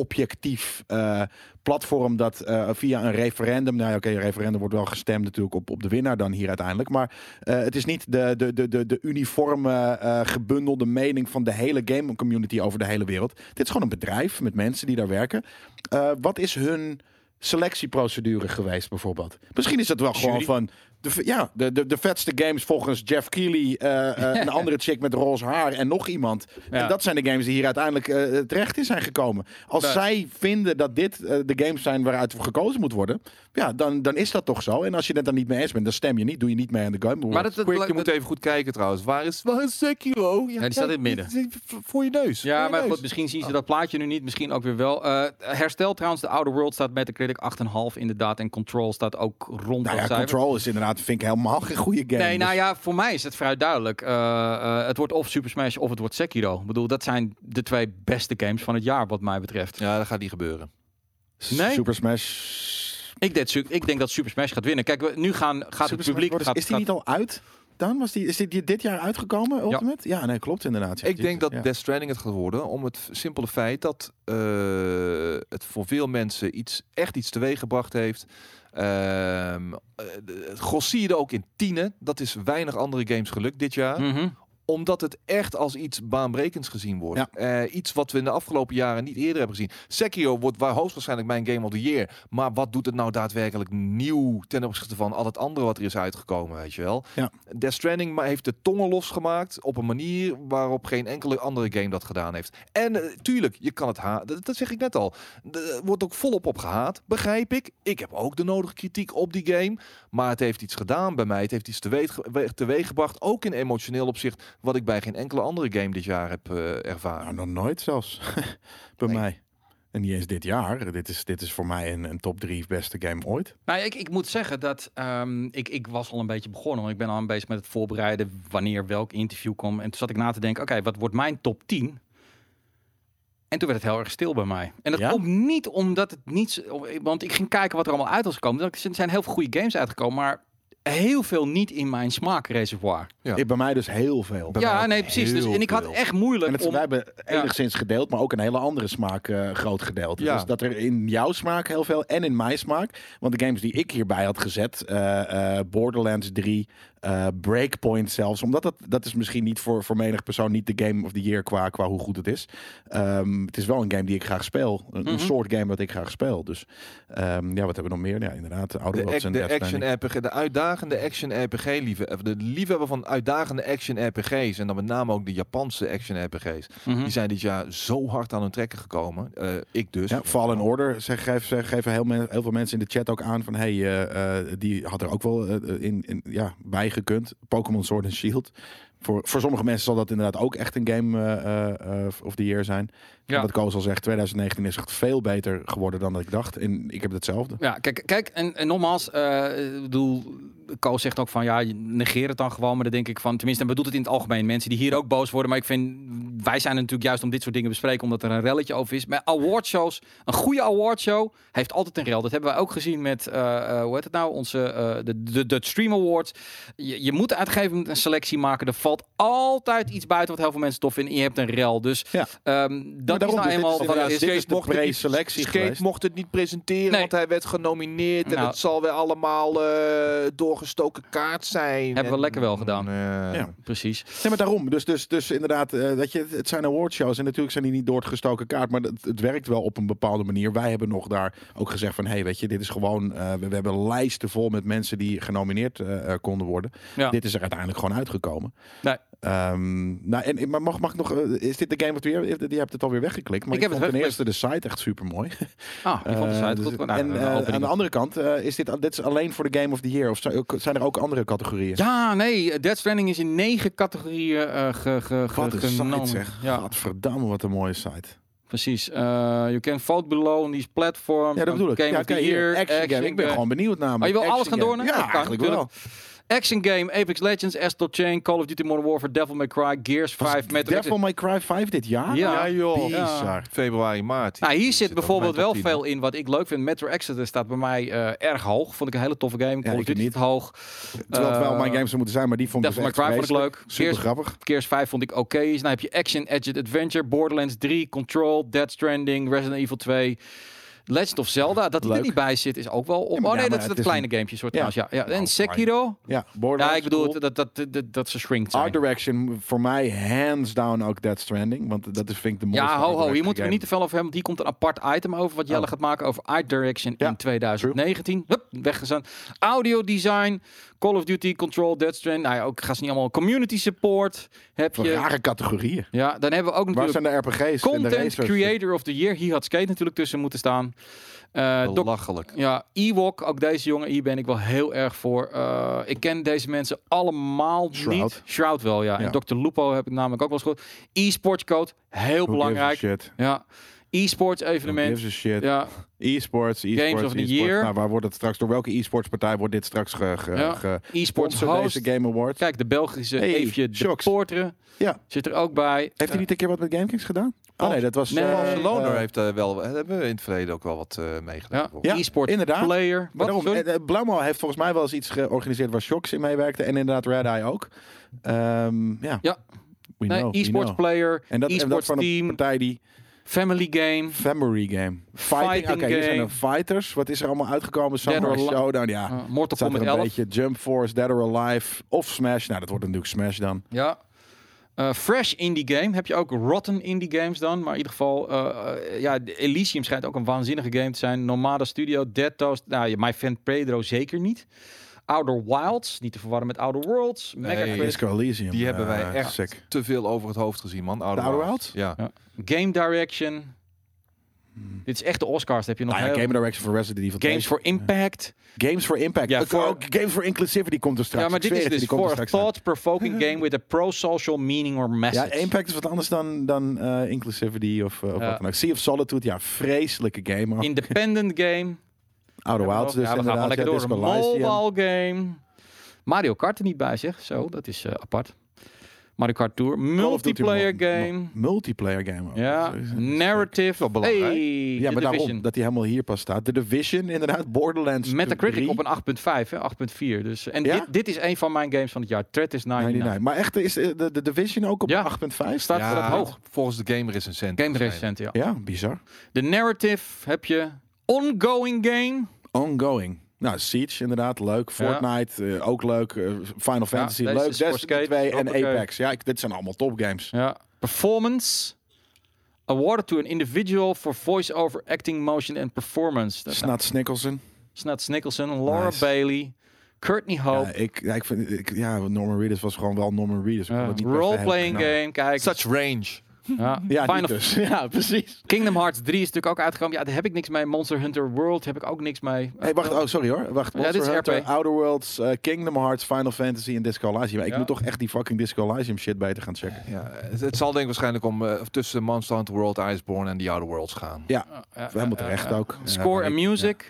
Speaker 2: objectief eh, platform dat eh, via een referendum. Nou ja, oké, een referendum wordt wel gestemd natuurlijk op, op de winnaar dan hier uiteindelijk. Maar eh, het is niet de, de, de, de, de uniforme, eh, gebundelde mening van de hele game community over de hele wereld. Dit is gewoon een bedrijf met mensen die daar werken. Eh, wat is hun selectieprocedure geweest bijvoorbeeld? Misschien is het wel gewoon
Speaker 1: Jury.
Speaker 2: van... De, v- ja, de, de, de vetste games volgens Jeff Keighley, eh, eh, een andere chick met roze haar en nog iemand.
Speaker 1: Ja.
Speaker 2: En dat zijn de games die hier uiteindelijk eh, terecht in zijn gekomen. Als
Speaker 1: Nee.
Speaker 2: zij vinden dat dit eh, de games zijn waaruit gekozen moet worden, ja, dan, dan is dat toch zo. En als je het dan niet mee eens bent, dan stem je niet, doe je niet mee aan de game. Awards.
Speaker 1: Maar dat, dat,
Speaker 3: Quick, je
Speaker 1: dat-
Speaker 3: moet even goed kijken trouwens. Waar is, waar is Sekiro? Ja,
Speaker 1: die staat in het midden.
Speaker 3: dit is Voor je neus. voor
Speaker 1: Ja,
Speaker 3: je
Speaker 1: maar
Speaker 3: neus.
Speaker 1: goed, misschien
Speaker 2: Ah.
Speaker 1: zien ze dat plaatje nu niet, misschien ook weer wel. Eh, herstel trouwens, de Outer World staat met de critic 8,5 inderdaad. En Control staat ook rond
Speaker 2: nou
Speaker 1: dat
Speaker 2: ja,
Speaker 1: cijfer.
Speaker 2: Control is inderdaad, vind ik helemaal geen goede game.
Speaker 1: Nee, nou
Speaker 2: Dus-
Speaker 1: ja, voor mij is het vrij duidelijk. Eh, eh, het wordt of Super Smash of het wordt Sekiro. Ik bedoel, dat zijn de twee beste games van het jaar wat mij betreft.
Speaker 3: Ja, dat gaat niet gebeuren.
Speaker 1: nou, nee.
Speaker 2: Dus Super Smash.
Speaker 1: Ik, deed su- ik denk dat Super Smash gaat winnen. Kijk, we- nu gaan, gaat
Speaker 2: Super
Speaker 1: het publiek...
Speaker 2: Smash Bros.
Speaker 1: gaat,
Speaker 2: is die
Speaker 1: gaat-
Speaker 2: niet al uit? Dan was die, is die, die dit jaar uitgekomen, Ultimate? Ja, nee, klopt inderdaad. Ja,
Speaker 3: Ik denk dat
Speaker 2: ja.
Speaker 3: Death Stranding het gaat worden om het f- simpele feit dat eh, het voor veel mensen iets, echt iets teweeggebracht heeft. Ehm eh, de- Gros zie je er ook in tienen. Dat is weinig andere games gelukt dit jaar.
Speaker 1: Mhm.
Speaker 3: Omdat het echt als iets baanbrekends gezien wordt.
Speaker 2: Ja.
Speaker 3: Eh, iets wat we in de afgelopen jaren niet eerder hebben gezien. Sekiro wordt waar hoogstwaarschijnlijk mijn Game of the Year. Maar wat doet het nou daadwerkelijk nieuw ten opzichte van al het andere wat er is uitgekomen, weet je wel?
Speaker 2: Ja.
Speaker 3: Death Stranding ma- heeft de tongen losgemaakt op een manier waarop geen enkele andere game dat gedaan heeft. En eh, tuurlijk, je kan het haat. Dat, dat zeg ik net al. Er wordt ook volop op gehaat, begrijp ik. Ik heb ook de nodige kritiek op die game. Maar het heeft iets gedaan bij mij. Het heeft iets teweeg, teweeg gebracht, ook in emotioneel opzicht, wat ik bij geen enkele andere game dit jaar heb eh, ervaren.
Speaker 2: Nou, nog nooit zelfs. Bij
Speaker 3: Nee.
Speaker 2: mij. En niet eens dit jaar. Dit is, dit is voor mij een, een top 3 beste game ooit.
Speaker 1: Nou, ik, ik moet zeggen dat ehm, ik, ik was al een beetje begonnen. Want ik ben al een beetje met het voorbereiden wanneer welk interview komt. En toen zat ik na te denken, oké, wat wordt mijn top 10? En toen werd het heel erg stil bij mij. En dat
Speaker 2: Ja?
Speaker 1: komt niet omdat het niet... zo- eh, Want ik ging kijken wat er allemaal uit was gekomen. Dus Er zijn heel veel goede games uitgekomen, maar heel veel niet in mijn smaakreservoir.
Speaker 3: Ja.
Speaker 2: Ik, bij mij dus heel veel.
Speaker 3: Bij mij
Speaker 1: Ja,
Speaker 3: ook
Speaker 1: nee, precies. Dus,
Speaker 3: heel
Speaker 1: en ik had
Speaker 3: veel.
Speaker 1: echt moeilijk
Speaker 2: En het,
Speaker 1: om...
Speaker 2: wij hebben enigszins gedeeld, maar ook een hele andere smaak eh, groot gedeeld.
Speaker 3: Ja.
Speaker 2: Dus dat er in jouw smaak heel veel en in mijn smaak. Want de games die ik hierbij had gezet, eh, eh, Borderlands 3, eh, Breakpoint zelfs. Omdat dat, dat is misschien niet voor, voor menig persoon niet de game of the year qua, qua hoe goed het is. Ehm, het is wel een game die ik graag speel. Een, een
Speaker 1: Mhm.
Speaker 2: soort game dat ik graag speel. Dus ehm, ja, wat hebben we nog meer? Ja, inderdaad.
Speaker 1: Oh,
Speaker 2: Outer
Speaker 3: De,
Speaker 2: Worlds
Speaker 3: ac-
Speaker 2: en
Speaker 3: de
Speaker 2: Death Stranding.
Speaker 3: action RPG, de uitdagende action RPG liefhebber, eh, de liefhebber van uitdagende action RPG's en dan met name ook de Japanse action RPG's,
Speaker 1: Mhm.
Speaker 3: die zijn dit jaar zo hard aan hun trekken gekomen. Eh, ik dus.
Speaker 2: Ja, Fallen Order zeg, geef, zeg, geven heel, men- heel veel mensen in de chat ook aan van hey, eh, eh, die had er ook wel eh, in, in, ja, bij gekund. Pokémon Sword and Shield. Voor, voor sommige mensen zal dat inderdaad ook echt een game eh, eh, eh, of the year zijn.
Speaker 1: Ja.
Speaker 2: Wat Koos al zegt, 2019 is echt veel beter geworden dan dat ik dacht. En ik heb hetzelfde.
Speaker 1: Ja, kijk, kijk en, en nogmaals, eh, ik bedoel, Koos zegt ook van ja, je negeer het dan gewoon. Maar dan denk ik van, tenminste, hij bedoelt het in het algemeen. Mensen die hier ook boos worden. Maar ik vind, wij zijn er natuurlijk juist om dit soort dingen te bespreken, omdat er een relletje over is. Maar awardshows, een goede awardshow heeft altijd een rel. Dat hebben we ook gezien met, eh, eh, hoe heet het nou, onze, eh, de, de, de Stream Awards. Je, je moet uitgeven een selectie maken. Er valt altijd iets buiten wat heel veel mensen tof vinden. En je hebt een rel. Dus
Speaker 2: Ja.
Speaker 1: ehm, dat
Speaker 2: daarom, dus
Speaker 1: is nou
Speaker 2: dit
Speaker 1: eenmaal
Speaker 2: is
Speaker 1: wat
Speaker 2: inderdaad-
Speaker 1: het is.
Speaker 2: dit is de
Speaker 3: mocht het niet-
Speaker 2: pre-selectie
Speaker 3: Skate
Speaker 2: geweest.
Speaker 3: mocht het niet presenteren,
Speaker 1: Nee.
Speaker 3: want hij werd genomineerd. En
Speaker 1: Nou.
Speaker 3: het zal weer allemaal eh, doorgestoken kaart zijn.
Speaker 1: Hebben we
Speaker 3: En-
Speaker 1: lekker wel gedaan.
Speaker 3: Eh,
Speaker 2: Ja.
Speaker 1: Precies.
Speaker 2: Nee, maar daarom. Dus, dus, dus inderdaad, eh, weet je, het- het zijn awardshows. En natuurlijk zijn die niet doorgestoken kaart. Maar het, het werkt wel op een bepaalde manier. Wij hebben nog daar ook gezegd van... hé, hey, weet je, dit is gewoon... eh, we, we hebben lijsten vol met mensen die genomineerd eh, eh, konden worden.
Speaker 1: Ja.
Speaker 2: Dit is er uiteindelijk gewoon uitgekomen.
Speaker 1: Nee.
Speaker 2: Ehm, nou, en, maar mag, mag ik nog... eh, is dit de game wat weer... Je hebt het alweer weggeklikt. Maar
Speaker 1: Ik
Speaker 2: ik,
Speaker 1: heb het
Speaker 2: heb vond ten eerste
Speaker 1: weggeklikt.
Speaker 2: de site echt super mooi.
Speaker 1: Ah, ik vond de site goed. Nou,
Speaker 2: en
Speaker 1: de
Speaker 2: eh,
Speaker 1: opening
Speaker 2: aan de
Speaker 1: was-
Speaker 2: andere kant, eh, is dit, dit is alleen voor de Game of the Year? Of zijn zijn er ook andere categorieën?
Speaker 1: Ja, nee. Dead Stranding is in negen categorieën eh, ge, ge, ge-
Speaker 2: Wat een site
Speaker 1: genomen.
Speaker 2: zeg.
Speaker 1: Ja,
Speaker 2: Godverdamme, wat een mooie site.
Speaker 1: precies. Eh you can vote below on these platforms.
Speaker 2: Ja, dat
Speaker 1: on
Speaker 2: bedoel ik.
Speaker 1: Game
Speaker 2: ja,
Speaker 1: of the
Speaker 2: oké, hier,
Speaker 1: Year.
Speaker 2: action game. Ik ben
Speaker 1: game.
Speaker 2: gewoon benieuwd namelijk.
Speaker 1: Oh, je wil
Speaker 2: Action
Speaker 1: alles gaan
Speaker 2: game.
Speaker 1: doornemen?
Speaker 2: Ja,
Speaker 1: Dat kan,
Speaker 2: eigenlijk wel.
Speaker 1: natuurlijk. Action Game, Apex Legends, Astral Chain, Call of Duty Modern Warfare, Devil May Cry, Gears 5. Met
Speaker 2: Devil May Cry 5 dit jaar?
Speaker 1: Ja.
Speaker 3: Ja, joh.
Speaker 2: Bizar.
Speaker 3: Februari, maart.
Speaker 1: Nou, hier zit
Speaker 3: ook
Speaker 1: bijvoorbeeld
Speaker 3: mijn
Speaker 1: wel
Speaker 3: top 10,
Speaker 1: veel in wat ik leuk vind. Metro Exodus staat bij mij eh, erg hoog. Vond ik een hele toffe game. Call of
Speaker 2: ik
Speaker 1: Duty
Speaker 2: niet.
Speaker 1: niet hoog.
Speaker 2: Terwijl het wel
Speaker 1: Eh,
Speaker 2: mijn games zou moeten zijn, maar die vond ik
Speaker 1: Devil
Speaker 2: dus
Speaker 1: May
Speaker 2: echt
Speaker 1: Cry vond ik
Speaker 2: vreselijk.
Speaker 1: leuk.
Speaker 2: Super
Speaker 1: Gears-
Speaker 2: grappig.
Speaker 1: Gears 5 vond ik oké. Dus dan heb je Action, Edge Adventure, Borderlands 3, Control, Dead Stranding, Resident Evil 2. Legend of Zelda, dat die er
Speaker 2: Leuk.
Speaker 1: niet bij zit, is ook wel... Op...
Speaker 2: Ja, maar
Speaker 1: oh
Speaker 2: ja,
Speaker 1: nee, dat
Speaker 2: maar
Speaker 1: is
Speaker 2: het
Speaker 1: dat
Speaker 2: is
Speaker 1: kleine gamepje soort
Speaker 2: Ja.
Speaker 1: trouwens, ja. ja. En
Speaker 3: Nou,
Speaker 1: Sekiro?
Speaker 2: Ja,
Speaker 1: Ja,
Speaker 2: Borderlands.
Speaker 1: ik bedoel,
Speaker 2: cool.
Speaker 1: dat, dat, dat, dat ze shrinkt zijn.
Speaker 2: Art Direction, voor mij hands down ook Dead Stranding. Want dat is, vind ik de mooiste
Speaker 1: Ja,
Speaker 2: art
Speaker 1: ho, ho. Hier
Speaker 2: direction
Speaker 1: moeten we
Speaker 2: game.
Speaker 1: niet te veel over hebben. Want hier komt een apart item over. Wat Jelle
Speaker 2: Oh.
Speaker 1: gaat maken over Art Direction
Speaker 2: Ja,
Speaker 1: in 2019. Hup, weggezaan. Audio design. Call of Duty, Control, Dead Strand. Nou ja, ook gaan ze niet allemaal. Community support heb
Speaker 2: Voor
Speaker 1: je.
Speaker 2: rare categorieën.
Speaker 1: Ja, dan hebben we ook
Speaker 2: Waar
Speaker 1: natuurlijk
Speaker 2: zijn de RPG's en de
Speaker 1: Content
Speaker 2: racers?
Speaker 1: Creator of the Year. Hier had Skate natuurlijk tussen moeten staan. Eh, Doc-
Speaker 3: Belachelijk.
Speaker 1: ja, Ewok, ook deze jongen, hier ben ik wel heel erg voor. Eh, ik ken deze mensen allemaal
Speaker 2: Shroud.
Speaker 1: niet. Shroud wel, ja.
Speaker 2: Ja.
Speaker 1: En Dr. Lupo heb ik namelijk ook wel eens gehoord. E-sports code, heel
Speaker 2: Who
Speaker 1: belangrijk.
Speaker 2: gives a shit?
Speaker 1: Ja. E-sports
Speaker 2: Who
Speaker 1: evenement.
Speaker 2: gives a shit?
Speaker 1: Ja,
Speaker 2: E-sports, e-sports,
Speaker 1: Games of the
Speaker 2: e-sports.
Speaker 1: Year.
Speaker 2: Nou, waar wordt het straks, door welke e-sports partij wordt dit straks ge, ge,
Speaker 1: Ja.
Speaker 2: ge-
Speaker 1: e-sports
Speaker 2: sponsor
Speaker 1: host.
Speaker 2: deze Game Awards?
Speaker 1: Kijk, de Belgische
Speaker 2: Hey,
Speaker 1: Eefje de
Speaker 2: shocks.
Speaker 1: Poortere
Speaker 2: Ja.
Speaker 1: zit er ook bij. Eh,
Speaker 2: Heeft hij niet een keer wat met GameKings gedaan? Oh nee, dat was...
Speaker 1: Nee.
Speaker 2: eh,
Speaker 3: Barcelona
Speaker 2: eh,
Speaker 3: heeft daar wel, daar hebben we in het verleden ook wel wat eh meegedaan.
Speaker 1: Ja,
Speaker 3: volgens
Speaker 2: Ja,
Speaker 1: e-sports
Speaker 2: inderdaad.
Speaker 1: player.
Speaker 2: Maar
Speaker 1: Wat,
Speaker 2: daarom,
Speaker 1: sorry?
Speaker 2: eh, eh, Blauwmaal heeft volgens mij wel eens iets georganiseerd waar Shocks in meewerkte. En inderdaad Red Eye ook. Ehm, ja.
Speaker 1: Ja.
Speaker 2: We
Speaker 1: nee,
Speaker 2: know, we
Speaker 1: e-sports
Speaker 2: know.
Speaker 1: player,
Speaker 2: En dat, en dat
Speaker 1: e-sports
Speaker 2: van een
Speaker 1: team,
Speaker 2: partij die
Speaker 1: family game.
Speaker 2: Family Game. Fighting,
Speaker 1: Fighting
Speaker 2: oké, hier zijn
Speaker 1: game.
Speaker 2: er Fighters. Wat is er allemaal uitgekomen?
Speaker 1: Dead
Speaker 2: Summer
Speaker 1: or Alive.
Speaker 2: Showdown, ja.
Speaker 1: eh,
Speaker 2: Het
Speaker 1: Mortal
Speaker 2: staat er
Speaker 1: Kombat
Speaker 2: een
Speaker 1: 11.
Speaker 2: beetje Jump Force, Dead or Alive of Smash. Nou, dat wordt natuurlijk Smash dan.
Speaker 1: Ja. Eh, fresh indie game. Heb je ook rotten indie games dan? Maar in ieder geval, eh, eh, ja, Elysium schijnt ook een waanzinnige game te zijn. Nomada Studio, Dead Toast. Nou, ja, My Friend Pedro zeker niet. Outer Wilds, niet te verwarren met Outer Worlds. Mega
Speaker 3: Nee.
Speaker 1: Quest.
Speaker 2: Disco Elysium.
Speaker 3: Die hebben wij
Speaker 2: eh,
Speaker 3: echt
Speaker 2: sick.
Speaker 3: Te veel over het hoofd gezien, man. Outer
Speaker 2: De Outer
Speaker 3: Wilds. Ja.
Speaker 1: Game Direction. Dit is echt de Oscars. Daar heb je nog
Speaker 2: Hmm. Nou ja,
Speaker 1: heel-
Speaker 2: Game Direction voor Resident Evil
Speaker 1: Games for Impact.
Speaker 2: Games for Impact.
Speaker 1: Ja,
Speaker 2: Ook-
Speaker 1: voor-
Speaker 2: ook Games for Inclusivity komt er straks.
Speaker 1: ja, maar
Speaker 2: Ik
Speaker 1: dit
Speaker 2: zweer
Speaker 1: is
Speaker 2: het je,
Speaker 1: dus
Speaker 2: die komt er
Speaker 1: voor
Speaker 2: straks aan.
Speaker 1: thought-provoking game with a pro-social meaning or message.
Speaker 2: Ja, Impact is wat anders dan, dan eh, Inclusivity of, eh, of
Speaker 1: Ja.
Speaker 2: wat dan ook. Sea of Solitude, ja, vreselijke game. man.
Speaker 1: Independent game.
Speaker 2: Outer Wilds dus
Speaker 1: ja, we gaan wel
Speaker 2: inderdaad.
Speaker 1: lekker
Speaker 2: ja,
Speaker 1: door. Een
Speaker 2: Disco Elysium.
Speaker 1: mobile game. Mario Kart er niet bij, zeg. Zo, dat is eh, apart. Mario Kart Tour.
Speaker 2: Call of Duty
Speaker 1: Multiplayer
Speaker 2: mo-
Speaker 1: game.
Speaker 2: mo- Multiplayer game. ook.
Speaker 1: Ja,
Speaker 2: Zo is het.
Speaker 1: narrative.
Speaker 3: Wel belangrijk.
Speaker 1: Hey,
Speaker 2: Ja,
Speaker 1: The
Speaker 2: maar daarom,
Speaker 1: Division.
Speaker 2: dat hij helemaal hier pas staat. The Division, inderdaad. Borderlands
Speaker 1: Metacritic
Speaker 2: 3,
Speaker 1: op een 8.5, hè, 8.4. Dus, en
Speaker 2: Ja?
Speaker 1: dit, dit is een van mijn games van het jaar. Threat is 99.
Speaker 2: 99. Maar echt, is eh, de, de Division ook op
Speaker 1: Ja.
Speaker 2: 8.5?
Speaker 1: Staat,
Speaker 3: Ja,
Speaker 1: staat hoog.
Speaker 3: Volgens de game recensent.
Speaker 1: Game recent, ja.
Speaker 2: Ja, bizar.
Speaker 1: De narrative heb je. Ongoing game.
Speaker 2: Ongoing. Nou, Siege inderdaad, leuk. Fortnite, eh, ook leuk. Eh, Final Fantasy,
Speaker 1: deze
Speaker 2: leuk.
Speaker 1: is voor
Speaker 2: Destiny
Speaker 1: skate.
Speaker 2: 2 en
Speaker 1: Hoppakee.
Speaker 2: Apex. Ja, ik, dit zijn allemaal topgames.
Speaker 1: Ja. Performance. Awarded to an individual for voice-over, acting, motion and performance. Dat-
Speaker 2: Snat Snickelson.
Speaker 1: Snats Nicholson, Laura
Speaker 2: Nice.
Speaker 1: Bailey, Courtney
Speaker 2: Ja,
Speaker 1: Hope.
Speaker 2: ik, ja, ik vind, ik, ja, Norman Reedus was gewoon wel Norman Reedus. Ik
Speaker 1: eh,
Speaker 2: kon het niet per se
Speaker 1: Role-playing
Speaker 2: hebben.
Speaker 1: game, kijk.
Speaker 3: Such range.
Speaker 1: ja.
Speaker 2: Ja,
Speaker 1: Final
Speaker 2: niet dus. ja, precies.
Speaker 1: Kingdom Hearts 3 is natuurlijk ook uitgekomen. Ja, daar heb ik niks mee. Monster Hunter World heb ik ook niks mee. Eh,
Speaker 2: Hey, wacht, oh, sorry hoor. Wacht,
Speaker 1: Ja, dit is
Speaker 2: Monster Hunter,
Speaker 1: RP.
Speaker 2: Outer Worlds, eh, Kingdom Hearts, Final Fantasy en Disco Elysium. Ik
Speaker 1: Ja.
Speaker 2: moet toch echt die fucking Disco Elysium shit beter gaan checken.
Speaker 3: Ja, het, het zal denk ik waarschijnlijk om eh, tussen Monster Hunter World, Iceborne en The Outer Worlds gaan.
Speaker 1: Eh, eh, eh,
Speaker 2: Helemaal
Speaker 1: eh,
Speaker 2: terecht
Speaker 1: eh.
Speaker 2: ook.
Speaker 1: Score
Speaker 2: Ja,
Speaker 1: and
Speaker 2: maar ik-
Speaker 1: Music.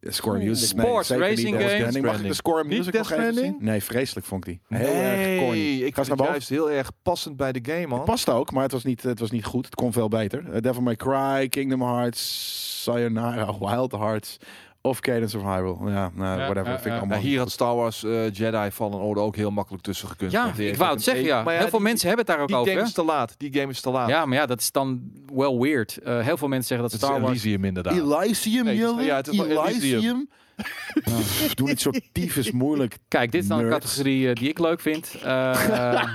Speaker 2: ja, Score and Music.
Speaker 1: Sports, racing
Speaker 2: niet. Death
Speaker 1: games.
Speaker 2: Stranding. Mag ik de Score and
Speaker 3: Niet
Speaker 2: Music
Speaker 3: Death
Speaker 2: nog even zien?
Speaker 3: Stranding?
Speaker 2: Nee, vreselijk vond ik die.
Speaker 3: Heel
Speaker 2: Heel erg corny.
Speaker 3: Ik
Speaker 2: Ga eens
Speaker 3: vind
Speaker 2: naar
Speaker 3: het
Speaker 2: boven.
Speaker 3: juist heel erg passend bij de game, man.
Speaker 2: Het past ook, maar het was niet, het was niet goed. Het kon veel beter. Eh, Devil May Cry, Kingdom Hearts, Sayonara, Wild Hearts, Of Cadence of Hyrule. Ja, nou,
Speaker 1: Ja,
Speaker 2: whatever.
Speaker 1: ja,
Speaker 2: vind ik
Speaker 1: ja.
Speaker 2: allemaal
Speaker 3: Ja, hier had Star Wars eh, Jedi Fallen Order ook heel makkelijk tussen
Speaker 2: Dus
Speaker 3: gekund.
Speaker 1: Ja,
Speaker 3: Want die
Speaker 1: ik
Speaker 3: heeft
Speaker 1: wou
Speaker 3: ook
Speaker 1: het
Speaker 3: een
Speaker 1: zeggen,
Speaker 3: e-
Speaker 1: ja.
Speaker 3: Maar
Speaker 1: Heel veel
Speaker 3: die-
Speaker 1: mensen hebben het daar ook
Speaker 3: Die
Speaker 1: over.
Speaker 3: game
Speaker 1: hè?
Speaker 3: is te laat. Die game is te
Speaker 2: ah.
Speaker 3: laat.
Speaker 1: Ja, maar ja, dat is dan wel weird. Eh, heel veel mensen zeggen dat
Speaker 3: het
Speaker 1: Star
Speaker 3: is
Speaker 1: Wars...
Speaker 3: Elysium inderdaad.
Speaker 2: Elysium,
Speaker 3: Nee,
Speaker 2: Jelle?
Speaker 3: ja, het is wel
Speaker 2: Elysium? Pff, Doe niet zo tyfus moeilijk.
Speaker 1: Kijk, dit is dan een
Speaker 2: Nerds.
Speaker 1: categorie eh, die ik leuk vind. Eh,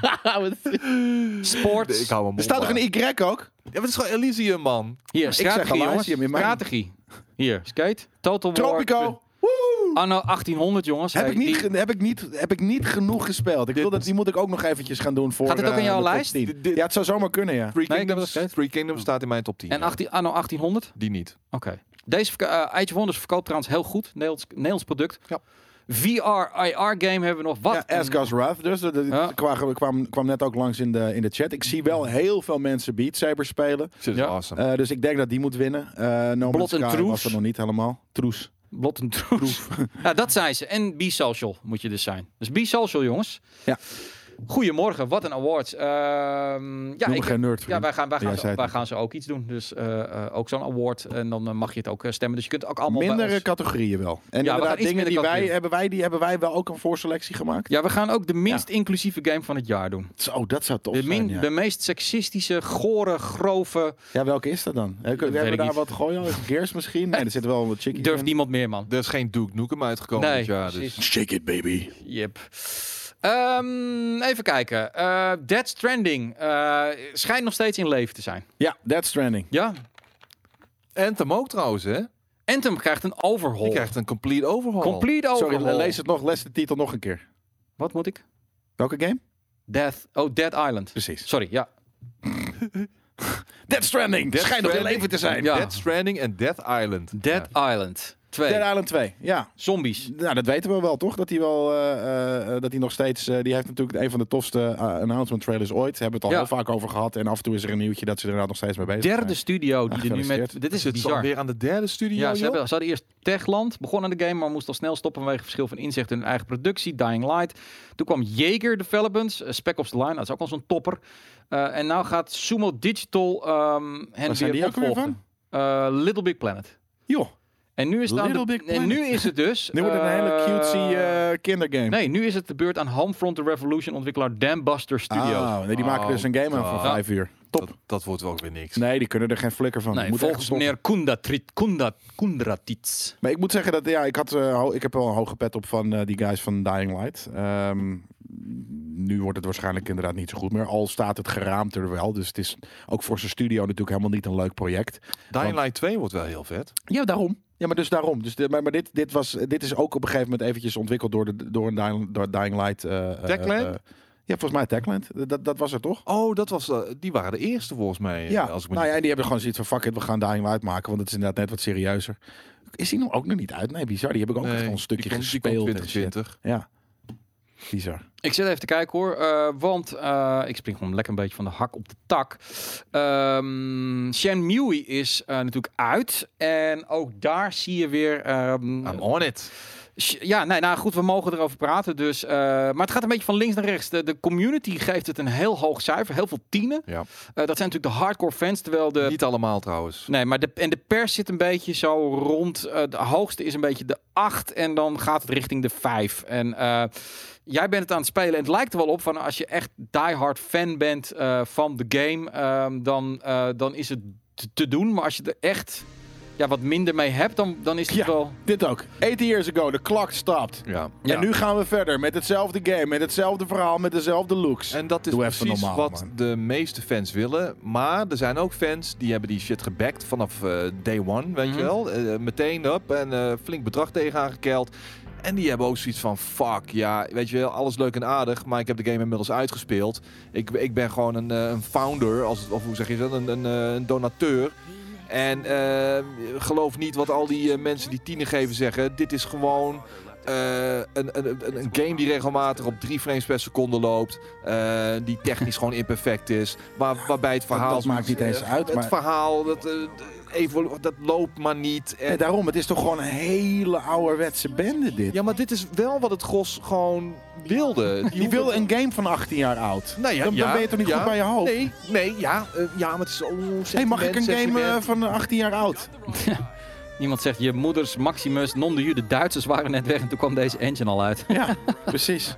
Speaker 1: sports.
Speaker 3: ik hou mijn
Speaker 2: Er
Speaker 3: mond
Speaker 2: staat toch
Speaker 3: maar.
Speaker 2: een Y ook?
Speaker 3: Ja, maar het is gewoon Elysium, man.
Speaker 1: Hier,
Speaker 2: zeg
Speaker 1: strategie, jongens.
Speaker 2: Elysium in mijn-
Speaker 1: Strategie. Hier, skate. Total War.
Speaker 2: Tropico. Woe!
Speaker 1: Anno 1800, jongens.
Speaker 2: Heb
Speaker 1: Hey,
Speaker 2: ik, niet,
Speaker 1: die-
Speaker 2: ge- heb, ik niet, heb ik niet genoeg gespeeld. Ik wil dat, die moet ik ook nog eventjes gaan doen voor.
Speaker 1: Gaat dit ook in
Speaker 2: eh,
Speaker 1: jouw
Speaker 2: de top
Speaker 1: lijst?
Speaker 2: 10.
Speaker 3: Dit- dit-
Speaker 2: Ja, het zou zomaar kunnen, ja.
Speaker 3: Three
Speaker 1: Nee, ik heb
Speaker 3: Kingdoms,
Speaker 1: het ook
Speaker 3: Three Kingdoms staat in mijn top 10.
Speaker 1: en 18, anno 1800?
Speaker 3: Die niet.
Speaker 1: Oké. Deze verk- eh, Age of Wonders verkoopt trouwens heel goed. Nederlands, Nederlands product.
Speaker 3: Ja.
Speaker 1: VR, IR game hebben we nog. Wat?
Speaker 2: Ja,
Speaker 1: een-
Speaker 2: Asgard's Wrath. Dus dat dat-
Speaker 1: Ja.
Speaker 2: kwam, kwam, kwam net ook langs in de, in de chat. Ik zie wel heel veel mensen Beat Saber spelen.
Speaker 3: Shit is
Speaker 1: Ja.
Speaker 3: awesome.
Speaker 2: Eh, dus ik denk dat die moet winnen. Eh no Man's
Speaker 1: Blood and
Speaker 2: Sky
Speaker 1: Truth.
Speaker 2: was er nog niet helemaal. Troes.
Speaker 1: Blot en troef. ja, dat zijn ze. En B-social moet je dus zijn. Dus B-social, jongens.
Speaker 2: Ja.
Speaker 1: Goedemorgen, wat een awards. Ehm, ja,
Speaker 2: Noem me
Speaker 1: ik-
Speaker 2: geen nerd.
Speaker 1: ja, wij, gaan, wij,
Speaker 2: Ja,
Speaker 1: gaan,
Speaker 2: jij zei
Speaker 1: ze,
Speaker 2: het
Speaker 1: wij
Speaker 2: net.
Speaker 1: gaan ze ook iets doen. Dus eh, eh, ook zo'n award. En dan eh, mag je het ook eh, stemmen. Dus je kunt ook allemaal bij
Speaker 2: Mindere
Speaker 1: ons-
Speaker 2: categorieën wel. En
Speaker 1: we gaan
Speaker 2: inderdaad,
Speaker 1: iets
Speaker 2: dingen
Speaker 1: minder
Speaker 2: die wij
Speaker 1: categorieën.
Speaker 2: hebben, wij, die hebben wij wel ook een voorselectie gemaakt.
Speaker 1: Ja, we gaan ook de minst inclusieve game van het jaar doen.
Speaker 2: Zo, dat zou tof
Speaker 1: De, min-
Speaker 2: zijn. Ja.
Speaker 1: de meest seksistische, gore, grove...
Speaker 2: ja, welke is dat dan? Heb- Hebben
Speaker 1: weet
Speaker 2: we
Speaker 1: ik
Speaker 2: daar
Speaker 1: niet.
Speaker 2: wat gooien? Gears misschien? Nee, er zitten wel wat chickies
Speaker 1: Durft
Speaker 2: in.
Speaker 1: niemand meer, man.
Speaker 3: Er is geen Duke Nukem uitgekomen
Speaker 1: Nee,
Speaker 3: dit jaar. Dus.
Speaker 1: precies.
Speaker 2: Shake it, baby.
Speaker 1: Yep. Ehm, even kijken. Eh Dead Stranding eh, schijnt nog steeds in leven te zijn.
Speaker 2: Ja, Dead Stranding.
Speaker 1: Ja.
Speaker 3: Anthem ook trouwens, hè?
Speaker 1: Anthem krijgt een overhaul.
Speaker 2: Oh.
Speaker 3: Die krijgt een complete overhaul.
Speaker 1: Complete overhaul.
Speaker 2: Sorry, lees het nog, lees de titel nog een keer.
Speaker 1: Wat moet ik?
Speaker 2: Welke game?
Speaker 1: Death. Oh, Dead Island.
Speaker 2: Precies.
Speaker 1: Sorry, ja.
Speaker 2: Dead Stranding.
Speaker 3: Death
Speaker 2: schijnt nog in
Speaker 3: Stranding.
Speaker 2: leven te zijn.
Speaker 1: Ja.
Speaker 3: Dead Stranding en Dead Island.
Speaker 1: Dead Island 2.
Speaker 2: Dead Island 2, ja.
Speaker 1: Zombies.
Speaker 2: Nou, dat weten we wel, toch? Dat hij wel, eh, eh, dat hij nog steeds, eh, die heeft natuurlijk een van de tofste eh, announcement trailers ooit. Daar hebben we het al
Speaker 1: Ja.
Speaker 2: heel vaak over gehad. En af en toe is er een nieuwtje dat ze er inderdaad nog steeds mee bezig
Speaker 1: Derde
Speaker 2: zijn.
Speaker 1: studio die er
Speaker 2: Ah,
Speaker 1: nu met...
Speaker 2: gefeliciteerd.
Speaker 1: Dit is
Speaker 3: Zit ze
Speaker 1: bizar.
Speaker 3: alweer aan de derde studio,
Speaker 1: Ja, ze,
Speaker 3: joh?
Speaker 1: hebben, ze hadden eerst Techland, begon aan de game, maar moest al snel stoppen vanwege verschil van inzicht in hun eigen productie, Dying Light. Toen kwam Jaeger Developments, eh, Spec Ops The Line, dat is ook al zo'n topper. Eh, en nou gaat Sumo Digital ehm hen
Speaker 2: Waar
Speaker 1: weer
Speaker 2: zijn die ook weer
Speaker 1: opvolgen. Eh, Little Big Planet.
Speaker 2: Joh,
Speaker 1: En nu is het, aan
Speaker 2: Little
Speaker 1: de-
Speaker 2: Big
Speaker 1: en nu
Speaker 2: Planet.
Speaker 1: is het dus...
Speaker 2: nu wordt het een hele
Speaker 1: eh,
Speaker 2: cutesy eh, kindergame.
Speaker 1: Nee, nu is het de beurt aan Homefront The Revolution ontwikkelaar Dambuster Studios.
Speaker 2: Ah, nee, die
Speaker 3: Oh,
Speaker 2: maken dus een game aan van
Speaker 3: ja.
Speaker 2: vijf uur. Top.
Speaker 3: Dat, dat wordt wel ook weer niks.
Speaker 2: Nee, die kunnen er geen flikker van.
Speaker 1: nee,
Speaker 2: Die moeten
Speaker 1: volgens
Speaker 2: echt stoppen.
Speaker 1: meneer Kundatrit, Kundat, Kundratits.
Speaker 2: Maar ik moet zeggen dat ja, ik, had, eh, ho- ik heb wel een hoge pet op van eh, die guys van Dying Light. Ehm, nu wordt het waarschijnlijk inderdaad niet zo goed meer. Al staat het geraamd er wel. Dus het is ook voor zijn studio natuurlijk helemaal niet een leuk project.
Speaker 3: Dying
Speaker 2: Want-
Speaker 3: Light 2 wordt wel heel vet.
Speaker 2: Ja, daarom. Ja, maar dus daarom. Dus de- maar maar dit, dit, was, dit is ook op een gegeven moment eventjes ontwikkeld door, de, door een Dying, door Dying Light. eh, eh,
Speaker 3: Techland?
Speaker 2: eh, ja, volgens mij Techland. Dat, dat was er toch?
Speaker 3: Oh, dat was, eh, die waren de eerste volgens mij. eh,
Speaker 2: Ja,
Speaker 3: als ik me
Speaker 2: nou
Speaker 3: niet-
Speaker 2: ja, en die hebben gewoon zoiets van fuck it, we gaan Dying Light maken, want het is inderdaad net wat serieuzer. Is die nog ook nog niet uit? Nee, bizar. Die heb ik ook echt
Speaker 3: Nee,
Speaker 2: al een stukje
Speaker 3: die komt- die komt
Speaker 2: gespeeld. en shit.
Speaker 3: 2020.
Speaker 2: Ja. Bizar.
Speaker 1: Ik zit even te kijken hoor, eh, want eh, ik spring gewoon lekker een beetje van de hak op de tak. Ehm Shenmue is eh, natuurlijk uit en ook daar zie je weer... ehm,
Speaker 3: I'm on it.
Speaker 1: Sh- Ja, nee, nou goed, we mogen erover praten. Dus, eh, maar het gaat een beetje van links naar rechts. De, de community geeft het een heel hoog cijfer, heel veel tienen.
Speaker 3: Ja.
Speaker 1: Eh, dat zijn natuurlijk de hardcore fans, terwijl de...
Speaker 3: Niet allemaal trouwens.
Speaker 1: Nee, maar de, en de pers zit een beetje zo rond. eh, de hoogste is een beetje de 8 en dan gaat het richting de 5. En eh, jij bent het aan het spelen. En het lijkt er wel op van als je echt diehard fan bent eh, van de game, ehm, dan, eh, dan is het te- te doen. Maar als je er echt ja, wat minder mee hebt, dan, dan is het
Speaker 2: Ja.
Speaker 1: wel.
Speaker 2: Dit ook. 80 years ago, de clock stopped.
Speaker 3: Ja.
Speaker 1: Ja.
Speaker 2: En nu gaan we verder met hetzelfde game, met hetzelfde verhaal, met dezelfde looks.
Speaker 3: En dat is
Speaker 2: Doe even
Speaker 3: precies
Speaker 2: normaal,
Speaker 3: wat
Speaker 2: man.
Speaker 3: de meeste fans willen. Maar er zijn ook fans die hebben die shit gebackt vanaf eh, day one, weet
Speaker 1: Mhm.
Speaker 3: je wel. Eh, meteen up en eh, flink bedrag tegen aangekeld. En die hebben ook zoiets van, fuck, ja, weet je wel, alles leuk en aardig, maar ik heb de game inmiddels uitgespeeld. Ik, ik ben gewoon een, eh, een founder, als het, of hoe zeg je dat, een, een, eh, een donateur. En eh, geloof niet wat al die eh, mensen die tienen geven zeggen. Dit is gewoon eh, een, een, een, een game die regelmatig op drie frames per seconde loopt. eh, die technisch gewoon imperfect is. Waar, waarbij het verhaal...
Speaker 2: dat maakt niet eens
Speaker 3: eh,
Speaker 2: uit,
Speaker 3: Het
Speaker 2: maar-
Speaker 3: verhaal, dat, eh, evolu- dat loopt maar niet. En-
Speaker 2: En Eh, daarom, het is toch gewoon een hele ouderwetse bende dit.
Speaker 3: ja, maar dit is wel wat het gros gewoon wilde. Die,
Speaker 2: Die
Speaker 3: hoeven-
Speaker 2: wil een game van 18 jaar oud.
Speaker 3: Nou ja,
Speaker 2: dan, dan
Speaker 3: ja,
Speaker 2: ben je toch niet
Speaker 3: ja.
Speaker 2: goed bij je hoofd?
Speaker 3: Nee, nee, ja, eh, ja, maar het is... Oh,
Speaker 2: Hey, mag ik
Speaker 3: sentiment,
Speaker 2: een game eh,
Speaker 3: sentiment.
Speaker 2: van eh, 18 jaar oud?
Speaker 1: Iemand zegt, je moeders, Maximus, non de Ju, de Duitsers waren net weg en toen kwam deze engine al uit.
Speaker 2: Ja, precies.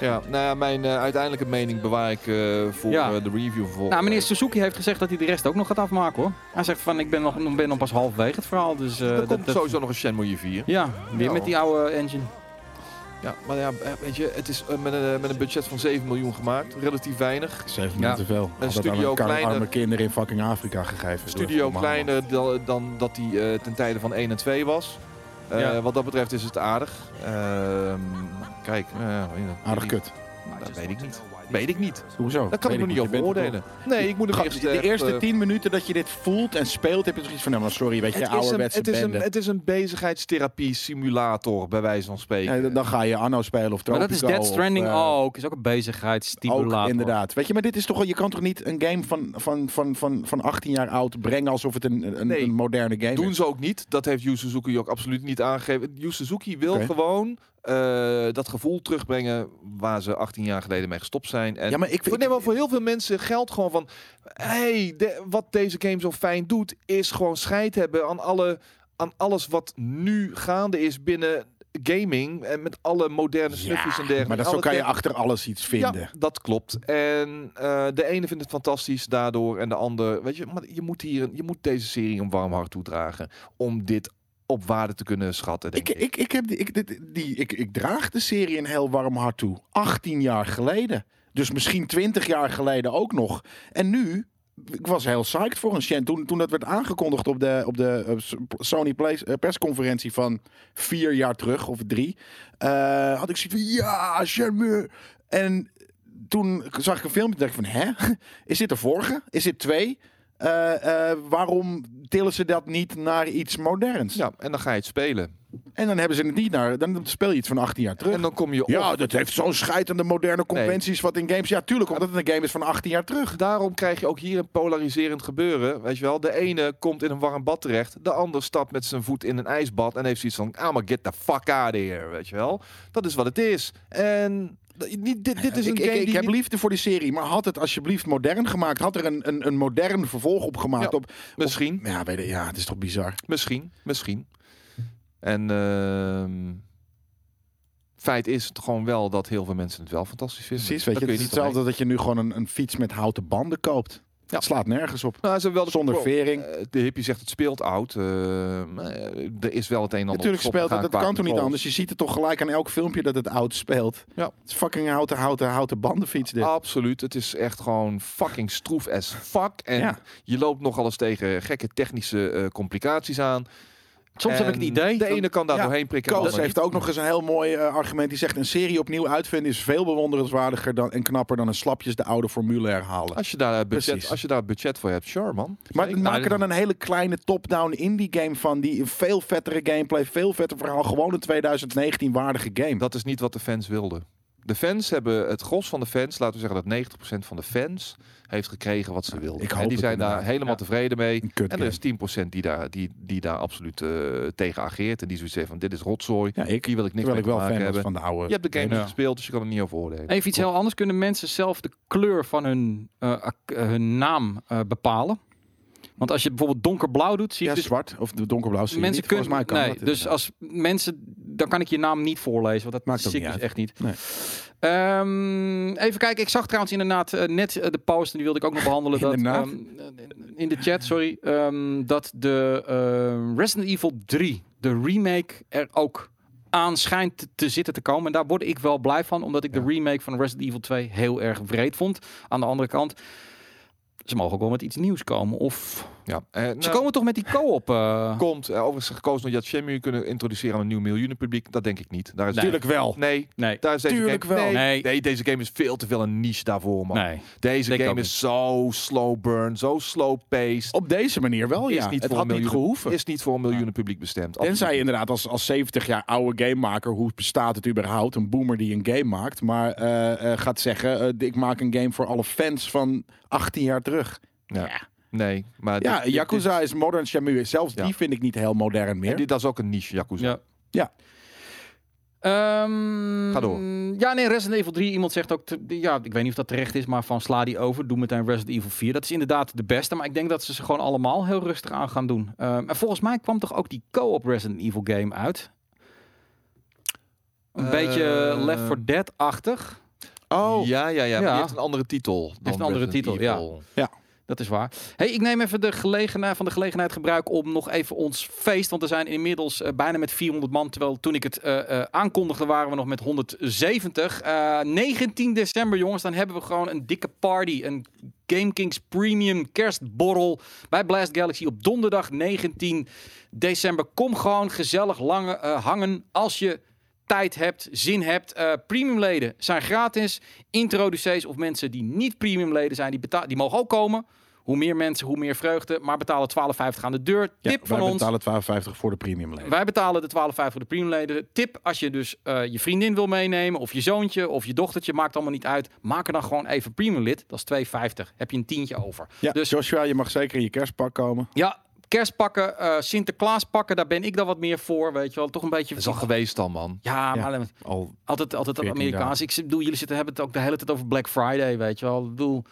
Speaker 3: Ja, nou ja, mijn eh, uiteindelijke mening bewaar ik eh, voor
Speaker 1: Ja.
Speaker 3: eh, de review volgende
Speaker 1: Nou, meneer
Speaker 3: week.
Speaker 1: Suzuki heeft gezegd dat hij de rest ook nog gaat afmaken hoor. Hij zegt van, ik ben nog, ben nog pas halfweg het verhaal, dus... eh,
Speaker 3: Er
Speaker 1: dat-
Speaker 3: komt
Speaker 1: dat-
Speaker 3: sowieso nog een Shenmue 4.
Speaker 1: Ja, weer
Speaker 2: Nou.
Speaker 3: Ja,
Speaker 1: met die oude engine.
Speaker 3: Ja, maar ja, eh, weet je, het is eh, met een, eh, met een budget van 7 miljoen gemaakt. Relatief weinig.
Speaker 2: 7
Speaker 1: Ja.
Speaker 2: minuten te veel. Had dat aan
Speaker 3: studio
Speaker 2: een kar-
Speaker 3: kleiner.
Speaker 2: arme kinderen in fucking Afrika gegeven. Doe
Speaker 3: Studio
Speaker 2: even normaal, man.
Speaker 3: kleiner dan, dan dat die eh, ten tijde van 1 en 2 was. Eh,
Speaker 1: Ja.
Speaker 3: Wat dat betreft is het aardig. Ehm, kijk, eh,
Speaker 2: Aardig kut.
Speaker 3: Dat weet ik niet. Weet ik niet.
Speaker 2: Hoezo?
Speaker 3: Dat kan
Speaker 2: Weet
Speaker 3: ik nog niet over
Speaker 2: Je bent er
Speaker 3: oordelen. Nee, ik moet
Speaker 2: toch-
Speaker 3: hem
Speaker 2: Gast,
Speaker 3: eerst...
Speaker 2: de,
Speaker 3: echt,
Speaker 2: eerste
Speaker 3: eh,
Speaker 2: 10 minuten dat je dit voelt en speelt, heb je zoiets van, nou, maar sorry, weet je,
Speaker 3: het, is een,
Speaker 2: ouderwetse
Speaker 3: het, is een,
Speaker 2: bende.
Speaker 3: het is een bezigheidstherapie simulator, bij wijze van spreken.
Speaker 2: Ja, dan- dan ga je Anno spelen of
Speaker 1: Maar
Speaker 2: Tropico.
Speaker 1: dat is Dead
Speaker 2: of,
Speaker 1: Stranding
Speaker 2: eh,
Speaker 1: ook. Is ook een bezigheidsstimulator.
Speaker 2: Ook, inderdaad. Weet je, maar dit is toch, wel- je kan toch niet een game van, van, van, van, van 18 jaar oud brengen alsof het een, een,
Speaker 3: Nee.
Speaker 2: een moderne game
Speaker 3: Doen
Speaker 2: is.
Speaker 3: ze ook niet. Dat heeft Yu Suzuki ook absoluut niet aangegeven. Yu Suzuki wil
Speaker 2: Oké.
Speaker 3: gewoon eh, dat gevoel terugbrengen waar ze 18 jaar geleden mee gestopt zijn. En
Speaker 2: Ja, maar ik
Speaker 3: voor, nee, maar voor heel veel mensen geldt gewoon van... hey, de- wat deze game zo fijn doet, is gewoon scheid hebben aan, alle, aan alles wat nu gaande is binnen gaming. En met alle moderne snufjes en dergelijke.
Speaker 2: maar dat zo
Speaker 3: Alle
Speaker 2: kan je
Speaker 3: tech-
Speaker 2: achter alles iets vinden.
Speaker 3: Ja, dat klopt. En eh, de ene vindt het fantastisch daardoor en de ander, weet je, maar je moet hier, je moet deze serie een warm hart toedragen om dit op waarde te kunnen schatten. Denk
Speaker 2: Ik,
Speaker 3: ik,
Speaker 2: ik, ik, heb die, ik, dit- die, ik, ik draag de serie een heel warm hart toe. 18 jaar geleden. Dus misschien 20 jaar geleden ook nog. En nu, ik was heel psyched voor een Shen. Toen, toen dat werd aangekondigd op de, op de eh, S- Sony Play- eh, persconferentie van vier jaar terug, of drie. eh, had ik zoiets van, ja, Shenmue. En toen zag ik een filmpje en dacht ik van, hè? Is dit de vorige? Is dit twee? Eh, eh, waarom tillen ze dat niet naar iets moderns?
Speaker 3: Ja, en dan ga je het spelen.
Speaker 2: En dan hebben ze het niet naar. Dan speel je iets van 18 jaar terug.
Speaker 3: En dan kom je op.
Speaker 2: ja, dat heeft zo'n scheid aan de moderne conventies wat in games. Ja, tuurlijk, omdat het een game is van 18 jaar terug.
Speaker 3: Daarom krijg je ook hier een polariserend gebeuren. Weet je wel, de ene komt in een warm bad terecht, de ander stapt met zijn voet in een ijsbad en heeft zoiets van, ah, maar get the fuck out of here, weet je wel. Dat is wat het is. En d- niet, dit, dit is een
Speaker 2: ik, ik-
Speaker 3: game
Speaker 2: ik
Speaker 3: die
Speaker 2: heb
Speaker 3: niet-
Speaker 2: liefde voor die serie, maar had het alsjeblieft modern gemaakt. Had er een, een, een modern vervolg op gemaakt.
Speaker 3: Ja.
Speaker 2: Op,
Speaker 3: misschien.
Speaker 2: ja, weet je, ja, het is toch bizar.
Speaker 3: Misschien, misschien. En ehm, feit is het gewoon wel dat heel veel mensen het wel fantastisch vinden.
Speaker 2: Precies, weet
Speaker 3: Daar
Speaker 2: je.
Speaker 3: kun
Speaker 2: Het is
Speaker 3: niet omheen.
Speaker 2: hetzelfde dat je nu gewoon een, een fiets met houten banden koopt.
Speaker 3: Ja.
Speaker 2: Het slaat nergens op.
Speaker 3: Nou, ze hebben wel de
Speaker 2: Zonder
Speaker 3: control-
Speaker 2: vering.
Speaker 3: Eh, De hippie zegt het speelt oud. eh, maar, eh, er is wel het een en ander. op
Speaker 2: Natuurlijk
Speaker 3: slot
Speaker 2: speelt het,
Speaker 3: gegaan
Speaker 2: dat
Speaker 3: qua
Speaker 2: kan toch niet
Speaker 3: controls.
Speaker 2: anders. Je ziet het toch gelijk aan elk filmpje dat het oud speelt.
Speaker 3: Ja.
Speaker 2: Het is fucking houten, houten, houten bandenfiets dit.
Speaker 3: Absoluut. Het is echt gewoon fucking stroef as fuck. En
Speaker 2: Ja.
Speaker 3: je loopt nogal eens tegen gekke technische eh, complicaties aan.
Speaker 1: Soms heb ik het
Speaker 3: En
Speaker 1: idee.
Speaker 3: De ene kan daar
Speaker 2: Ja,
Speaker 3: doorheen prikken.
Speaker 2: Koos
Speaker 3: de ander
Speaker 2: heeft ook nog eens een heel mooi eh, argument. Die zegt: een serie opnieuw uitvinden is veel bewonderenswaardiger dan, en knapper dan een slapjes de oude formule herhalen.
Speaker 3: niet. Als je, daar eh, budget,
Speaker 2: Precies.
Speaker 3: als je daar budget voor hebt, sure man.
Speaker 2: Maar
Speaker 3: Oh, Zeker.
Speaker 2: maak er dan een hele kleine top-down indie game van. Die een veel vettere gameplay, veel vetter verhaal. Gewoon een 2019 waardige game.
Speaker 3: Dat is niet wat de fans wilden. De fans hebben het gros van de fans, laten we zeggen dat 90% van de fans heeft gekregen wat ze wilden.
Speaker 2: ik hoop
Speaker 3: en die
Speaker 2: het
Speaker 3: zijn daar
Speaker 2: inderdaad.
Speaker 3: helemaal tevreden mee.
Speaker 2: een kut
Speaker 3: En er is 10% die daar, die, die daar absoluut eh, tegen ageert. En die zoiets heeft van dit is rotzooi.
Speaker 2: Ja, ik.
Speaker 3: Hier wil ik niks
Speaker 2: Terwijl
Speaker 3: mee
Speaker 2: ik
Speaker 3: te
Speaker 2: wel
Speaker 3: maken
Speaker 2: fan was
Speaker 3: hebben.
Speaker 2: van de oude.
Speaker 3: Je hebt de game
Speaker 1: Ja.
Speaker 3: niet gespeeld, dus je kan er niet over oordelen.
Speaker 1: Even iets heel anders. Kunnen mensen zelf de kleur van hun, eh, ac- eh, hun naam eh, bepalen? Want als je bijvoorbeeld donkerblauw doet, zie
Speaker 2: Ja,
Speaker 1: ik dus...
Speaker 2: zwart of de donkerblauw. zie je
Speaker 1: mensen
Speaker 2: niet. Volgens
Speaker 1: kunnen...
Speaker 2: mij kan
Speaker 1: nee,
Speaker 2: dat,
Speaker 1: dus
Speaker 2: ja.
Speaker 1: als mensen... Dan kan ik je naam niet voorlezen, want dat
Speaker 2: Maakt ook
Speaker 1: zie ik
Speaker 2: niet
Speaker 1: dus
Speaker 2: uit.
Speaker 1: echt niet.
Speaker 2: Nee.
Speaker 1: Ehm, even kijken. Ik zag trouwens inderdaad eh, net eh, de post, en die wilde ik ook nog behandelen. dat,
Speaker 2: Inderdaad.
Speaker 1: ehm, eh, in de chat, sorry. ehm, dat de eh, Resident Evil 3, de remake, er ook aan schijnt te- te zitten te komen. En daar word ik wel blij van, omdat ik
Speaker 3: Ja.
Speaker 1: de remake van Resident Evil 2 heel erg wreed vond. Aan de andere kant, ze mogen ook wel met iets nieuws komen. Of
Speaker 3: Ja. Eh, nou,
Speaker 1: ze komen toch met die co-op? eh,
Speaker 3: komt. eh, overigens gekozen door Yatshenmu kunnen introduceren aan een nieuw miljoenenpubliek. Dat denk ik niet. Daar is
Speaker 1: Nee.
Speaker 2: Tuurlijk wel.
Speaker 3: Nee,
Speaker 1: nee.
Speaker 3: daar is deze
Speaker 2: Tuurlijk
Speaker 3: game...
Speaker 2: wel.
Speaker 3: Nee.
Speaker 1: Nee.
Speaker 3: nee, deze game is veel te veel een niche daarvoor, man.
Speaker 1: Nee.
Speaker 3: Deze
Speaker 1: Denk ik
Speaker 3: game
Speaker 1: ook
Speaker 3: is zo slow burn, zo slow paced.
Speaker 2: Op deze manier wel,
Speaker 3: Is
Speaker 2: ja.
Speaker 3: niet
Speaker 2: het
Speaker 3: voor
Speaker 2: had niet
Speaker 3: miljoenen.
Speaker 2: gehoeven.
Speaker 3: Is niet voor een miljoenen publiek bestemd.
Speaker 2: Tenzij je
Speaker 3: Absoluut.
Speaker 2: inderdaad als, als 70 jaar oude gamemaker, hoe bestaat het überhaupt? Een boomer die een game maakt, maar eh, eh, gaat zeggen: eh, ik maak een game voor alle fans van 18 jaar terug.
Speaker 3: Nee, maar
Speaker 2: Ja,
Speaker 3: dit- dit-
Speaker 2: Yakuza is modern Shamu. Zelfs
Speaker 3: Ja.
Speaker 2: die vind ik niet heel modern
Speaker 3: dit-
Speaker 2: meer.
Speaker 3: dit- dat is ook een niche, Yakuza.
Speaker 1: Ja.
Speaker 2: Ja.
Speaker 1: Ehm,
Speaker 3: Ga door.
Speaker 1: Ja, nee, Resident Evil 3. Iemand zegt ook, te- ja, ik weet niet of dat terecht is, maar van sla die over. Doe meteen Resident Evil 4. Dat is inderdaad de beste, maar ik denk dat ze ze gewoon allemaal heel rustig aan gaan doen. Ehm, en volgens mij kwam toch ook die co-op Resident Evil game uit? Een
Speaker 3: Eh,
Speaker 1: beetje Left 4 Dead-achtig.
Speaker 2: Oh,
Speaker 3: Ja, ja, ja. maar
Speaker 1: Ja.
Speaker 3: die heeft een andere titel. Dan
Speaker 1: een andere
Speaker 3: Resident
Speaker 1: titel, ja.
Speaker 3: Evil.
Speaker 1: Dat is waar. Hey, ik neem even de gelegenheid, van de gelegenheid gebruik om nog even ons feest. Want er zijn inmiddels eh, bijna met 400 man. Terwijl toen ik het eh, eh, aankondigde waren we nog met 170. Eh, 19 december, jongens, dan hebben we gewoon een dikke party. Een Game Kings Premium kerstborrel bij Blast Galaxy op donderdag 19 december. Kom gewoon gezellig lange, eh, hangen als je tijd hebt, zin hebt. Eh premiumleden zijn gratis. Introducees of mensen die niet premiumleden zijn, die, beta- die mogen ook komen. Hoe meer mensen, hoe meer vreugde. Maar betalen 12,50 aan de deur.
Speaker 2: Ja,
Speaker 1: Tip van
Speaker 2: wij
Speaker 1: ons.
Speaker 2: betalen 12,50 voor de premium leden.
Speaker 1: Wij betalen de 12,50 voor de premiumleden. Tip als je dus eh, je vriendin wil meenemen, of je zoontje, of je dochtertje, maakt allemaal niet uit. Maak er dan gewoon even premium lid. Dat is 2,50. Heb je een tientje over.
Speaker 2: Ja,
Speaker 1: Dus-
Speaker 2: Joshua, je mag zeker in je kerstpak komen.
Speaker 1: Ja, kerstpakken, eh Sinterklaas pakken, daar ben ik dan wat meer voor, weet je wel. Toch een beetje...
Speaker 3: Dat is al geweest dan, man.
Speaker 1: ja,
Speaker 2: Ja.
Speaker 1: maar
Speaker 2: Al
Speaker 1: altijd, altijd dat
Speaker 2: 14
Speaker 1: Amerikaans. Ik bedoel, jullie zitten, hebben het ook de hele tijd over Black Friday, weet je wel. Ik bedoel,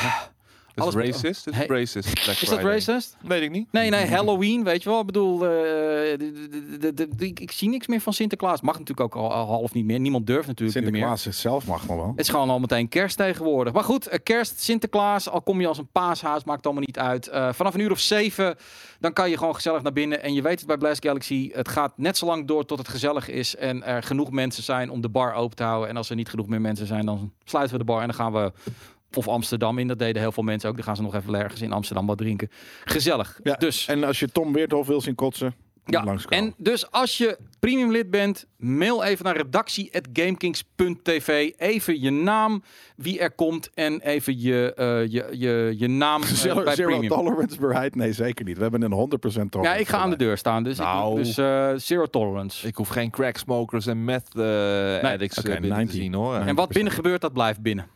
Speaker 3: Dat is
Speaker 1: Alles-
Speaker 3: racist. Dat is
Speaker 1: Hey.
Speaker 3: racist. Black
Speaker 1: is dat
Speaker 3: Friday.
Speaker 1: racist?
Speaker 3: Weet ik niet.
Speaker 1: Nee, nee, Halloween, weet je wel. Ik bedoel, eh, de- de- de- de- de- ik, ik zie niks meer van Sinterklaas. Mag natuurlijk ook al, al half niet meer. Niemand durft natuurlijk nu meer.
Speaker 2: Sinterklaas zelf mag nog wel.
Speaker 1: Het is gewoon al meteen kerst tegenwoordig. Maar goed, eh, kerst, Sinterklaas, al kom je als een paashaas, maakt allemaal niet uit. Eh, vanaf een uur of zeven, dan kan je gewoon gezellig naar binnen. En je weet het bij Blast Galaxy, het gaat net zo lang door tot het gezellig is. En er genoeg mensen zijn om de bar open te houden. En als er niet genoeg meer mensen zijn, dan sluiten we de bar en dan gaan we... Of Amsterdam in, dat deden heel veel mensen ook. Dan gaan ze nog even ergens in Amsterdam wat drinken. Gezellig.
Speaker 2: Ja,
Speaker 1: dus
Speaker 2: En als je Tom Weerthof wil zien kotsen, ja, langskomen.
Speaker 1: en dus als je premium lid bent, mail even naar redactie.gamekings.tv. Even je naam, wie er komt en even je, eh, je, je, je naam eh,
Speaker 2: Zero,
Speaker 1: bij
Speaker 2: zero
Speaker 1: premium.
Speaker 2: tolerance bereid? Nee, zeker niet. We hebben een 100% tolerance.
Speaker 1: Ja, ik ga aan de deur staan, dus, ik-
Speaker 3: Nou.
Speaker 1: dus eh, zero tolerance.
Speaker 3: Ik hoef geen crack smokers en meth eh addicts eh,
Speaker 2: Oké,
Speaker 3: binnen
Speaker 2: 19.
Speaker 3: te zien, hoor.
Speaker 1: en wat binnen gebeurt, dat blijft binnen.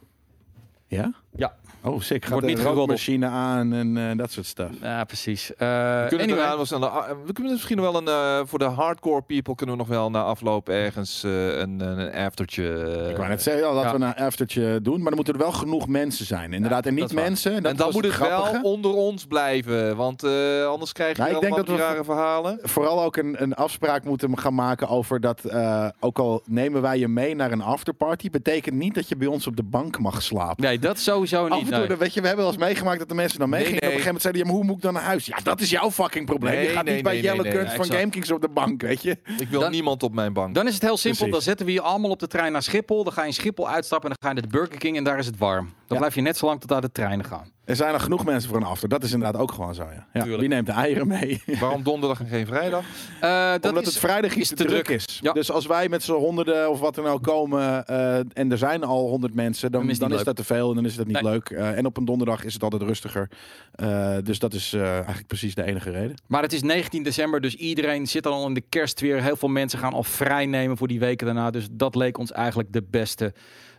Speaker 2: Ja?
Speaker 1: Ja.
Speaker 2: Oh, sick. Gaat
Speaker 1: Wordt
Speaker 2: de
Speaker 1: niet geroddeld.
Speaker 2: rookmachine aan en eh, dat soort stuff.
Speaker 1: Ja, precies. Eh,
Speaker 3: We kunnen,
Speaker 1: anyway.
Speaker 3: er aan- we kunnen er- we kunnen misschien nog wel een eh, voor de hardcore people kunnen we nog wel na afloop ergens eh, een, een aftertje. eh,
Speaker 2: ik wou net zeggen, ja, laten
Speaker 1: ja.
Speaker 2: we nou een aftertje doen. Maar dan moeten er wel genoeg mensen zijn. Inderdaad, en
Speaker 1: dat
Speaker 2: niet
Speaker 1: is waar.
Speaker 2: mensen. Dat
Speaker 3: en dan
Speaker 2: was
Speaker 3: moet het wel
Speaker 2: grappige.
Speaker 3: onder ons blijven, want eh, anders krijg je
Speaker 2: Nou, ik denk dat
Speaker 3: allemaal
Speaker 2: we-
Speaker 3: die rare verhalen.
Speaker 2: Vooral ook een, een afspraak moeten gaan maken over dat... eh, ook al nemen wij je mee naar een afterparty... betekent niet dat je bij ons op de bank mag slapen.
Speaker 1: Nee, dat sowieso
Speaker 2: Af en
Speaker 1: niet.
Speaker 2: toe,
Speaker 1: nee.
Speaker 2: dan- weet je, we hebben wel eens meegemaakt dat de mensen dan meegingen.
Speaker 3: Nee,
Speaker 2: En op een gegeven moment zeiden die, ja, maar hoe moet ik dan naar huis? Ja, dat is jouw fucking probleem.
Speaker 3: Nee,
Speaker 2: je gaat
Speaker 3: nee,
Speaker 2: niet bij
Speaker 3: nee,
Speaker 2: Jelle
Speaker 3: nee, nee,
Speaker 2: Kunst
Speaker 3: nee,
Speaker 2: van
Speaker 3: exact.
Speaker 2: GameKings op de bank, weet je.
Speaker 3: Ik wil
Speaker 1: Dan-
Speaker 3: niemand op mijn bank.
Speaker 1: Dan is het heel simpel.
Speaker 2: Precies.
Speaker 1: Dan zetten we je allemaal op de trein naar Schiphol. Dan ga je in Schiphol uitstappen en dan ga je naar de Burger King en daar is het warm. Dan
Speaker 2: Ja.
Speaker 1: blijf je net zo lang tot aan de treinen gaan.
Speaker 2: Er zijn er genoeg mensen voor een after. Dat is inderdaad ook gewoon zo, ja. ja
Speaker 1: Tuurlijk.
Speaker 2: wie neemt de eieren mee?
Speaker 3: Waarom donderdag en geen vrijdag?
Speaker 1: Eh, dat
Speaker 2: Omdat
Speaker 1: is-
Speaker 2: het vrijdag
Speaker 1: is
Speaker 2: iets te druk, is.
Speaker 1: Ja.
Speaker 2: Dus als wij met z'n honderden of wat er nou komen... eh, en er zijn al honderd mensen, dan,
Speaker 1: Dan
Speaker 2: dan,
Speaker 1: is
Speaker 2: is,
Speaker 1: het niet
Speaker 2: dat te veel. En dan is dat niet
Speaker 1: Nee.
Speaker 2: leuk. Eh, en op een donderdag is het altijd rustiger. Eh, dus dat is eh, eigenlijk precies de enige reden.
Speaker 1: Maar het is 19 december, dus iedereen zit al in de kerst weer. Heel veel mensen gaan al vrij nemen voor die weken daarna. Dus dat leek ons eigenlijk de beste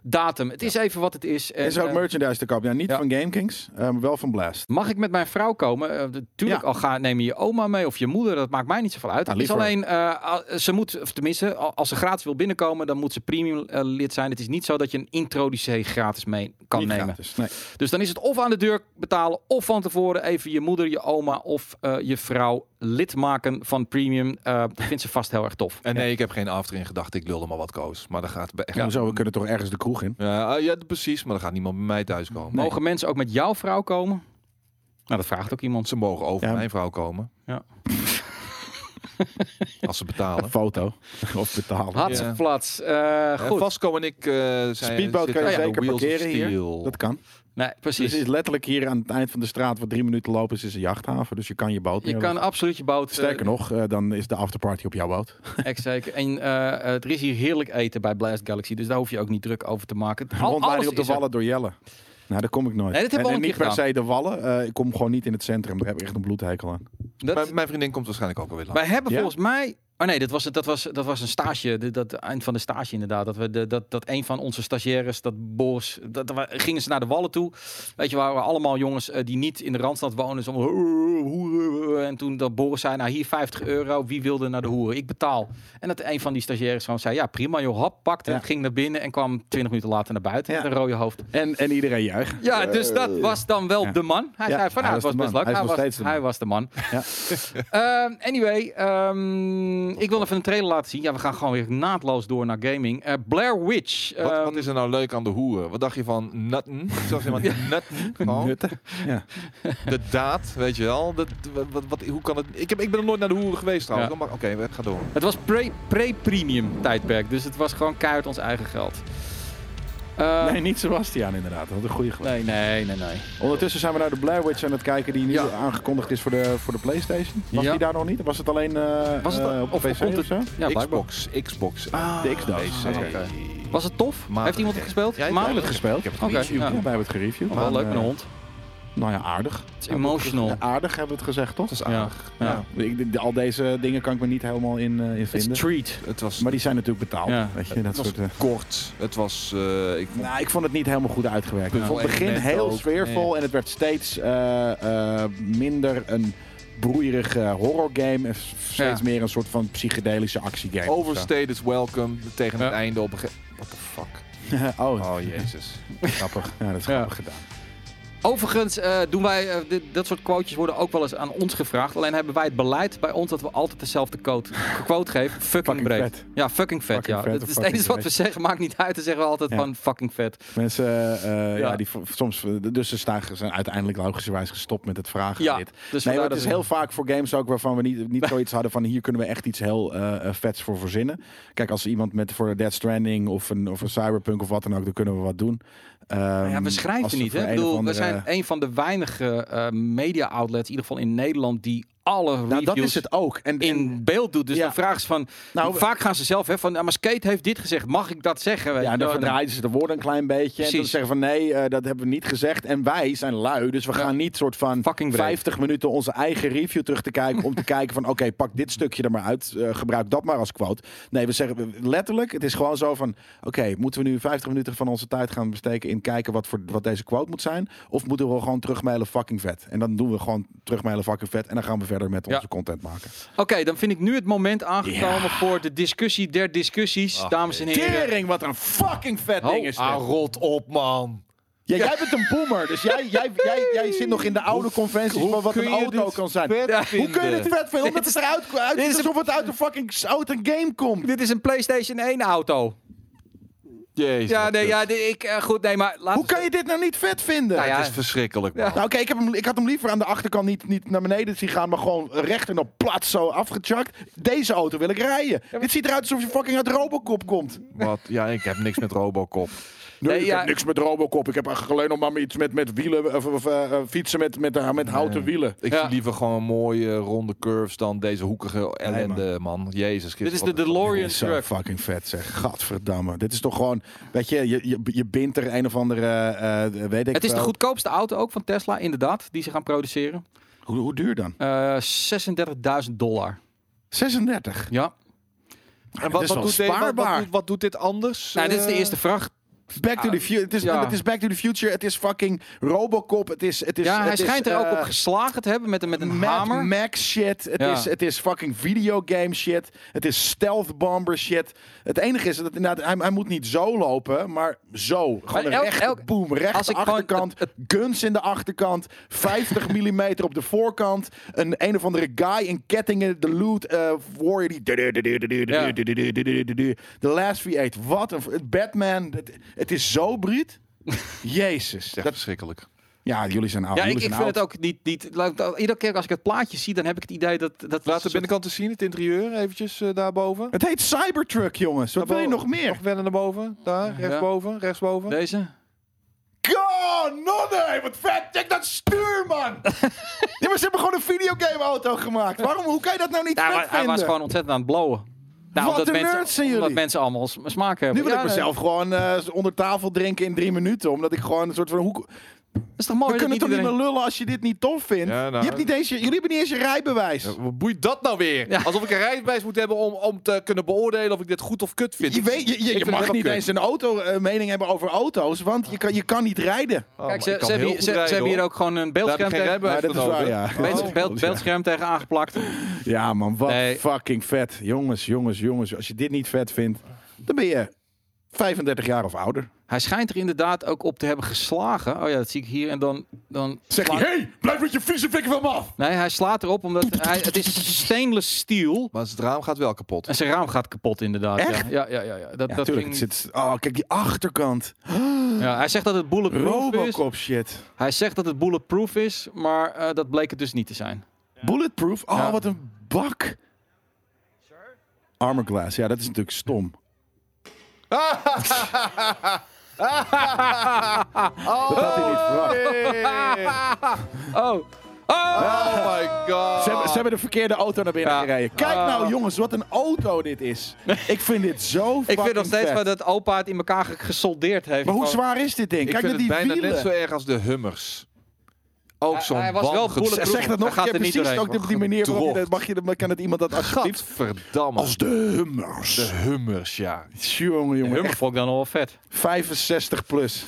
Speaker 1: datum. Het is even wat het is. En,
Speaker 2: is er ook
Speaker 1: eh,
Speaker 2: merchandise te kopen? Ja, niet
Speaker 1: ja.
Speaker 2: van GameKings, eh, maar wel van Blast.
Speaker 1: mag ik met mijn vrouw komen? Eh, de- tuurlijk,
Speaker 2: Ja.
Speaker 1: al ga, neem je je oma mee of je moeder. Dat maakt mij niet zoveel uit.
Speaker 2: Nou,
Speaker 1: het is
Speaker 2: liever.
Speaker 1: alleen, eh, al- ze moet, of tenminste, al- als ze gratis wil binnenkomen, dan moet ze premium eh, lid zijn. Het is niet zo dat je een introducee gratis mee kan
Speaker 2: Niet
Speaker 1: nemen.
Speaker 2: gratis, nee.
Speaker 1: Dus dan is het of aan de deur betalen of van tevoren even je moeder, je oma of eh, je vrouw lid maken van premium. Eh, dat vindt ze vast heel erg tof.
Speaker 3: En nee, ik heb geen after in gedachten. Ik lulde maar wat koos. Maar dat gaat bij- echt.
Speaker 2: Ja. Hoezo, we kunnen toch ergens de kroeg in?
Speaker 3: Ja, ah, ja, precies. Maar dan gaat niemand bij mij thuis komen.
Speaker 1: Mogen mensen ook met jouw vrouw komen? Nou, dat vraagt ook iemand.
Speaker 3: Ze mogen over
Speaker 2: Ja.
Speaker 3: mijn vrouw komen.
Speaker 1: Ja.
Speaker 3: Als ze betalen.
Speaker 2: Een foto. of betalen.
Speaker 1: Hatseflats. Eh
Speaker 3: En
Speaker 1: goed.
Speaker 3: Vasco en ik eh zijn
Speaker 2: Speedboat
Speaker 3: zitten
Speaker 2: kan je
Speaker 3: aan de
Speaker 2: zeker
Speaker 3: wheels of
Speaker 2: parkeren hier.
Speaker 3: steel.
Speaker 2: Dat kan.
Speaker 1: Nee, precies.
Speaker 2: Dus is letterlijk hier aan het eind van de straat, wat drie minuten lopen, is, is een jachthaven. Dus je kan je boot
Speaker 1: Je
Speaker 2: neerleggen.
Speaker 1: kan absoluut je boot. eh,
Speaker 2: Sterker nog, eh, dan is de afterparty op jouw boot.
Speaker 1: echt zeker. En eh, er is hier heerlijk eten bij Blast Galaxy. Dus daar hoef je ook niet druk over te maken. Al- alles
Speaker 2: Rondleiding op de
Speaker 1: is er.
Speaker 2: wallen door Jelle. Nou, daar kom ik nooit.
Speaker 1: Nee, dit hebben we al
Speaker 2: en,
Speaker 1: een
Speaker 2: en niet
Speaker 1: keer
Speaker 2: per se de wallen. Eh, ik kom gewoon niet in het centrum. Daar heb ik echt een bloedhekel aan.
Speaker 1: Dat-
Speaker 3: Mijn, mijn vriendin komt waarschijnlijk ook alweer langs.
Speaker 1: wij hebben
Speaker 2: Ja?
Speaker 1: volgens mij Oh nee, dat was, dat was, dat was een stage. de- Dat, eind van de stage inderdaad. Dat, we de, dat, dat een van onze stagiaires, dat Boris... Dat, dat we- gingen ze naar de Wallen toe. Weet je, waren we allemaal jongens eh, die niet in de Randstad wonen. Zo, en toen dat Boris zei, nou hier 50 euro. Wie wilde naar de hoeren? Ik betaal. En dat een van die stagiaires gewoon zei, ja prima joh. Hap, pakte
Speaker 2: Ja.
Speaker 1: het, ging naar binnen en kwam 20 minuten later naar buiten.
Speaker 2: Ja.
Speaker 1: Met een rode hoofd.
Speaker 2: En, en iedereen juicht.
Speaker 1: Ja, dus
Speaker 2: Eh,
Speaker 1: dat was dan wel
Speaker 2: Ja.
Speaker 1: de man. Hij
Speaker 2: Ja,
Speaker 1: zei van,
Speaker 2: hij
Speaker 1: nou, het
Speaker 2: was
Speaker 1: was
Speaker 2: de
Speaker 1: best
Speaker 2: man.
Speaker 1: leuk.
Speaker 2: Hij is nog
Speaker 1: was,
Speaker 2: steeds de man.
Speaker 1: hij was de man. Ehm, anyway, ehm, ik wil even een trailer laten zien. Ja, we gaan gewoon weer naadloos door naar gaming. Eh, Blair Witch.
Speaker 3: Wat,
Speaker 1: ehm,
Speaker 3: wat is er nou leuk aan de hoeren? Wat dacht je van nutten? Zag je maar nutten? Gewoon.
Speaker 2: Nutten. Ja.
Speaker 3: De daad, weet je wel. Dat, wat, wat, hoe kan het? Ik, heb, ik ben nog nooit naar de hoeren geweest trouwens.
Speaker 1: Ja.
Speaker 3: Maar Oké, we gaan door.
Speaker 1: Het was pre- pre-premium tijdperk, dus het was gewoon keihard ons eigen geld. Ehm,
Speaker 2: Nee, niet Sebastian inderdaad. Wat een goede geluid.
Speaker 1: nee, nee, nee, nee.
Speaker 2: Ondertussen zijn we naar de Blair Witch aan het kijken die nu
Speaker 1: Ja.
Speaker 2: aangekondigd is voor de, voor de PlayStation. Was
Speaker 1: Ja.
Speaker 2: die daar nog niet? Was het alleen eh,
Speaker 1: Was het
Speaker 2: eh,
Speaker 1: al-
Speaker 2: op
Speaker 1: of-
Speaker 2: de
Speaker 1: of
Speaker 2: PC
Speaker 1: komt
Speaker 2: of
Speaker 1: het-
Speaker 2: zo?
Speaker 1: Ja, blijkbaar.
Speaker 3: Xbox, Xbox.
Speaker 2: de Xbox.
Speaker 3: PC.
Speaker 2: Oké.
Speaker 1: Was het tof?
Speaker 3: Matig.
Speaker 1: Heeft iemand het gespeeld?
Speaker 3: Ja, ik
Speaker 1: Matig.
Speaker 3: heb
Speaker 2: We hebben het gespeeld.
Speaker 3: Ik heb
Speaker 1: Oké,
Speaker 2: Review.
Speaker 1: ja.
Speaker 2: Ja, wij hebben het gereviewd.
Speaker 1: Oh, wel leuk
Speaker 2: Maar,
Speaker 1: met een
Speaker 2: eh,
Speaker 1: hond.
Speaker 2: Nou ja, aardig.
Speaker 1: Het is emotional.
Speaker 2: Aardig hebben we het gezegd, toch?
Speaker 3: Dat is
Speaker 1: Ja.
Speaker 3: aardig.
Speaker 1: Ja.
Speaker 2: Ja. Ik- de- al deze dingen kan ik me niet helemaal in, eh, in
Speaker 1: It's a
Speaker 2: vinden.
Speaker 1: treat.
Speaker 3: Het was
Speaker 2: Maar die zijn natuurlijk betaald.
Speaker 1: Ja.
Speaker 2: Weet je, dat
Speaker 3: Het was
Speaker 2: soort, eh.
Speaker 3: kort. Het was. eh, ik vond-
Speaker 2: Nou, ik vond het niet helemaal goed uitgewerkt.
Speaker 3: Nou,
Speaker 2: ik vond het
Speaker 3: echt
Speaker 2: begin
Speaker 3: net
Speaker 2: heel
Speaker 3: ook.
Speaker 2: sfeervol
Speaker 3: Nee.
Speaker 2: en het werd steeds eh, eh, minder een broeierige horrorgame en s- steeds
Speaker 1: Ja.
Speaker 2: meer een soort van psychedelische actiegame. of zo.
Speaker 3: Overstayed is welcome. Tegen het
Speaker 1: Ja.
Speaker 3: einde op een gegeven What the fuck?
Speaker 2: oh,
Speaker 3: Oh jezus.
Speaker 2: grappig. Ja, dat is
Speaker 1: Ja.
Speaker 2: grappig gedaan.
Speaker 1: Overigens eh, doen wij, eh, dit- dat soort quotejes worden ook wel eens aan ons gevraagd. Alleen hebben wij het beleid bij ons dat we altijd dezelfde quote, quote geven. Fucking,
Speaker 2: Fucking
Speaker 1: breed.
Speaker 2: vet.
Speaker 1: Ja, fucking vet.
Speaker 2: Fucking
Speaker 1: ja.
Speaker 2: vet
Speaker 1: dat
Speaker 2: of
Speaker 1: is het enige
Speaker 2: fucking
Speaker 1: wat we zeggen. Maakt niet uit. Dan zeggen we altijd
Speaker 2: Ja.
Speaker 1: van fucking vet.
Speaker 2: Mensen, eh,
Speaker 1: Ja.
Speaker 2: ja. die v- soms, dus ze staan, zijn uiteindelijk logischerwijs gestopt met het vragen.
Speaker 1: Ja,
Speaker 2: dit.
Speaker 1: dus
Speaker 2: nee,
Speaker 1: vandaar
Speaker 2: maar het
Speaker 1: dat
Speaker 2: is
Speaker 1: we-
Speaker 2: heel vaak voor games ook waarvan we niet, niet zoiets hadden van hier kunnen we echt iets heel eh, eh, vets voor verzinnen. Kijk, als iemand met voor Dead Stranding of een, of een Cyberpunk of wat dan ook, dan kunnen we wat doen. Ehm,
Speaker 1: Maar ja, we schrijven niet. Hè? Ik bedoel, we zijn
Speaker 2: Nou,
Speaker 1: een van de weinige eh, media outlets, in ieder geval in Nederland, die alle
Speaker 2: Nou, dat
Speaker 1: reviews
Speaker 2: is het ook. En, en-
Speaker 1: in beeld doet. Dus
Speaker 2: Ja.
Speaker 1: de vraag is van,
Speaker 2: Nou, we-
Speaker 1: vaak gaan ze zelf hè, van, nou, maar Skate heeft dit gezegd. Mag ik dat zeggen? Weet
Speaker 2: ja,
Speaker 1: je
Speaker 2: en dan
Speaker 1: wel.
Speaker 2: verdraaien ze de woorden een klein beetje. En dan
Speaker 1: Precies.
Speaker 2: zeggen van nee, eh, dat hebben we niet gezegd. En wij zijn lui, dus we
Speaker 1: Ja.
Speaker 2: gaan niet soort van
Speaker 1: Fucking breed.
Speaker 2: 50 minuten onze eigen review terug te kijken. Om te kijken van oké, pak dit stukje er maar uit. eh, gebruik dat maar als quote. Nee, we zeggen letterlijk, het is gewoon zo van oké, moeten we nu 50 minuten van onze tijd gaan besteken in kijken wat, voor, wat deze quote moet zijn? Of moeten we gewoon terugmailen fucking vet? En dan doen we gewoon terugmailen fucking vet. En dan gaan we verder met
Speaker 1: Ja.
Speaker 2: onze content maken.
Speaker 1: Oké, dan vind ik nu het moment aangekomen voor de discussie der discussies,
Speaker 3: Ach,
Speaker 1: dames en heren.
Speaker 2: Tering, wat een fucking vet
Speaker 1: Oh,
Speaker 2: ding is dit.
Speaker 3: Ah, rot op man.
Speaker 2: Ja, jij bent een boomer, dus jij, jij, jij, jij zit nog in de oude conventies
Speaker 3: hoe
Speaker 2: van wat
Speaker 3: kun
Speaker 2: een
Speaker 3: je
Speaker 2: auto
Speaker 3: dit
Speaker 2: kan zijn.
Speaker 3: vet
Speaker 2: Ja, hoe
Speaker 3: vinden?
Speaker 2: kun je dit vet vinden? Omdat het eruit uit
Speaker 1: dit is
Speaker 2: is alsof het uit een fucking out game komt.
Speaker 1: Dit is een PlayStation 1 auto.
Speaker 3: Jezus.
Speaker 1: Ja, nee,
Speaker 3: wat
Speaker 1: ja, nee, ik, eh, goed, nee, maar laten
Speaker 2: Hoe kan je dit nou niet vet vinden?
Speaker 1: Nou
Speaker 3: kut.
Speaker 1: ja.
Speaker 3: Het is verschrikkelijk man.
Speaker 2: Nou, oké, ik, heb hem- ik had hem liever aan de achterkant niet, niet naar beneden zien gaan, maar gewoon recht en op plat zo afgechakt. Deze auto wil ik rijden. Dit ziet eruit alsof je fucking uit Robocop komt.
Speaker 3: Wat? Ja, ik heb niks met Robocop.
Speaker 2: Nee,
Speaker 1: Nee,
Speaker 2: ik
Speaker 1: ja.
Speaker 2: heb niks met Robocop. Ik heb eigenlijk alleen nog maar iets met, met wielen, of, of, eh, eh, fietsen met, met, eh, met houten wielen.
Speaker 3: Ik
Speaker 1: Ja.
Speaker 3: zie liever gewoon mooie ronde curves dan deze hoekige ellende, man. Jezus
Speaker 1: Dit is
Speaker 3: Christus.
Speaker 1: de
Speaker 3: wat-
Speaker 1: DeLorean
Speaker 2: Dit is zo
Speaker 1: truck.
Speaker 2: fucking vet zeg. Gadverdamme. Dit is toch gewoon, weet je, je, je, je bindt er een of andere, eh, eh, weet ik
Speaker 1: Het is de
Speaker 2: wel.
Speaker 1: goedkoopste auto ook van Tesla, inderdaad, die ze gaan produceren.
Speaker 2: Hoe, hoe duur dan?
Speaker 1: Eh 36.000 dollar.
Speaker 2: 36.
Speaker 1: Ja.
Speaker 2: En
Speaker 3: Wat,
Speaker 2: is
Speaker 3: wat,
Speaker 2: wel
Speaker 3: doet dit, wat, wat,
Speaker 2: spaarbaar.
Speaker 3: doet- wat doet dit anders?
Speaker 1: Nou, dit is de
Speaker 3: Eh,
Speaker 1: eerste vraag.
Speaker 2: Back to the future. Het is,
Speaker 1: Ja.
Speaker 2: het is Back to the Future. Het is fucking Robocop. Het is, het is,
Speaker 1: Ja,
Speaker 2: het
Speaker 1: hij
Speaker 2: is,
Speaker 1: schijnt er ook
Speaker 2: eh,
Speaker 1: op geslagen te hebben met een, met een
Speaker 2: Mad
Speaker 1: hamer.
Speaker 2: Max shit. Het,
Speaker 1: Ja.
Speaker 2: is, het is fucking videogame shit. Het is stealth bomber shit. Het enige is dat het inderdaad, hij, hij moet niet zo lopen, maar zo. Gewoon een
Speaker 1: elk-
Speaker 2: rechte
Speaker 1: elk-
Speaker 2: boom,
Speaker 1: als
Speaker 2: rechte
Speaker 1: ik gewoon
Speaker 2: achterkant, guns in de achterkant, 50 mm op de voorkant, een een of andere guy in kettingen, de loot eh, warrior die... The Last V8, wat een... Batman, het, het is zo bruut. Jezus.
Speaker 3: Echt
Speaker 2: Dat-
Speaker 3: verschrikkelijk.
Speaker 2: ja, jullie zijn oud.
Speaker 1: Ja, ik,
Speaker 2: jullie
Speaker 1: ik
Speaker 2: zijn
Speaker 1: vind
Speaker 2: oud.
Speaker 1: het ook niet, niet... laat- Iedere keer als ik het plaatje zie, dan heb ik het idee dat... dat
Speaker 3: Laat de binnenkant eens zien, het interieur, eventjes eh, daarboven.
Speaker 2: Het heet Cybertruck, jongens. Wat wil je nog meer?
Speaker 3: Nog verder naar boven, daar, rechtsboven, rechtsboven.
Speaker 1: Deze?
Speaker 2: God, nonne! Wat vet! Check dat stuur, man! ja, maar ze hebben gewoon een videogame-auto gemaakt. Waarom? Hoe kan je dat nou niet
Speaker 1: Ja,
Speaker 2: vet
Speaker 1: maar hij
Speaker 2: vinden?
Speaker 1: was gewoon ontzettend aan het blowen. Nou,
Speaker 2: Wat
Speaker 1: omdat
Speaker 2: een
Speaker 1: mensen,
Speaker 2: nerds zijn
Speaker 1: Omdat
Speaker 2: jullie.
Speaker 1: mensen allemaal s- smaak hebben.
Speaker 2: Nu wil
Speaker 1: Ja,
Speaker 2: ik
Speaker 1: nee.
Speaker 2: mezelf gewoon eh, onder tafel drinken in drie minuten. Omdat ik gewoon een soort van... Hoe,
Speaker 1: Dat is toch mooi
Speaker 2: We
Speaker 1: dat
Speaker 2: kunnen
Speaker 1: niet
Speaker 2: toch niet meer
Speaker 1: iedereen-
Speaker 2: lullen als je dit niet tof vindt?
Speaker 3: Ja, nou.
Speaker 2: je hebt niet eens je, jullie hebben niet eens je rijbewijs.
Speaker 3: Ja, Wat boeit dat nou weer?
Speaker 1: Ja.
Speaker 3: Alsof ik een rijbewijs moet hebben om, om te kunnen beoordelen of ik dit goed of kut vind.
Speaker 2: Je, weet, je, je- je
Speaker 3: vind het
Speaker 2: mag
Speaker 3: wel
Speaker 2: niet
Speaker 3: kut.
Speaker 2: eens een auto, eh, mening hebben over auto's, want je kan, je kan niet rijden.
Speaker 1: Kijk,
Speaker 3: Oh, maar ik
Speaker 1: ze,
Speaker 3: kan
Speaker 1: ze, hebben,
Speaker 3: heel
Speaker 1: hier- ze,
Speaker 3: goed
Speaker 1: ze
Speaker 3: rijden,
Speaker 1: hebben hier
Speaker 3: hoor.
Speaker 1: ook gewoon een
Speaker 3: Daar heb
Speaker 1: beeldscherm,
Speaker 3: ik geen
Speaker 1: tegen,
Speaker 3: rijbewijs
Speaker 2: Ja, dat
Speaker 3: voor
Speaker 2: is waar,
Speaker 3: nodig.
Speaker 2: ja.
Speaker 1: beeld-
Speaker 3: Oh.
Speaker 1: beeld- beeldscherm tegen aangeplakt.
Speaker 2: Ja, man, wat
Speaker 1: Nee.
Speaker 2: fucking vet. Jongens, jongens, jongens. Als je dit niet vet vindt, dan ben je 35 jaar of ouder.
Speaker 1: Hij schijnt er inderdaad ook op te hebben geslagen. Oh ja, dat zie ik hier. En dan, dan
Speaker 2: Zeg je, hey, blijf met je vieze fikken van me af.
Speaker 1: Nee, hij slaat erop omdat hij, het is stainless steel.
Speaker 3: Maar het raam gaat wel kapot.
Speaker 1: En zijn raam gaat kapot inderdaad. ja.
Speaker 2: Echt?
Speaker 1: Ja, ja, ja. ja. Dat,
Speaker 2: Ja,
Speaker 1: dat
Speaker 2: tuurlijk.
Speaker 1: ging-
Speaker 2: het zit, oh, kijk die achterkant.
Speaker 1: ja, hij zegt dat het bulletproof is.
Speaker 2: Robocop shit.
Speaker 1: Hij zegt dat het bulletproof is, maar eh, dat bleek het dus niet te zijn.
Speaker 2: Bulletproof? Oh,
Speaker 1: Ja.
Speaker 2: wat een bak. Armor glass. Ja, dat is natuurlijk stom. Dat had hij niet verwacht.
Speaker 1: Oh,
Speaker 3: Oh my god.
Speaker 2: Ze hebben, ze hebben de verkeerde auto naar binnen
Speaker 1: Ja. Ah.
Speaker 2: gereden. Kijk nou jongens, wat een auto dit is. Ik vind dit zo
Speaker 1: ik vind nog
Speaker 2: fucking
Speaker 1: steeds
Speaker 2: vet.
Speaker 1: wel dat opa het in elkaar ge- gesoldeerd heeft.
Speaker 2: Maar hoe
Speaker 1: Gewoon-
Speaker 2: zwaar is dit ding?
Speaker 3: Ik
Speaker 2: Kijk
Speaker 3: vind
Speaker 2: naar
Speaker 3: het
Speaker 2: die
Speaker 3: bijna
Speaker 2: wielen.
Speaker 3: net zo erg als de Hummers. Ook
Speaker 1: Hij-
Speaker 3: zo'n
Speaker 1: hij was wel
Speaker 3: wangedoe.
Speaker 1: bulletproof.
Speaker 2: Zeg dat
Speaker 1: Hij
Speaker 2: nog
Speaker 1: gaat
Speaker 2: een keer
Speaker 1: er niet
Speaker 2: precies.
Speaker 1: doorheen.
Speaker 2: Ook op die manier waarop je
Speaker 3: Gedrocht.
Speaker 2: dat mag. Je, maar kan het iemand dat alsjeblieft?
Speaker 3: Gadverdamme.
Speaker 2: Als de Hummers.
Speaker 3: de Hummers, ja.
Speaker 2: Jongen, jongen.
Speaker 1: Hummer
Speaker 2: echt
Speaker 1: vond ik dan al wel vet.
Speaker 2: 65 plus.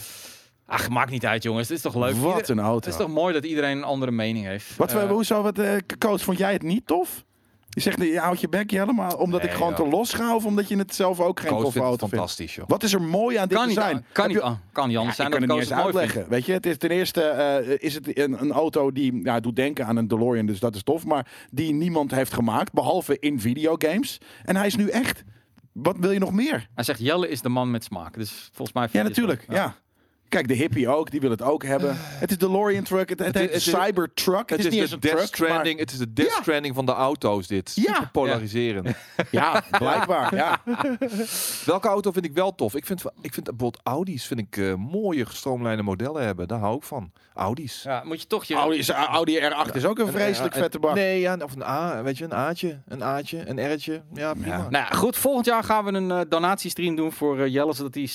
Speaker 1: Ach, maakt niet uit jongens. Het is toch leuk. Ieder-
Speaker 2: Wat een
Speaker 1: Het is
Speaker 2: auto.
Speaker 1: toch mooi dat iedereen een andere mening heeft.
Speaker 2: Wat, we
Speaker 1: Eh,
Speaker 2: hoezo, wat, eh, coach, vond jij het niet tof? Je zegt, je houdt je bekje helemaal omdat
Speaker 3: Nee,
Speaker 2: ik gewoon
Speaker 3: joh.
Speaker 2: te los ga of omdat je het zelf ook geen
Speaker 3: Koos
Speaker 2: toffe
Speaker 3: vindt het
Speaker 2: auto vindt?
Speaker 3: fantastisch, joh.
Speaker 2: Wat is er mooi aan dit
Speaker 1: kan niet,
Speaker 2: design?
Speaker 1: aan- kan niet, aan- kan niet
Speaker 2: Ja,
Speaker 1: anders
Speaker 2: ik
Speaker 1: zijn
Speaker 2: kan
Speaker 1: dan
Speaker 2: het niet
Speaker 1: Koos
Speaker 2: eens
Speaker 1: het mooi vindt.
Speaker 2: uitleggen. Weet je, het is ten eerste eh, is het een, een auto die ja, het doet denken aan een DeLorean, dus dat is tof, maar die niemand heeft gemaakt behalve in videogames. En hij is nu echt. Wat wil je nog meer?
Speaker 1: Hij zegt Jelle is de man met smaak. Dus volgens mij...
Speaker 2: Ja, natuurlijk. Ja. Kijk, de hippie ook, die wil het ook hebben. Het is DeLorean truck, het, het,
Speaker 3: is-
Speaker 2: heet
Speaker 3: het is-
Speaker 2: Cybertruck. Het, is, niet eens
Speaker 3: de
Speaker 2: een
Speaker 3: Death
Speaker 2: truck,
Speaker 3: Stranding, het is de Death
Speaker 2: Ja.
Speaker 3: Stranding van de auto's, dit.
Speaker 2: Ja.
Speaker 3: Super polariserend.
Speaker 2: maar ja, blijkbaar. Ja.
Speaker 3: Welke auto vind ik wel tof? Ik vind, ik vind bijvoorbeeld Audi's vind ik, eh, mooie gestroomlijnde modellen hebben. Daar hou ik van. Audi's.
Speaker 1: Ja, moet je toch je...
Speaker 2: Audi, is- Audi R8 is ook een vreselijk
Speaker 3: Een-
Speaker 2: vette bak.
Speaker 3: Nee, ja, of een A, weet je, een A'tje, een A'tje, een R'tje. Ja, prima.
Speaker 1: Nou ja, goed. Volgend jaar gaan we een eh, donatiestream doen voor eh, Jelle. Zodat hij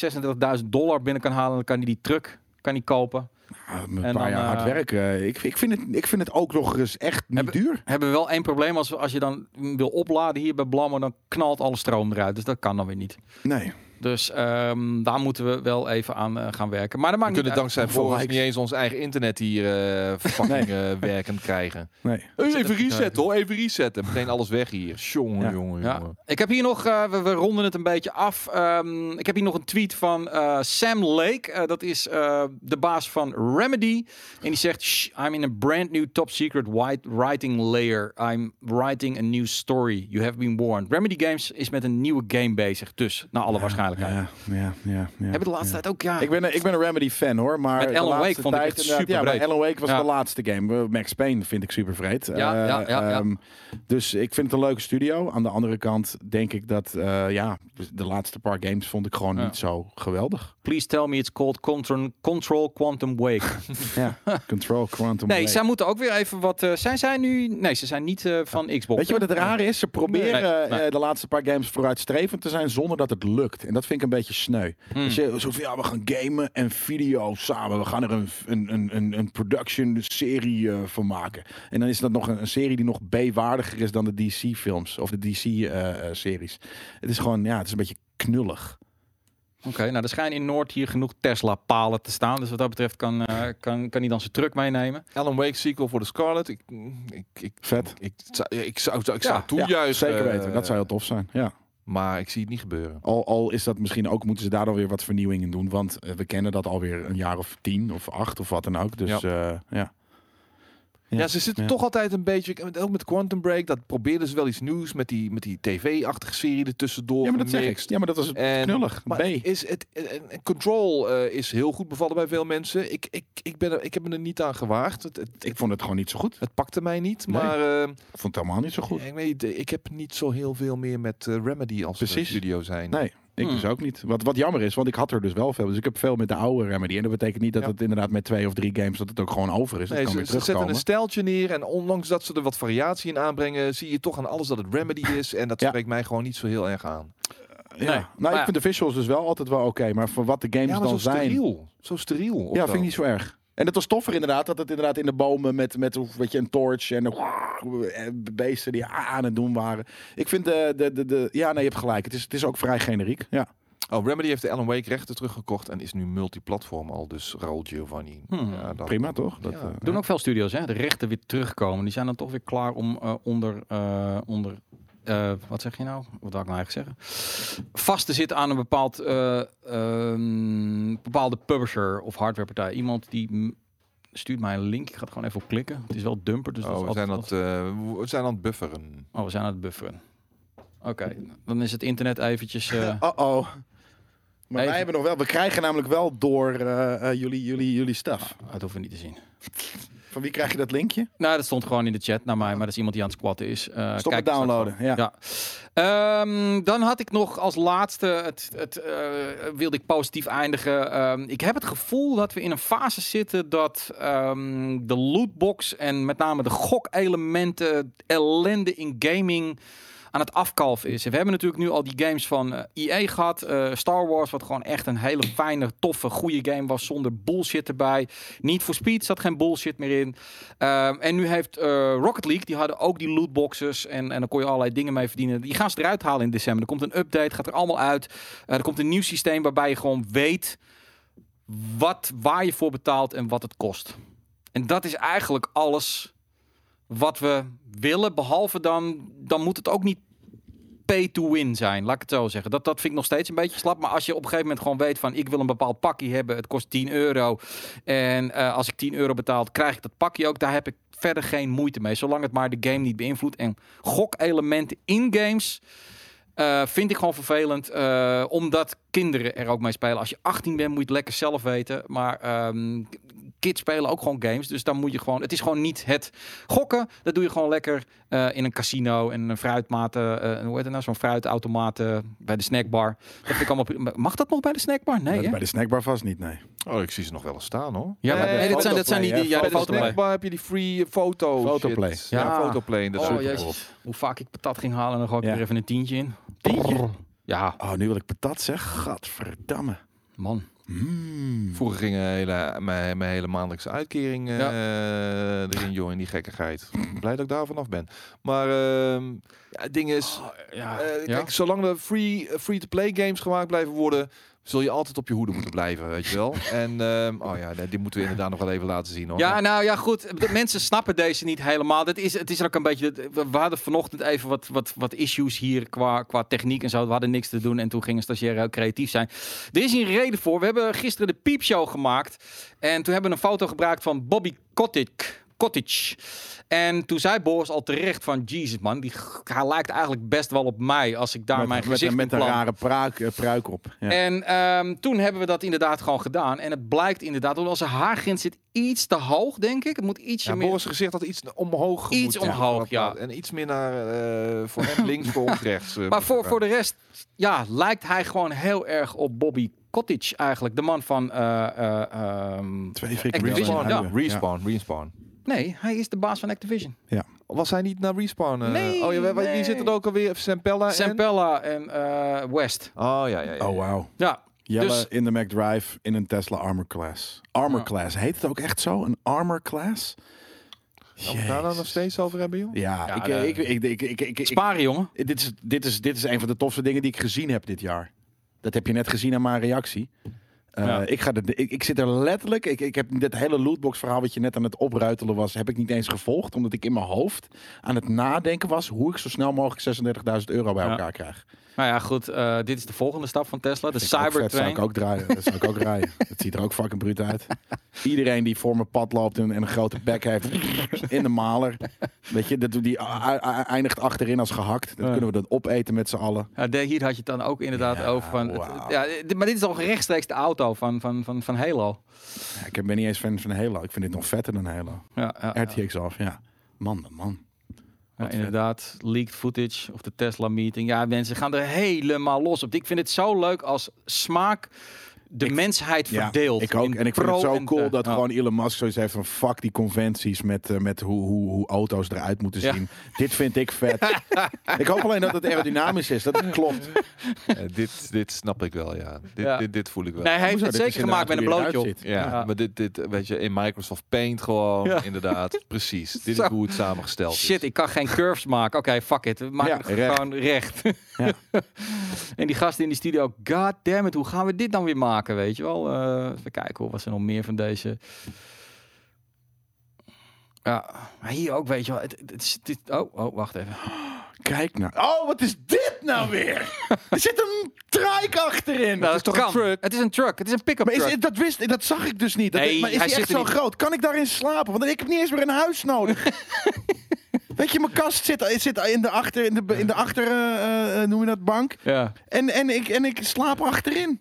Speaker 1: 36.000 dollar binnen kan halen. En dan kan hij die truck kan hij kopen.
Speaker 2: Ja, Ah, een paar
Speaker 1: En dan,
Speaker 2: jaar hard
Speaker 1: eh,
Speaker 2: werken. Ik, ik, vind het, ik vind het ook nog eens echt niet
Speaker 1: Hebben-
Speaker 2: duur.
Speaker 1: Hebben we wel één probleem. Als, we- als je dan wil opladen hier bij Blammer, dan knalt alle stroom eruit. Dus dat kan dan weer niet.
Speaker 2: Nee.
Speaker 1: Dus ehm, daar moeten we wel even aan eh, gaan werken. Maar dat
Speaker 3: We
Speaker 1: maakt niet
Speaker 3: kunnen
Speaker 1: uit.
Speaker 3: dankzij
Speaker 2: Hoeveel
Speaker 3: voor niet
Speaker 2: likes?
Speaker 3: eens ons eigen internet hier eh, fucking eh, werkend krijgen.
Speaker 2: nee.
Speaker 3: Even resetten hoor, even resetten. Meteen alles weg hier. Jongen,
Speaker 2: Ja.
Speaker 3: jongen,
Speaker 1: Ja.
Speaker 3: jongen.
Speaker 1: Ik heb hier nog, eh, we, we ronden het een beetje af. Ehm, ik heb hier nog een tweet van eh, Sam Lake. Eh, dat is eh, de baas van Remedy. En die zegt: "Shh, I'm in a brand new top secret white writing layer. I'm writing a new story. You have been warned. Remedy Games is met een nieuwe game bezig. Dus, naar alle waarschijnlijkheid.
Speaker 2: Ja, ja, ja. ja
Speaker 1: Heb je de laatste tijd ook, ja.
Speaker 2: Ik ben, een- ik ben een Remedy fan hoor, maar
Speaker 1: Met
Speaker 2: de
Speaker 1: Alan
Speaker 2: laatste
Speaker 1: Wake vond ik
Speaker 2: tijd
Speaker 1: echt
Speaker 2: inderdaad- Ja,
Speaker 1: superbreed.
Speaker 2: maar Alan Wake was
Speaker 1: Ja.
Speaker 2: de laatste game. Max Payne vind ik super vreed.
Speaker 1: Ja, ja, ja, ja.
Speaker 2: dus ik vind het een leuke studio. Aan de andere kant denk ik dat eh, ja, de laatste paar games vond ik gewoon
Speaker 1: Ja.
Speaker 2: niet zo geweldig.
Speaker 1: Please tell me it's called Contron- Control Quantum Wake.
Speaker 2: ja. Control Quantum.
Speaker 1: Nee,
Speaker 2: Break.
Speaker 1: zij moeten ook weer even wat. eh, zijn zij nu. Nee, ze zijn niet eh, van Xbox.
Speaker 2: Weet je wat het raar is? Ze proberen
Speaker 1: Nee, nee.
Speaker 2: eh, de laatste paar games vooruitstrevend te zijn zonder dat het lukt. En dat vind ik een beetje sneu. Dus je, zo van, ja, we gaan gamen en video samen. We gaan er een, een, een- een, een production serie eh, van maken. En dan is dat nog een, een serie die nog B-waardiger is dan de DC-films of de DC-series. eh, het is gewoon, ja, het is een beetje knullig.
Speaker 1: Oké, nou er schijnen in Noord hier genoeg Tesla-palen te staan. Dus wat dat betreft kan, eh, kan, kan hij dan zijn truck meenemen.
Speaker 3: Alan Wake sequel voor de Scarlet. Ik, ik, ik,
Speaker 2: Vet.
Speaker 3: ik, zou- ik zou, ik zou, ik zou
Speaker 1: Ja,
Speaker 3: toejuichen,
Speaker 2: Zeker weten,
Speaker 3: eh,
Speaker 2: dat zou heel tof zijn. Ja.
Speaker 3: Maar ik zie het niet gebeuren.
Speaker 2: Al, al is dat misschien ook, moeten ze daar dan weer wat vernieuwingen doen. Want eh, we kennen dat alweer een jaar of tien of acht of wat dan ook. Dus ja. ja.
Speaker 3: Ja,
Speaker 2: Ja,
Speaker 3: ze zitten
Speaker 2: ja.
Speaker 3: toch altijd een beetje... Ook met Quantum Break, dat probeerden ze wel iets nieuws... met die, met die tv-achtige serie ertussendoor.
Speaker 2: Ja, maar dat zeg ik.
Speaker 3: gemixt.
Speaker 2: Ja, maar dat was
Speaker 3: En-
Speaker 2: knullig.
Speaker 3: Maar
Speaker 2: B.
Speaker 3: Is het, en- en control eh, is heel goed bevallen bij veel mensen. Ik, ik, ik, ben er, ik heb me er niet aan gewaagd. Het, het,
Speaker 2: Ik vond het gewoon niet zo goed.
Speaker 3: het pakte mij niet.
Speaker 2: Nee.
Speaker 3: Maar eh,
Speaker 2: Ik vond het helemaal niet zo goed.
Speaker 3: ik, weet, niet, eh, ik heb niet zo heel veel meer met eh, Remedy als eh,
Speaker 2: Precies.
Speaker 3: studio zijn.
Speaker 2: Nee, ik
Speaker 1: Hmm.
Speaker 2: dus ook niet. Wat, wat jammer is, want ik had er dus wel veel. Dus ik heb veel met de oude Remedy. En dat betekent niet dat
Speaker 3: Ja.
Speaker 2: het inderdaad met twee of drie games dat Dus het ook gewoon over is. Dat
Speaker 3: Nee,
Speaker 2: kan
Speaker 3: ze,
Speaker 2: weer
Speaker 3: ze zetten
Speaker 2: terugkomen.
Speaker 3: een stijltje neer en ondanks dat ze er wat variatie in aanbrengen, zie je toch aan alles dat het remedy is. En dat
Speaker 2: Ja.
Speaker 3: spreekt mij gewoon niet zo heel erg aan.
Speaker 2: ja.
Speaker 1: Nee, maar
Speaker 2: Nou,
Speaker 1: ja.
Speaker 2: ik vind de visuals dus wel altijd wel oké. maar voor wat de games
Speaker 3: Ja, maar zo
Speaker 2: dan zijn...
Speaker 3: steriel. Zo steriel. of
Speaker 2: Ja,
Speaker 3: zo.
Speaker 2: vind ik niet zo erg. En het was toffer inderdaad, dat het inderdaad in de bomen met, met weet je, een torch en en beesten die aan het doen waren. Ik vind de, de, de, de ja nee, je hebt gelijk. Het is, het is ook vrij generiek. Ja.
Speaker 3: Oh, Remedy heeft de Alan Wake rechten teruggekocht en is nu multiplatform al. Dus Raul Giovanni.
Speaker 1: Hmm.
Speaker 3: Ja, dat-
Speaker 2: Prima toch? Dat,
Speaker 3: Ja.
Speaker 2: eh,
Speaker 1: Doen ook veel studio's, hè? De rechten weer terugkomen. Die zijn dan toch weer klaar om eh, onder. eh, onder eh, wat zeg je nou? Wat wil ik nou eigenlijk zeggen? Vast te zitten aan een bepaald, eh, ehm, bepaalde publisher of hardwarepartij. Iemand die mm, stuurt mij een link. Ik ga er gewoon even op klikken. Het is wel dumper. Dus dat is
Speaker 3: Oh, we
Speaker 1: altijd
Speaker 3: zijn, dat,
Speaker 1: lastig.
Speaker 3: eh, we zijn aan het bufferen.
Speaker 1: Oh, we zijn aan het bufferen. Oké, dan is het internet eventjes. eh,
Speaker 2: Oh oh. Maar
Speaker 1: Even.
Speaker 2: wij hebben nog wel, we krijgen namelijk wel door eh, eh, jullie, jullie, jullie stuff.
Speaker 1: Oh, dat hoeven we niet te zien.
Speaker 2: Van wie krijg je dat linkje?
Speaker 1: Nou, dat stond gewoon in de chat naar mij, maar dat is iemand die aan het squatten is. Eh, kijk
Speaker 2: Stop
Speaker 1: er
Speaker 2: het
Speaker 1: straks
Speaker 2: downloaden. Ja.
Speaker 1: Ja. Ehm, dan had ik nog als laatste, het, het, eh, wilde ik positief eindigen. Ehm, ik heb het gevoel dat we in een fase zitten dat ehm, de lootbox en met name de gokelementen, ellende in gaming aan het afkalf is. En We hebben natuurlijk nu al die games van eh, EA gehad. eh, Star Wars, wat gewoon echt een hele fijne, toffe, goede game was zonder bullshit erbij. Niet for Speed zat geen bullshit meer in. Ehm, en nu heeft eh, Rocket League, die hadden ook die lootboxes. En, en dan kon je allerlei dingen mee verdienen. Die gaan ze eruit halen in december. Er komt een update, gaat er allemaal uit. Eh, er komt een nieuw systeem waarbij je gewoon weet wat, waar je voor betaalt en wat het kost. En dat is eigenlijk alles wat we willen. Behalve dan, dan moet het ook niet pay to win zijn, laat ik het zo zeggen. Dat, dat vind ik nog steeds een beetje slap. Maar als je op een gegeven moment gewoon weet van... ik wil een bepaald pakje hebben, het kost 10 euro. En eh, als ik 10 euro betaal, krijg ik dat pakje ook. Daar heb ik verder geen moeite mee. Zolang het maar de game niet beïnvloedt. En gokelementen in games eh, vind ik gewoon vervelend. eh, omdat kinderen er ook mee spelen. Als je 18 bent, moet je het lekker zelf weten. Maar ehm, kids spelen ook gewoon games. Dus dan moet je gewoon... Het is gewoon niet het gokken. Dat doe je gewoon lekker eh, in een casino. En een fruitmaten... eh, hoe heet het nou? Zo'n fruitautomaten bij de snackbar. Dat vind ik allemaal... prima. Mag dat nog bij de snackbar? Nee,
Speaker 2: Nee,
Speaker 1: hè?
Speaker 2: bij de snackbar vast niet, nee.
Speaker 3: Oh, ik zie ze nog wel eens staan hoor.
Speaker 1: Ja,
Speaker 2: Nee,
Speaker 1: maar Eh, nee, dat zijn, dat zijn die... die
Speaker 2: fotoplay,
Speaker 1: ja, de
Speaker 2: hè?
Speaker 3: Bij de
Speaker 1: fotoplay.
Speaker 3: snackbar heb je die free foto
Speaker 2: Fotoplay.
Speaker 3: shit.
Speaker 1: Ja.
Speaker 3: Ja, fotoplay inderdaad.
Speaker 1: Oh,
Speaker 3: Super
Speaker 1: jezus.
Speaker 3: tof.
Speaker 1: Hoe vaak ik patat ging halen, dan gooi ik
Speaker 2: Ja.
Speaker 1: er even een tientje in. Ja,
Speaker 2: Oh, nu wil ik patat zeg. Gadverdamme.
Speaker 1: man.
Speaker 2: Mm.
Speaker 3: Vroeger ging eh, hele, mijn, mijn hele maandelijkse uitkering eh erin, joh, in die gekkigheid. Blij dat ik daar vanaf ben. Maar ehm, ja, het ding is,
Speaker 1: Ah, Ja,
Speaker 3: eh, kijk, zolang er free, eh, free-to-play games gemaakt blijven worden, zul je altijd op je hoede moeten blijven, weet je wel. En, ehm, oh ja, nee, die moeten we inderdaad nog wel even laten zien hoor.
Speaker 1: ja, nou ja, goed. De mensen snappen deze niet helemaal. Dat is, het is ook een beetje... We we hadden vanochtend even wat, wat, wat issues hier qua, qua techniek en zo. We hadden niks te doen en toen ging een stagiair heel creatief zijn. Er is hier een reden voor. We hebben gisteren de piepshow gemaakt. En toen hebben we een foto gebruikt van Bobby Kotick. Cottage. En toen zei Boris al terecht van... Jezus man, die, hij lijkt eigenlijk best wel op mij... als ik daar
Speaker 2: Met,
Speaker 1: mijn
Speaker 2: met,
Speaker 1: gezicht
Speaker 2: met,
Speaker 1: in
Speaker 2: een
Speaker 1: plant.
Speaker 2: rare pruik, eh, pruik op. Ja.
Speaker 1: En ehm, toen hebben we dat inderdaad gewoon gedaan. En het blijkt inderdaad, omdat onze haargrens zit iets te hoog, denk ik. Het moet ietsje
Speaker 3: Ja,
Speaker 1: meer...
Speaker 3: Boris gezegd dat iets omhoog
Speaker 1: Iets
Speaker 3: moet,
Speaker 1: omhoog, ja.
Speaker 3: En iets meer naar, eh, voor hem links, voor ons rechts. eh,
Speaker 1: Maar voor,
Speaker 3: moet
Speaker 1: voor de rest, ja, lijkt hij gewoon heel erg op Bobby Cottage eigenlijk. De man van... eh, eh, ehm,
Speaker 2: Twee freaking
Speaker 1: Activision,
Speaker 2: wilden
Speaker 1: ja.
Speaker 2: huilen.
Speaker 3: gaan. Respawn, respawn.
Speaker 1: nee, hij is de baas van Activision.
Speaker 3: Was hij niet naar Respawn? eh?
Speaker 1: Nee,
Speaker 3: oh ja, wij- wij-
Speaker 1: nee.
Speaker 3: wie zit er ook alweer? Sempella en...
Speaker 1: Sampella en eh, West.
Speaker 3: Oh ja, ja, ja.
Speaker 2: Oh, wauw.
Speaker 1: Ja,
Speaker 2: Jelle
Speaker 1: Dus-
Speaker 2: in de McDrive in een Tesla Armor Class. Armor
Speaker 1: Ja.
Speaker 2: Class. Heet het ook echt zo? Een Armor Class?
Speaker 3: Gaan we daar dan nog
Speaker 2: Jezus.
Speaker 3: steeds over hebben, joh?
Speaker 2: Ja,
Speaker 1: Ja,
Speaker 2: ik, eh,
Speaker 1: de-
Speaker 2: ik, ik, ik, ik, ik, ik-
Speaker 1: sparen jongen.
Speaker 2: dit, is, dit, is, dit is een van de tofste dingen die ik gezien heb dit jaar. Dat heb je net gezien aan mijn reactie. Uh,
Speaker 1: Ja.
Speaker 2: ik, ga de, ik, ik zit er letterlijk. Ik, ik heb dit hele lootbox verhaal wat je net aan het opruitelen was, heb ik niet eens gevolgd. Omdat ik in mijn hoofd aan het nadenken was hoe ik zo snel mogelijk 36.000 euro bij
Speaker 1: Ja.
Speaker 2: elkaar krijg.
Speaker 1: Nou ja, goed, eh, dit is de volgende stap van Tesla, de
Speaker 2: Vind ik ook vet, zou
Speaker 1: Cybertrain.
Speaker 2: ik ook draaien. Dat zou ik ook rijden. Dat ziet er ook fucking bruut uit. Iedereen die voor mijn pad loopt en, en een grote bek heeft in de maler. Weet je, dat, die a- a- eindigt achterin als gehakt. Dan
Speaker 1: Ja.
Speaker 2: kunnen we dat opeten met z'n allen.
Speaker 1: Ja, de- hier had je het dan ook inderdaad
Speaker 2: Ja,
Speaker 1: over. Van, het-
Speaker 2: wauw.
Speaker 1: ja, dit- maar dit is toch rechtstreeks de auto van, van, van, van Halo.
Speaker 2: Ja, ik ben niet eens fan van Halo. Ik vind dit nog vetter dan Halo.
Speaker 1: Ja, Ah, ja, ja.
Speaker 2: RTX af, ja. Man, man, man.
Speaker 1: Ja,
Speaker 2: Wat
Speaker 1: inderdaad, leaked footage of de Tesla meeting. Ja, mensen gaan er helemaal los op. Ik vind het zo leuk als smaak de mensheid
Speaker 2: Ja,
Speaker 1: verdeeld.
Speaker 2: Ik ook.
Speaker 1: in
Speaker 2: En ik vind het
Speaker 1: pro-
Speaker 2: zo
Speaker 1: en,
Speaker 2: cool
Speaker 1: eh,
Speaker 2: dat
Speaker 1: oh.
Speaker 2: gewoon Elon Musk zoiets heeft van fuck die conventies met, eh, met hoe, hoe, hoe auto's eruit moeten
Speaker 1: Ja.
Speaker 2: zien. Dit vind ik vet. ik hoop alleen dat het aerodynamisch is. Dat klopt.
Speaker 3: Eh, dit, dit snap ik wel, ja. Dit,
Speaker 1: Ja.
Speaker 3: Dit, dit voel ik wel.
Speaker 1: Nee, hij heeft
Speaker 2: Hoezo?
Speaker 1: het
Speaker 2: Dit is
Speaker 1: zeker gemaakt met een
Speaker 2: inderdaad
Speaker 1: blootje
Speaker 2: hoe
Speaker 1: op.
Speaker 2: die eruit
Speaker 3: Ja,
Speaker 1: Ja.
Speaker 3: maar dit, dit, weet je, in Microsoft Paint gewoon,
Speaker 1: Ja.
Speaker 3: inderdaad, precies. Dit
Speaker 1: Zo.
Speaker 3: is hoe het samengesteld is.
Speaker 1: Shit, ik kan geen curves maken. Oké, fuck it. Maak
Speaker 2: Ja,
Speaker 1: het
Speaker 2: recht.
Speaker 1: gewoon recht.
Speaker 2: Ja.
Speaker 1: en die gasten in die studio, god damn it, hoe gaan we dit dan weer maken, weet je wel? Eh, even kijken hoor, wat zijn nog meer van deze... Ja, maar hier ook, weet je wel. Het, het, is- dit- oh, oh, wacht even.
Speaker 2: Kijk nou. Oh, wat is dit nou weer? er zit een trike achterin.
Speaker 1: Nou, het kan.
Speaker 2: een truck?
Speaker 1: Het is een truck. Het is een pick-up
Speaker 2: Maar is,
Speaker 1: truck.
Speaker 2: dat wist ik, dat zag ik dus niet. Dat,
Speaker 1: Nee,
Speaker 2: maar is
Speaker 1: hij
Speaker 2: die echt
Speaker 1: zit er
Speaker 2: zo
Speaker 1: niet.
Speaker 2: groot? Kan ik daarin slapen? Want ik heb niet eens meer een huis nodig. Weet je, mijn kast zit, zit in de achter, in de, in de achter eh, eh, noem je dat, bank.
Speaker 1: Ja.
Speaker 2: En, en, ik, en ik slaap achterin.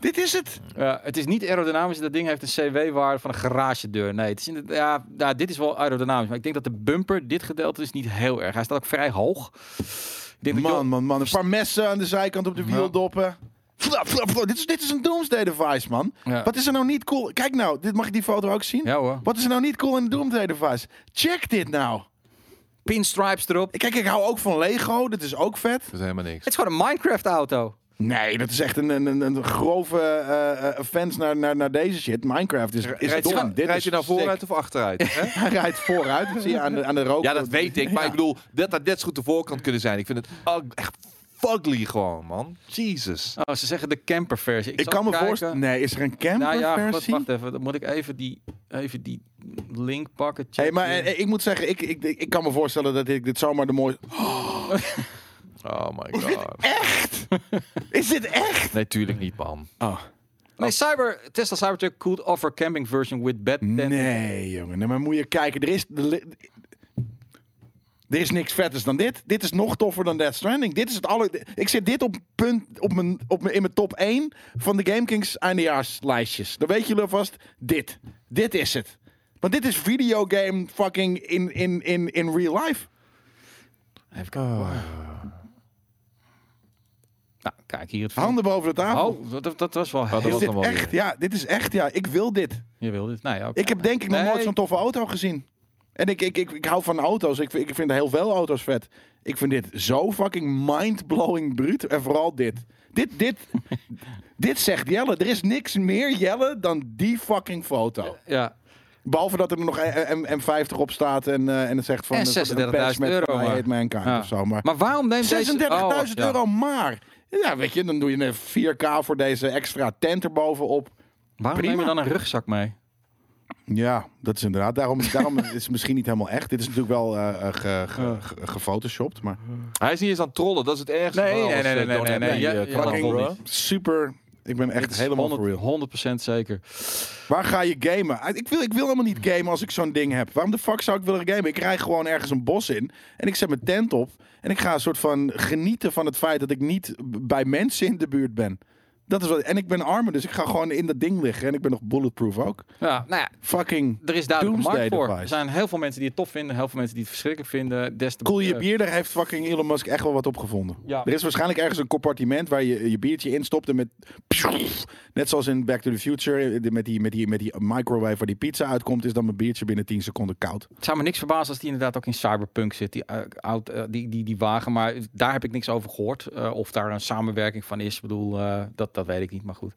Speaker 2: Dit is het.
Speaker 1: Ja, het is niet aerodynamisch. Dat ding heeft een CW-waarde van een garagedeur. Nee, het is inderdaad- ja, nou, dit is wel aerodynamisch. Maar ik denk dat de bumper, dit gedeelte, is niet heel erg. Hij staat ook vrij hoog. Ik denk dat,
Speaker 2: Man,
Speaker 1: joh,
Speaker 2: man, man. Een paar messen aan de zijkant op de wieldoppen. Vla, vla, vla. Dit, is, dit is een doomsday device, man.
Speaker 1: Ja.
Speaker 2: Wat is er nou niet cool? Kijk nou, dit, mag ik die foto ook zien?
Speaker 1: ja hoor.
Speaker 2: Wat is er nou niet cool in de doomsday device? Check dit nou.
Speaker 1: Pinstripes erop.
Speaker 2: Kijk, ik hou ook van Lego. Dit is ook vet.
Speaker 3: Dat is helemaal niks.
Speaker 1: Het is gewoon een Minecraft-auto.
Speaker 2: Nee, dat is echt een, een, een, een grove eh, eh, offense naar, naar, naar deze shit. Minecraft is, is
Speaker 3: Rijdt
Speaker 2: dom.
Speaker 3: je, nou-
Speaker 2: Dit
Speaker 3: rijdt
Speaker 2: is
Speaker 3: je nou
Speaker 2: sick.
Speaker 3: vooruit of achteruit? hè?
Speaker 2: Hij rijdt vooruit, dat zie je aan de, aan de rook.
Speaker 3: Ja, dat weet ik. Maar
Speaker 2: Ja.
Speaker 3: ik bedoel, dat had net zo goed de voorkant kunnen zijn. Ik vind het ug- echt fugly gewoon, man. Jesus.
Speaker 1: Oh, ze zeggen de camperversie. Ik,
Speaker 2: Ik
Speaker 1: zal
Speaker 2: kan me
Speaker 1: kijken.
Speaker 2: voorstellen... Nee, is er een
Speaker 1: Nou
Speaker 2: camperversie?
Speaker 1: ja, wacht, wacht even. Dan moet ik even die, even die link pakken. checken.
Speaker 2: Hey, maar eh, ik moet zeggen, ik, ik, ik, ik kan me voorstellen dat ik dit zomaar de mooiste...
Speaker 3: Oh my god.
Speaker 2: Is dit echt?
Speaker 3: Nee, tuurlijk niet, man.
Speaker 2: Oh.
Speaker 1: nee, cyber, Tesla Cybertruck could offer camping version with bed tent.
Speaker 2: Nee, jongen. Nee, maar moet je kijken. Er is... de li- Er is niks vetters dan dit. Dit is nog toffer dan Death Stranding. Dit is het aller... Ik zit dit op punt op mijn, op mijn, in mijn top 1 van de GameKings eindejaarslijstjes. Dan weten jullie alvast dit. Dit is het. Want dit is videogame fucking in, in, in, in real life.
Speaker 1: Even kijken. Nou, kijk hier het
Speaker 2: Handen boven de tafel.
Speaker 1: Oh, dat, dat was wel
Speaker 3: dat
Speaker 1: heel...
Speaker 2: is
Speaker 3: was
Speaker 2: dit
Speaker 3: hem wel
Speaker 2: echt? Ja, dit is echt. Ja, ik wil dit.
Speaker 1: Je wil dit? Nee, oké.
Speaker 2: Ik heb denk ik nog
Speaker 1: Nee.
Speaker 2: nooit zo'n toffe auto gezien. En ik, ik, ik, ik hou van auto's. Ik, vind- ik vind heel veel auto's vet. Ik vind dit zo fucking mind-blowing bruut. En vooral dit. Dit, dit, dit zegt Jelle. Er is niks meer Jelle dan die fucking foto.
Speaker 1: Ja.
Speaker 2: Behalve dat er nog M- M- M50 op staat en, eh, en het zegt van...
Speaker 1: En
Speaker 2: eh, een
Speaker 1: 36.000
Speaker 2: patch met
Speaker 1: euro
Speaker 2: van I
Speaker 1: maar.
Speaker 2: Hate Mankind
Speaker 1: Ja.
Speaker 2: of zo. Maar
Speaker 1: Maar waarom neemt
Speaker 2: 36.000
Speaker 1: deze... Oh, ja.
Speaker 2: euro maar. Ja, weet je, dan doe je een 4K voor deze extra tent erbovenop.
Speaker 1: Waarom
Speaker 2: Prima.
Speaker 1: neem je dan een rugzak mee?
Speaker 2: Ja, dat is inderdaad. Daarom, daarom is het misschien niet helemaal echt. Dit is natuurlijk wel eh, eh, ge- ge- ge- gefotoshopt, maar
Speaker 3: Hij is niet eens aan het trollen. Dat is het ergste.
Speaker 1: Nee,
Speaker 3: van
Speaker 1: nee,
Speaker 3: alles,
Speaker 1: nee,
Speaker 3: eh,
Speaker 1: nee, nee,
Speaker 3: Donald
Speaker 1: nee,
Speaker 3: Trump,
Speaker 1: nee,
Speaker 3: eh,
Speaker 1: ja, ja,
Speaker 3: Trump.
Speaker 1: dat klopt
Speaker 2: super. Ik ben echt helemaal voor real.
Speaker 1: 100% zeker.
Speaker 2: Waar ga je gamen? Ah, Ik wil, ik wil helemaal niet gamen als ik zo'n ding heb. Waarom de fuck zou ik willen gamen? Ik rij gewoon ergens een bos in en ik zet mijn tent op en ik ga een soort van genieten van het feit dat ik niet b- bij mensen in de buurt ben. Dat is wat, en ik ben armer, dus ik ga gewoon in dat ding liggen en ik ben nog bulletproof ook.
Speaker 1: Ja, nou ja,
Speaker 2: Fucking
Speaker 1: er is duidelijk een
Speaker 2: Doomsday
Speaker 1: markt voor.
Speaker 2: device.
Speaker 1: Er zijn heel veel mensen die het tof vinden, heel veel mensen die het verschrikkelijk vinden. Des te
Speaker 2: Koel je
Speaker 1: eh,
Speaker 2: bier, daar heeft fucking Elon Musk echt wel wat opgevonden.
Speaker 1: Ja.
Speaker 2: Er is waarschijnlijk ergens een compartiment waar je je biertje instopt en met... Net zoals in Back to the Future, eh, met die, met die, met die microwave waar die pizza uitkomt, is dan mijn biertje binnen 10 seconden koud.
Speaker 1: Het zou me niks verbazen als die inderdaad ook in Cyberpunk zit, die, eh, oud, eh, die, die, die wagen. Maar daar heb ik niks over gehoord. eh, of daar een samenwerking van is. Ik bedoel, eh, dat, dat weet ik niet, maar goed.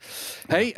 Speaker 1: hey,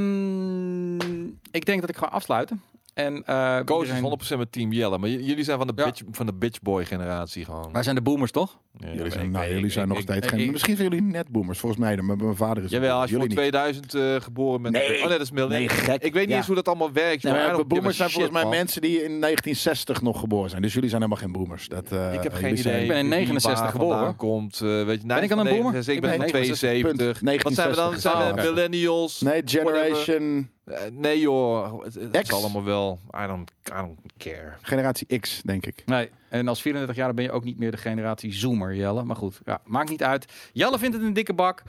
Speaker 1: ehm, ik denk dat ik ga afsluiten. En, eh,
Speaker 3: Koos
Speaker 1: iedereen-
Speaker 3: is 100% met Team Jelle. Maar j- jullie zijn van de,
Speaker 1: Ja.
Speaker 3: bitch, van de bitch boy generatie gewoon.
Speaker 1: Wij zijn de boomers, toch?
Speaker 3: Ja,
Speaker 2: jullie
Speaker 3: ik-
Speaker 2: zijn, nou,
Speaker 3: ik-
Speaker 2: jullie
Speaker 3: ik-
Speaker 2: zijn
Speaker 3: ik-
Speaker 2: nog
Speaker 3: ik-
Speaker 2: steeds geen...
Speaker 1: ik-
Speaker 2: misschien zijn jullie net boomers, volgens mij. Mijn, mijn vader is...
Speaker 3: Jawel, als je van
Speaker 2: jullie niet.
Speaker 3: 2000 eh, geboren bent.
Speaker 2: Nee.
Speaker 3: Oh nee, dat is millennium.
Speaker 2: Nee, gek.
Speaker 3: Ik weet niet
Speaker 2: Ja.
Speaker 3: eens hoe dat allemaal werkt.
Speaker 2: Nee,
Speaker 3: joh. I
Speaker 2: maar
Speaker 3: don't
Speaker 2: boomers
Speaker 3: give a
Speaker 2: zijn volgens
Speaker 3: shit,
Speaker 2: mij
Speaker 3: man.
Speaker 2: mensen die in 1960 nog geboren zijn. Dus jullie zijn helemaal geen boomers. Dat, eh,
Speaker 3: Ik heb
Speaker 2: jullie
Speaker 3: geen
Speaker 2: zijn-
Speaker 3: idee.
Speaker 1: Ik ben in
Speaker 3: wie
Speaker 1: 69
Speaker 3: waar
Speaker 1: geboren,
Speaker 3: vandaan
Speaker 1: hoor.
Speaker 3: Komt, eh, weet je, nee,
Speaker 1: Ben ik
Speaker 3: van
Speaker 1: al een boomer?
Speaker 3: 69, Ik
Speaker 1: Ik
Speaker 3: ben
Speaker 1: ben
Speaker 3: van 72.
Speaker 2: Punt.
Speaker 3: Wat zijn we dan? Zijn we
Speaker 2: 1960.
Speaker 3: millennials?
Speaker 2: Nee, Generation...
Speaker 3: Eh, nee joh, het, het
Speaker 2: Ex?
Speaker 3: zal allemaal wel. I don't, I don't care.
Speaker 2: Generatie X, denk ik.
Speaker 1: Nee. En als 34 jaar ben je ook niet meer de generatie Zoomer, Jelle. Maar goed, ja, maakt niet uit. Jelle vindt het een dikke bak.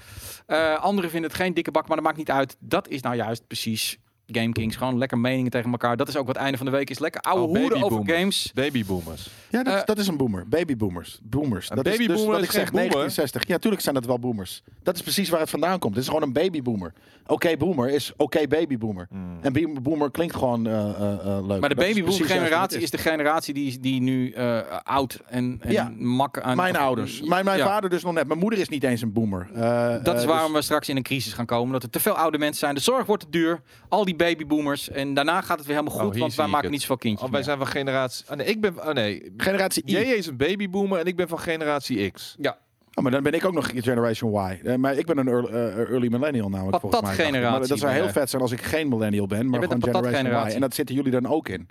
Speaker 1: Eh, anderen vinden het geen dikke bak, maar dat maakt niet uit. Dat is nou juist precies Game Kings. Gewoon lekker meningen tegen elkaar. Dat is ook wat einde van de week is. Lekker oude
Speaker 3: Oh,
Speaker 1: hoeren over
Speaker 3: babyboomers.
Speaker 1: games.
Speaker 3: Babyboomers.
Speaker 2: Ja, dat,
Speaker 1: Eh,
Speaker 2: dat is een boomer. Babyboomers. Boomers.
Speaker 3: Een
Speaker 2: Dat is dus
Speaker 3: babyboomer
Speaker 2: wat
Speaker 3: is
Speaker 2: ik zeg,
Speaker 3: geen boomer.
Speaker 2: 1960. Ja, tuurlijk zijn dat wel boomers. Dat is precies waar het vandaan komt. Het is gewoon een babyboomer. Oké boomer is oké babyboomer. En be- boomer klinkt gewoon eh, eh,
Speaker 1: Hmm.
Speaker 2: eh, leuk.
Speaker 1: Maar de
Speaker 2: Dat is precies juist wat
Speaker 1: babyboomer-generatie
Speaker 2: het
Speaker 1: is de generatie die, die nu eh, oud en, en
Speaker 2: Ja.
Speaker 1: mak aan...
Speaker 2: Mijn ouders. Mijn, mijn
Speaker 1: Ja.
Speaker 2: vader dus nog net. Mijn moeder is niet eens een boomer. Eh,
Speaker 1: Dat is
Speaker 2: eh,
Speaker 1: waarom we straks in een crisis gaan komen. Dat er te veel oude mensen zijn. De zorg wordt te duur. Al die babyboomers. En daarna gaat het weer helemaal
Speaker 3: Oh,
Speaker 1: goed.
Speaker 3: hier
Speaker 1: want
Speaker 3: zie
Speaker 1: wij
Speaker 3: ik
Speaker 1: maken
Speaker 3: het.
Speaker 1: niet zoveel kindjes
Speaker 3: Oh, wij
Speaker 1: meer.
Speaker 3: zijn van generatie... Ah, nee, ik ben... Oh, nee.
Speaker 2: dus generatie I.
Speaker 3: Jij is een babyboomer en ik ben van generatie X.
Speaker 1: Ja,
Speaker 2: Oh, maar dan ben ik ook nog Generation Y. Eh, maar ik ben een early, eh, early millennial namelijk.
Speaker 1: Patatgeneratie
Speaker 2: volgens mij. Maar dat zou
Speaker 1: ben
Speaker 2: heel
Speaker 1: jij.
Speaker 2: vet zijn als ik geen millennial ben, maar
Speaker 1: bent een
Speaker 2: gewoon Generation Y.
Speaker 1: patatgeneratie.
Speaker 2: En dat zitten jullie dan ook in.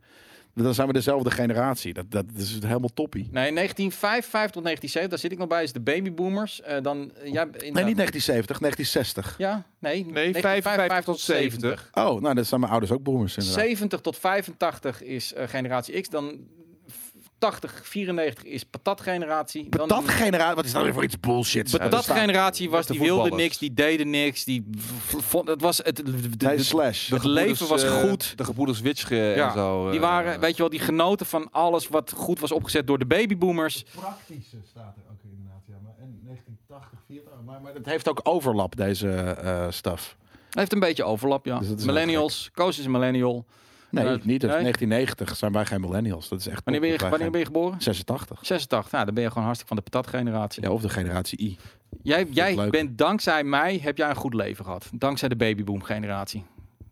Speaker 2: Dan zijn we dezelfde generatie. Dat, dat, dat is helemaal toppie.
Speaker 1: nee, 1955 tot 1970, daar zit ik nog bij, is de babyboomers. Eh, dan, eh, jij, inderdaad-
Speaker 2: Nee, niet 1970, 1960.
Speaker 1: Ja, nee.
Speaker 3: Nee, 55
Speaker 1: 1955
Speaker 3: tot 70.
Speaker 2: Oh, nou, dat zijn mijn ouders ook boomers inderdaad.
Speaker 1: 70 tot 85 is eh, generatie X. Dan 80, 94 is patatgeneratie. Dan
Speaker 2: Dat generatie, wat is dat weer voor iets bullshit?
Speaker 1: Patat- patatgeneratie was,
Speaker 3: de
Speaker 1: die wilde
Speaker 3: voetballers.
Speaker 1: niks, die deden niks. Die v- vond, het was het, de- de-
Speaker 2: Nee, slash.
Speaker 1: het leven was
Speaker 3: Gebroeders, eh,
Speaker 1: goed.
Speaker 3: De gebroeders Witsch eh,
Speaker 1: Ja,
Speaker 3: en zo. eh,
Speaker 1: Die waren, weet je wel, die genoten van alles wat goed was opgezet door de babyboomers.
Speaker 2: Praktische staat er ook inderdaad, ja. Maar, en 1980, 40, maar, maar het heeft ook overlap, deze eh staf.
Speaker 1: Hij heeft een beetje overlap, ja.
Speaker 2: Dus dat is wel
Speaker 1: millennials, Koos is een millennial.
Speaker 2: Nee,
Speaker 1: Eh,
Speaker 2: niet. Dus
Speaker 1: nee.
Speaker 2: 1990 zijn wij geen millennials. Dat is echt
Speaker 1: Wanneer ben je,
Speaker 2: top.
Speaker 1: wanneer ben je geboren?
Speaker 2: 86.
Speaker 1: 86. Nou, dan ben je gewoon hartstikke van de patatgeneratie.
Speaker 2: Ja, of de generatie I.
Speaker 1: Jij, jij
Speaker 2: leuk.
Speaker 1: bent dankzij mij, heb jij een goed leven gehad. Dankzij de babyboom generatie.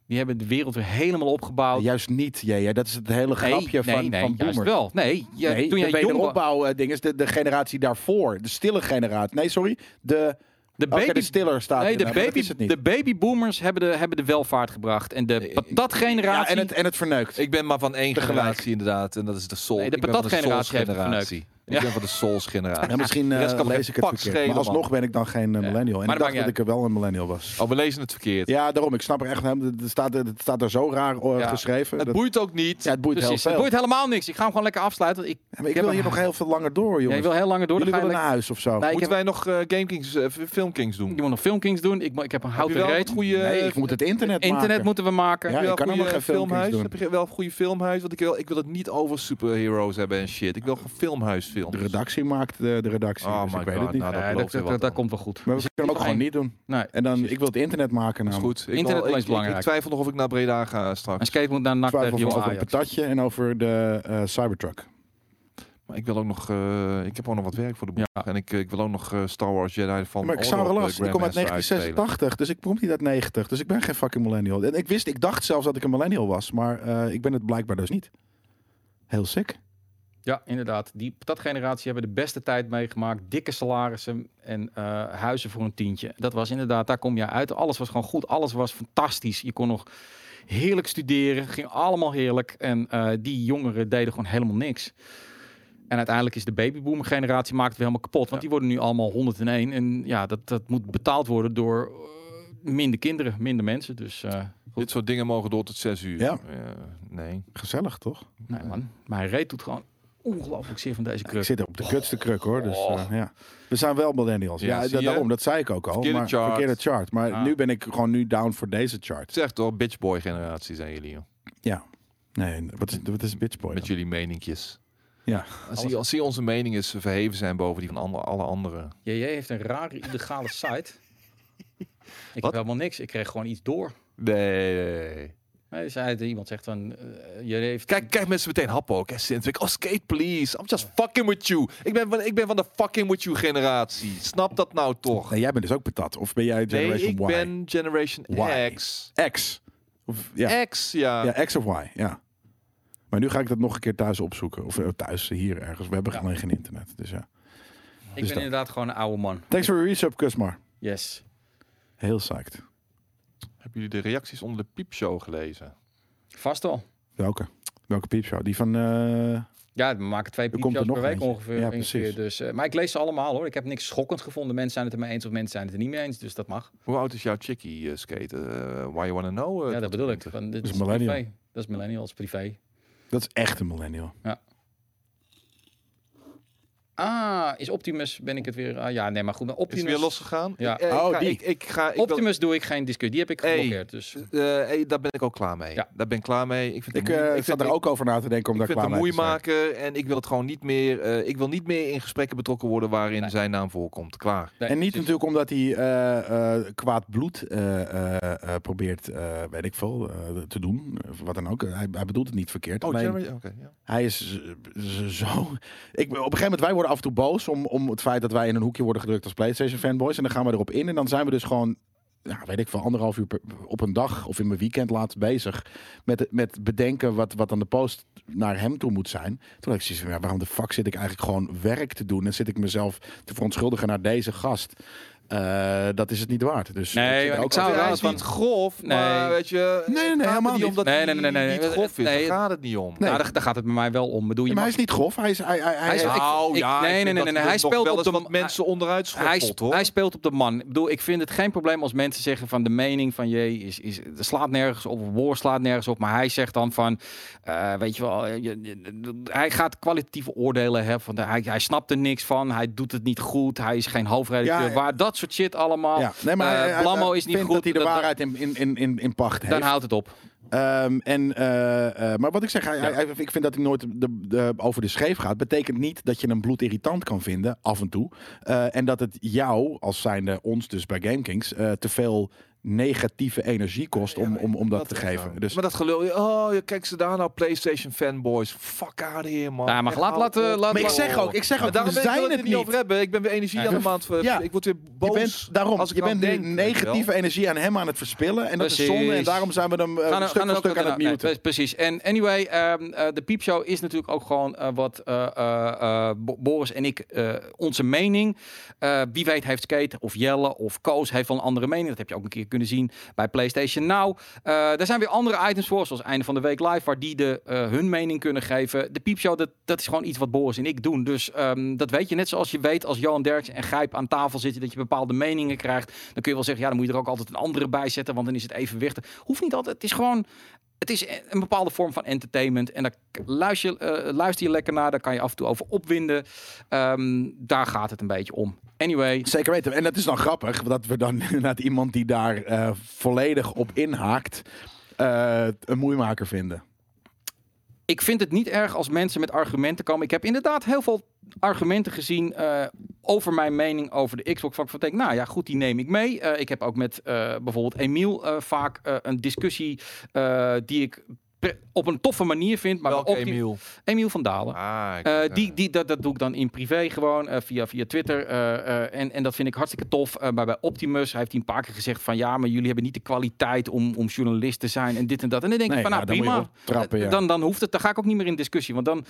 Speaker 1: Die hebben de wereld weer helemaal opgebouwd.
Speaker 2: Juist niet, jij. jij. Dat is het hele
Speaker 1: nee,
Speaker 2: grapje
Speaker 1: nee,
Speaker 2: van,
Speaker 1: nee,
Speaker 2: van
Speaker 1: juist
Speaker 2: boomers.
Speaker 1: wel. Nee, jij-
Speaker 2: nee,
Speaker 1: toen
Speaker 2: de
Speaker 1: jij jong was.
Speaker 2: wederopbouw eh, ding is de, de generatie daarvoor. De stille generatie. Nee, sorry. De, oh,
Speaker 1: De
Speaker 2: oké,
Speaker 1: baby,
Speaker 2: de stiller staat
Speaker 1: nee, de,
Speaker 2: erbij, maar dat
Speaker 1: baby,
Speaker 2: is het niet.
Speaker 1: de babyboomers hebben de, hebben de welvaart gebracht. En de patatgeneratie...
Speaker 2: ja, en, het, en het verneukt.
Speaker 3: Ik ben maar van één
Speaker 2: Tegelijk.
Speaker 3: generatie inderdaad. En dat is de Soul.
Speaker 1: Nee, de
Speaker 3: Ik ben van
Speaker 1: patatgeneratie heeft het
Speaker 3: Souls-generatie. Ik
Speaker 1: Ja.
Speaker 3: ben van de Souls generatie.
Speaker 2: Ja, misschien
Speaker 3: De
Speaker 2: eh,
Speaker 3: rest kan me
Speaker 2: lees
Speaker 3: geen
Speaker 2: ik het
Speaker 3: pak
Speaker 2: verkeerd.
Speaker 3: schelen,
Speaker 2: maar alsnog
Speaker 3: man.
Speaker 2: ben ik dan geen eh, millennial. En
Speaker 1: maar
Speaker 2: ik
Speaker 1: dat
Speaker 2: dacht dat
Speaker 1: maakt
Speaker 2: ik er wel een millennial was.
Speaker 3: Oh, we lezen het verkeerd.
Speaker 2: Ja, daarom. Ik snap er echt helemaal... Het staat, het staat er zo raar eh,
Speaker 1: Ja.
Speaker 2: geschreven.
Speaker 3: Het
Speaker 2: Dat-
Speaker 3: boeit ook niet.
Speaker 2: ja, het boeit heel
Speaker 1: Precies, het
Speaker 2: veel.
Speaker 1: boeit helemaal niks. Ik ga hem gewoon lekker afsluiten. want Ik,
Speaker 2: Ja, maar ik
Speaker 1: ik
Speaker 2: wil
Speaker 1: heb-
Speaker 2: hier nog heel veel langer door,
Speaker 1: jij
Speaker 2: jongens.
Speaker 1: wil heel langer door. dan
Speaker 2: Jullie
Speaker 1: ga je
Speaker 2: willen naar
Speaker 1: lekker-
Speaker 2: huis of zo?
Speaker 1: Nee, ik
Speaker 3: Moeten
Speaker 1: heb,
Speaker 3: wij nog eh, Game Kings, eh, Film Kings doen?
Speaker 1: je moet nog filmkings doen. Ik, mo- ik heb een
Speaker 3: Heb je
Speaker 1: houten
Speaker 3: wel
Speaker 1: reet.
Speaker 3: het goede...
Speaker 2: Nee, ik
Speaker 3: eh,
Speaker 2: moet het internet
Speaker 1: Internet
Speaker 2: maken.
Speaker 1: moeten we maken.
Speaker 2: Ja,
Speaker 3: Heb je
Speaker 2: ik
Speaker 3: wel
Speaker 2: kan
Speaker 3: goede
Speaker 2: helemaal geen filmhuis
Speaker 3: filmhuis?
Speaker 2: doen.
Speaker 3: Heb je wel een goede filmhuis? Want ik wil, ik wil het niet over superheroes hebben en shit. Ik wil gewoon filmhuisfilms.
Speaker 2: De redactie maakt de, de redactie,
Speaker 3: Oh
Speaker 2: dus
Speaker 3: my
Speaker 2: ik weet
Speaker 3: God,
Speaker 2: het niet.
Speaker 3: nou,
Speaker 1: Nee,
Speaker 3: dat
Speaker 1: dat, dat,
Speaker 3: belooft weer
Speaker 1: dat
Speaker 3: wat dan.
Speaker 1: komt wel goed.
Speaker 2: Maar we kunnen hem ook gewoon niet doen.
Speaker 1: Nee.
Speaker 2: En dan, ik wil het internet maken
Speaker 3: is
Speaker 2: namelijk.
Speaker 3: goed. Ik,
Speaker 1: Internet
Speaker 3: wil-
Speaker 1: is
Speaker 3: ik- ik-
Speaker 1: belangrijk.
Speaker 3: Ik twijfel nog of ik naar Breda ga straks.
Speaker 1: Een skate moet naar NAC
Speaker 2: Twijfel
Speaker 1: tegen
Speaker 2: over,
Speaker 1: Jong
Speaker 2: over een
Speaker 1: Ajax.
Speaker 2: patatje en over de eh, Cybertruck.
Speaker 3: Maar ik wil ook nog... eh, ik heb ook nog wat werk voor de boeg.
Speaker 1: Ja.
Speaker 3: En ik, ik wil ook nog eh, Star Wars Jedi van...
Speaker 2: maar ik zou
Speaker 3: Order
Speaker 2: wel
Speaker 3: op, eh,
Speaker 2: last. Ik kom uit
Speaker 3: Grandmaster uitspelen.
Speaker 2: 1986, dus ik kom niet uit 90. Dus ik ben geen fucking millennial. En ik wist, ik dacht zelfs dat ik een millennial was, maar eh, ik ben het blijkbaar dus niet. Heel sick.
Speaker 1: Ja, inderdaad. Die patatgeneratie hebben de beste tijd meegemaakt. Dikke salarissen en eh, huizen voor een tientje. Dat was inderdaad, daar kom je uit. Alles was gewoon goed. Alles was fantastisch. Je kon nog heerlijk studeren. Ging allemaal heerlijk. En eh, die jongeren deden gewoon helemaal niks. En uiteindelijk is de babyboomer generatie maakt het weer helemaal kapot. Want die worden nu allemaal 101. En ja, dat, dat moet betaald worden door eh, minder kinderen, minder mensen. Dus eh,
Speaker 3: Dit soort dingen mogen door tot 6 uur.
Speaker 2: Ja.
Speaker 3: Eh, nee.
Speaker 2: Gezellig, toch?
Speaker 1: nee man, mijn reet doet gewoon ongelooflijk zeer van deze
Speaker 2: Ik
Speaker 1: kruk.
Speaker 2: zit op de kutste kruk, hoor. Dus eh,
Speaker 1: Oh.
Speaker 2: ja. We zijn wel millennials.
Speaker 3: Ja,
Speaker 2: Ja,
Speaker 3: zie
Speaker 2: da-
Speaker 3: je?
Speaker 2: daarom. Dat zei ik ook al.
Speaker 3: Verkeerde
Speaker 2: maar,
Speaker 3: chart.
Speaker 2: Verkeerde chart. Maar
Speaker 1: Ah.
Speaker 2: nu ben ik gewoon nu down voor deze chart.
Speaker 3: Het is echt hoor, bitchboy generatie zijn jullie. Joh.
Speaker 2: Nee, wat is, wat is een bitchboy?
Speaker 3: Met jullie meninkjes.
Speaker 2: Ja.
Speaker 3: Als je, als je onze mening is verheven zijn boven die van alle, alle anderen.
Speaker 1: JJ heeft een rare illegale site. Ik
Speaker 3: Wat?
Speaker 1: heb helemaal niks. Ik kreeg gewoon iets door.
Speaker 3: Nee.
Speaker 1: Nee, zei, iemand zegt van, eh, JJ heeft...
Speaker 3: Kijk, kijk mensen meteen happen ook. hè, Sintwick. Oh, skate please. I'm just fucking with you. Ik ben van, ik ben van de fucking with you generatie. Snap dat nou toch?
Speaker 2: Nee, jij bent dus ook patat. Of ben jij
Speaker 3: Nee,
Speaker 2: Generation
Speaker 3: ik
Speaker 2: Y?
Speaker 3: ben Generation
Speaker 2: Why?
Speaker 3: X.
Speaker 2: X. Of, ja.
Speaker 3: X, ja.
Speaker 2: ja, X of Y, ja. Maar nu ga ik dat nog een keer thuis opzoeken. Of eh, thuis, hier ergens. We hebben
Speaker 1: Ja.
Speaker 2: alleen geen internet, dus ja.
Speaker 1: Ik
Speaker 2: dus
Speaker 1: ben
Speaker 2: dat.
Speaker 1: inderdaad gewoon een oude man.
Speaker 2: Thanks voor je resub, Kusmar.
Speaker 1: Yes.
Speaker 2: Heel psyched.
Speaker 3: Hebben jullie de reacties onder de piepshow gelezen?
Speaker 1: Vast al.
Speaker 2: Welke? Welke piepshow? Die van... eh,
Speaker 1: Ja, we maken twee
Speaker 2: Er komt
Speaker 1: piepjes
Speaker 2: er
Speaker 1: per
Speaker 2: nog
Speaker 1: week
Speaker 2: eentje.
Speaker 1: ongeveer.
Speaker 2: Ja,
Speaker 1: ongeveer,
Speaker 2: precies.
Speaker 1: Dus, eh, maar ik lees ze allemaal hoor. Ik heb niks schokkend gevonden. Mensen zijn het er mee eens of mensen zijn het er niet mee eens. Dus dat mag.
Speaker 3: Hoe oud is jouw chickie eh, skate? Eh, why you wanna know? eh,
Speaker 1: ja, dat bedoel ik.
Speaker 3: 20?
Speaker 1: Van, dit
Speaker 2: is
Speaker 1: is
Speaker 2: millennial.
Speaker 1: privé. Dat is millennials privé.
Speaker 2: dat is echt een millennial.
Speaker 1: Ah, is Optimus, ben ik het weer... Ah, ja, nee, maar goed, maar
Speaker 3: Is
Speaker 1: Optimus...
Speaker 3: weer losgegaan?
Speaker 1: Ja.
Speaker 3: Ik, eh, ik
Speaker 2: Oh,
Speaker 3: ga,
Speaker 2: die.
Speaker 3: Ik, ik ga, ik wil-
Speaker 1: Optimus doe ik geen discussie, die heb ik
Speaker 3: Hey.
Speaker 1: geblokkeerd. Dus
Speaker 3: eh hey, daar ben ik ook klaar mee.
Speaker 1: Ja.
Speaker 3: Daar ben ik klaar mee. Ik vind het
Speaker 2: Ik
Speaker 3: moe-
Speaker 2: eh,
Speaker 3: ik
Speaker 2: zat
Speaker 3: vind-
Speaker 2: er ook over na te denken om
Speaker 3: ik
Speaker 2: daar
Speaker 3: vind het
Speaker 2: klaar
Speaker 3: een
Speaker 2: mee te zijn.
Speaker 3: moeimaker en ik wil het gewoon niet meer. eh, ik wil niet meer in gesprekken betrokken worden waarin
Speaker 1: Nee.
Speaker 3: zijn naam voorkomt. Klaar.
Speaker 1: Nee,
Speaker 2: En niet
Speaker 1: precies.
Speaker 2: natuurlijk omdat hij eh, eh, kwaad bloed eh, eh, eh, probeert, eh, weet ik veel, eh, te doen. Of wat dan ook. Hij, hij bedoelt het niet verkeerd. alleen-
Speaker 3: Oh, Jeremy, oké, ja.
Speaker 2: Hij is z- z- zo. Ik, op een gegeven moment, wij worden af en toe boos om, om het feit dat wij in een hoekje worden gedrukt als PlayStation fanboys. En dan gaan we erop in. En dan zijn we dus gewoon, ja, weet ik veel, anderhalf uur per- op een dag of in mijn weekend laat bezig. Met, met bedenken wat, wat dan de post naar hem toe moet zijn. Toen had ik zoiets van, ja, waarom de fuck zit ik eigenlijk gewoon werk te doen? En zit ik mezelf te verontschuldigen naar deze gast? Eh, dat is het niet waard. Dus
Speaker 1: Nee,
Speaker 2: zit er
Speaker 1: ik
Speaker 2: ook
Speaker 1: zou
Speaker 2: altijd-
Speaker 3: hij
Speaker 1: raad
Speaker 3: is
Speaker 1: van-
Speaker 3: niet grof,
Speaker 1: Nee.
Speaker 3: maar weet je...
Speaker 2: Nee, nee, nee,
Speaker 3: het gaat er
Speaker 2: helemaal niet.
Speaker 3: Om dat
Speaker 1: Nee, nee, nee, nee, nee.
Speaker 3: niet grof is.
Speaker 1: Nee,
Speaker 3: daar gaat het niet om.
Speaker 1: Nou, daar, daar gaat het bij mij wel om. Bedoel, je
Speaker 2: maar hij
Speaker 1: mag-
Speaker 2: is niet grof. Hij is, hij, hij, hij,
Speaker 1: is-
Speaker 2: hij-
Speaker 1: ik-
Speaker 3: Nou,
Speaker 1: ik-
Speaker 3: ja,
Speaker 1: nee, nee,
Speaker 3: ik
Speaker 1: nee,
Speaker 3: vind dat
Speaker 1: nee,
Speaker 3: hij
Speaker 1: hij
Speaker 3: nog
Speaker 1: speelt
Speaker 3: wel
Speaker 1: op
Speaker 3: eens
Speaker 1: de
Speaker 3: wat
Speaker 1: ma-
Speaker 3: mensen onderuit
Speaker 1: hij,
Speaker 3: schoppelt,
Speaker 1: sp-
Speaker 3: hoor.
Speaker 1: hij speelt op de man. Ik bedoel, ik vind het geen probleem als mensen zeggen van de mening van jee, is, is, slaat nergens op, woord slaat nergens op. Maar hij zegt dan van, eh, weet je wel, eh, je- je- hij gaat kwalitatieve oordelen hebben. Van de, hij, hij snapt er niks van, hij doet het niet goed, hij is geen hoofdredacteur.
Speaker 2: Ja,
Speaker 1: waar dat soort shit allemaal,
Speaker 2: ja. nee, maar
Speaker 1: Eh,
Speaker 2: hij- hij-
Speaker 1: Blammo
Speaker 2: hij
Speaker 1: is niet
Speaker 2: vindt
Speaker 1: goed.
Speaker 2: dat hij de
Speaker 1: Dat- dat-
Speaker 2: waarheid in, in, in, in, in pacht heeft.
Speaker 1: dan houdt het op.
Speaker 2: Ehm, en, eh, eh, maar wat ik zeg, hij, hij- ik vind dat hij nooit de, de- over de scheef gaat. Betekent niet dat je hem bloedirritant kan vinden, af en toe. Eh, en dat het jou, als zijnde ons dus bij GameKings, eh te veel negatieve energie kost om, om, om dat, te
Speaker 3: is
Speaker 2: geven.
Speaker 3: zo.
Speaker 2: Dus
Speaker 3: Maar dat gelul, oh, je kijk ze daar nou, PlayStation fanboys. Fuck out here, man.
Speaker 1: Ja, maar
Speaker 3: Echt,
Speaker 1: laat-
Speaker 3: hou
Speaker 1: laat, eh,
Speaker 3: op.
Speaker 1: laat-
Speaker 2: Maar ik zeg ook, ik zeg ook,
Speaker 3: Maar daarom
Speaker 2: we
Speaker 3: ben ik- wil
Speaker 2: zijn
Speaker 3: ik
Speaker 2: het
Speaker 3: niet over
Speaker 2: niet.
Speaker 3: hebben. Ik ben weer energie aan de maand. ver-
Speaker 2: Ja.
Speaker 3: Ik word weer
Speaker 2: Je
Speaker 3: boos.
Speaker 2: bent, daarom,
Speaker 3: als ik
Speaker 2: je
Speaker 3: eraan
Speaker 2: bent nu
Speaker 3: denk, weet je wel.
Speaker 2: negatieve energie aan hem aan het verspillen. En dat is zonde. En
Speaker 1: Precies.
Speaker 2: daarom zijn we hem eh,
Speaker 1: Gaan er-
Speaker 2: stuk
Speaker 1: gaan er ook
Speaker 2: voor stuk
Speaker 1: wat
Speaker 2: aan het
Speaker 1: in- nee,
Speaker 2: muten.
Speaker 1: pre- precies. En anyway, ehm, eh, de piepshow is natuurlijk ook gewoon eh, wat eh, eh, eh, Bo- Boris en ik, eh, onze mening. Eh, wie weet heeft Skate of Jelle of Koos heeft wel een andere mening. Dat heb je ook een keer kunnen zien bij PlayStation Now. Eh er zijn weer andere items voor, zoals einde van de week live, waar die de, eh, hun mening kunnen geven. De piepshow, dat, dat is gewoon iets wat Boris en ik doen. Dus ehm, dat weet je. Net zoals je weet als Johan Derks en Gijp aan tafel zitten, dat je bepaalde meningen krijgt. Dan kun je wel zeggen, ja, dan moet je er ook altijd een andere bij zetten, want dan is het evenwichtig. Hoeft niet altijd. Het is gewoon het is een bepaalde vorm van entertainment. En daar k- luister, je- eh, luister je lekker naar. Daar kan je af en toe over opwinden. Ehm, daar gaat het een beetje om. Anyway.
Speaker 2: Zeker weten. En dat is dan grappig, dat we dan inderdaad iemand die daar eh, volledig op inhaakt, eh, een moeimaker vinden.
Speaker 1: ik vind het niet erg als mensen met argumenten komen. Ik heb inderdaad heel veel argumenten gezien eh, over mijn mening over de Xbox. Van ik denk, nou ja, goed, die neem ik mee. Eh, ik heb ook met eh, bijvoorbeeld Emiel eh, vaak eh, een discussie eh, die ik pre- op een toffe manier vind. Maar
Speaker 3: Welke
Speaker 1: op die-
Speaker 3: Emiel?
Speaker 1: Emiel van Dalen.
Speaker 3: Ah, ik-
Speaker 1: Eh,
Speaker 3: ja.
Speaker 1: die, die, dat, dat doe ik dan in privé gewoon, eh, via, via Twitter. eh, eh, en, en dat vind ik hartstikke tof. Eh, maar bij Optimus hij heeft hij een paar keer gezegd van... ja, maar jullie hebben niet de kwaliteit om, om journalist te zijn en dit en dat. En dan denk
Speaker 2: Nee,
Speaker 1: ik van,
Speaker 2: ja,
Speaker 1: nou
Speaker 2: dan moet je
Speaker 1: prima.
Speaker 2: optrappen, ja.
Speaker 1: dan, dan hoeft het, dan ga ik ook niet meer in discussie. Want dan,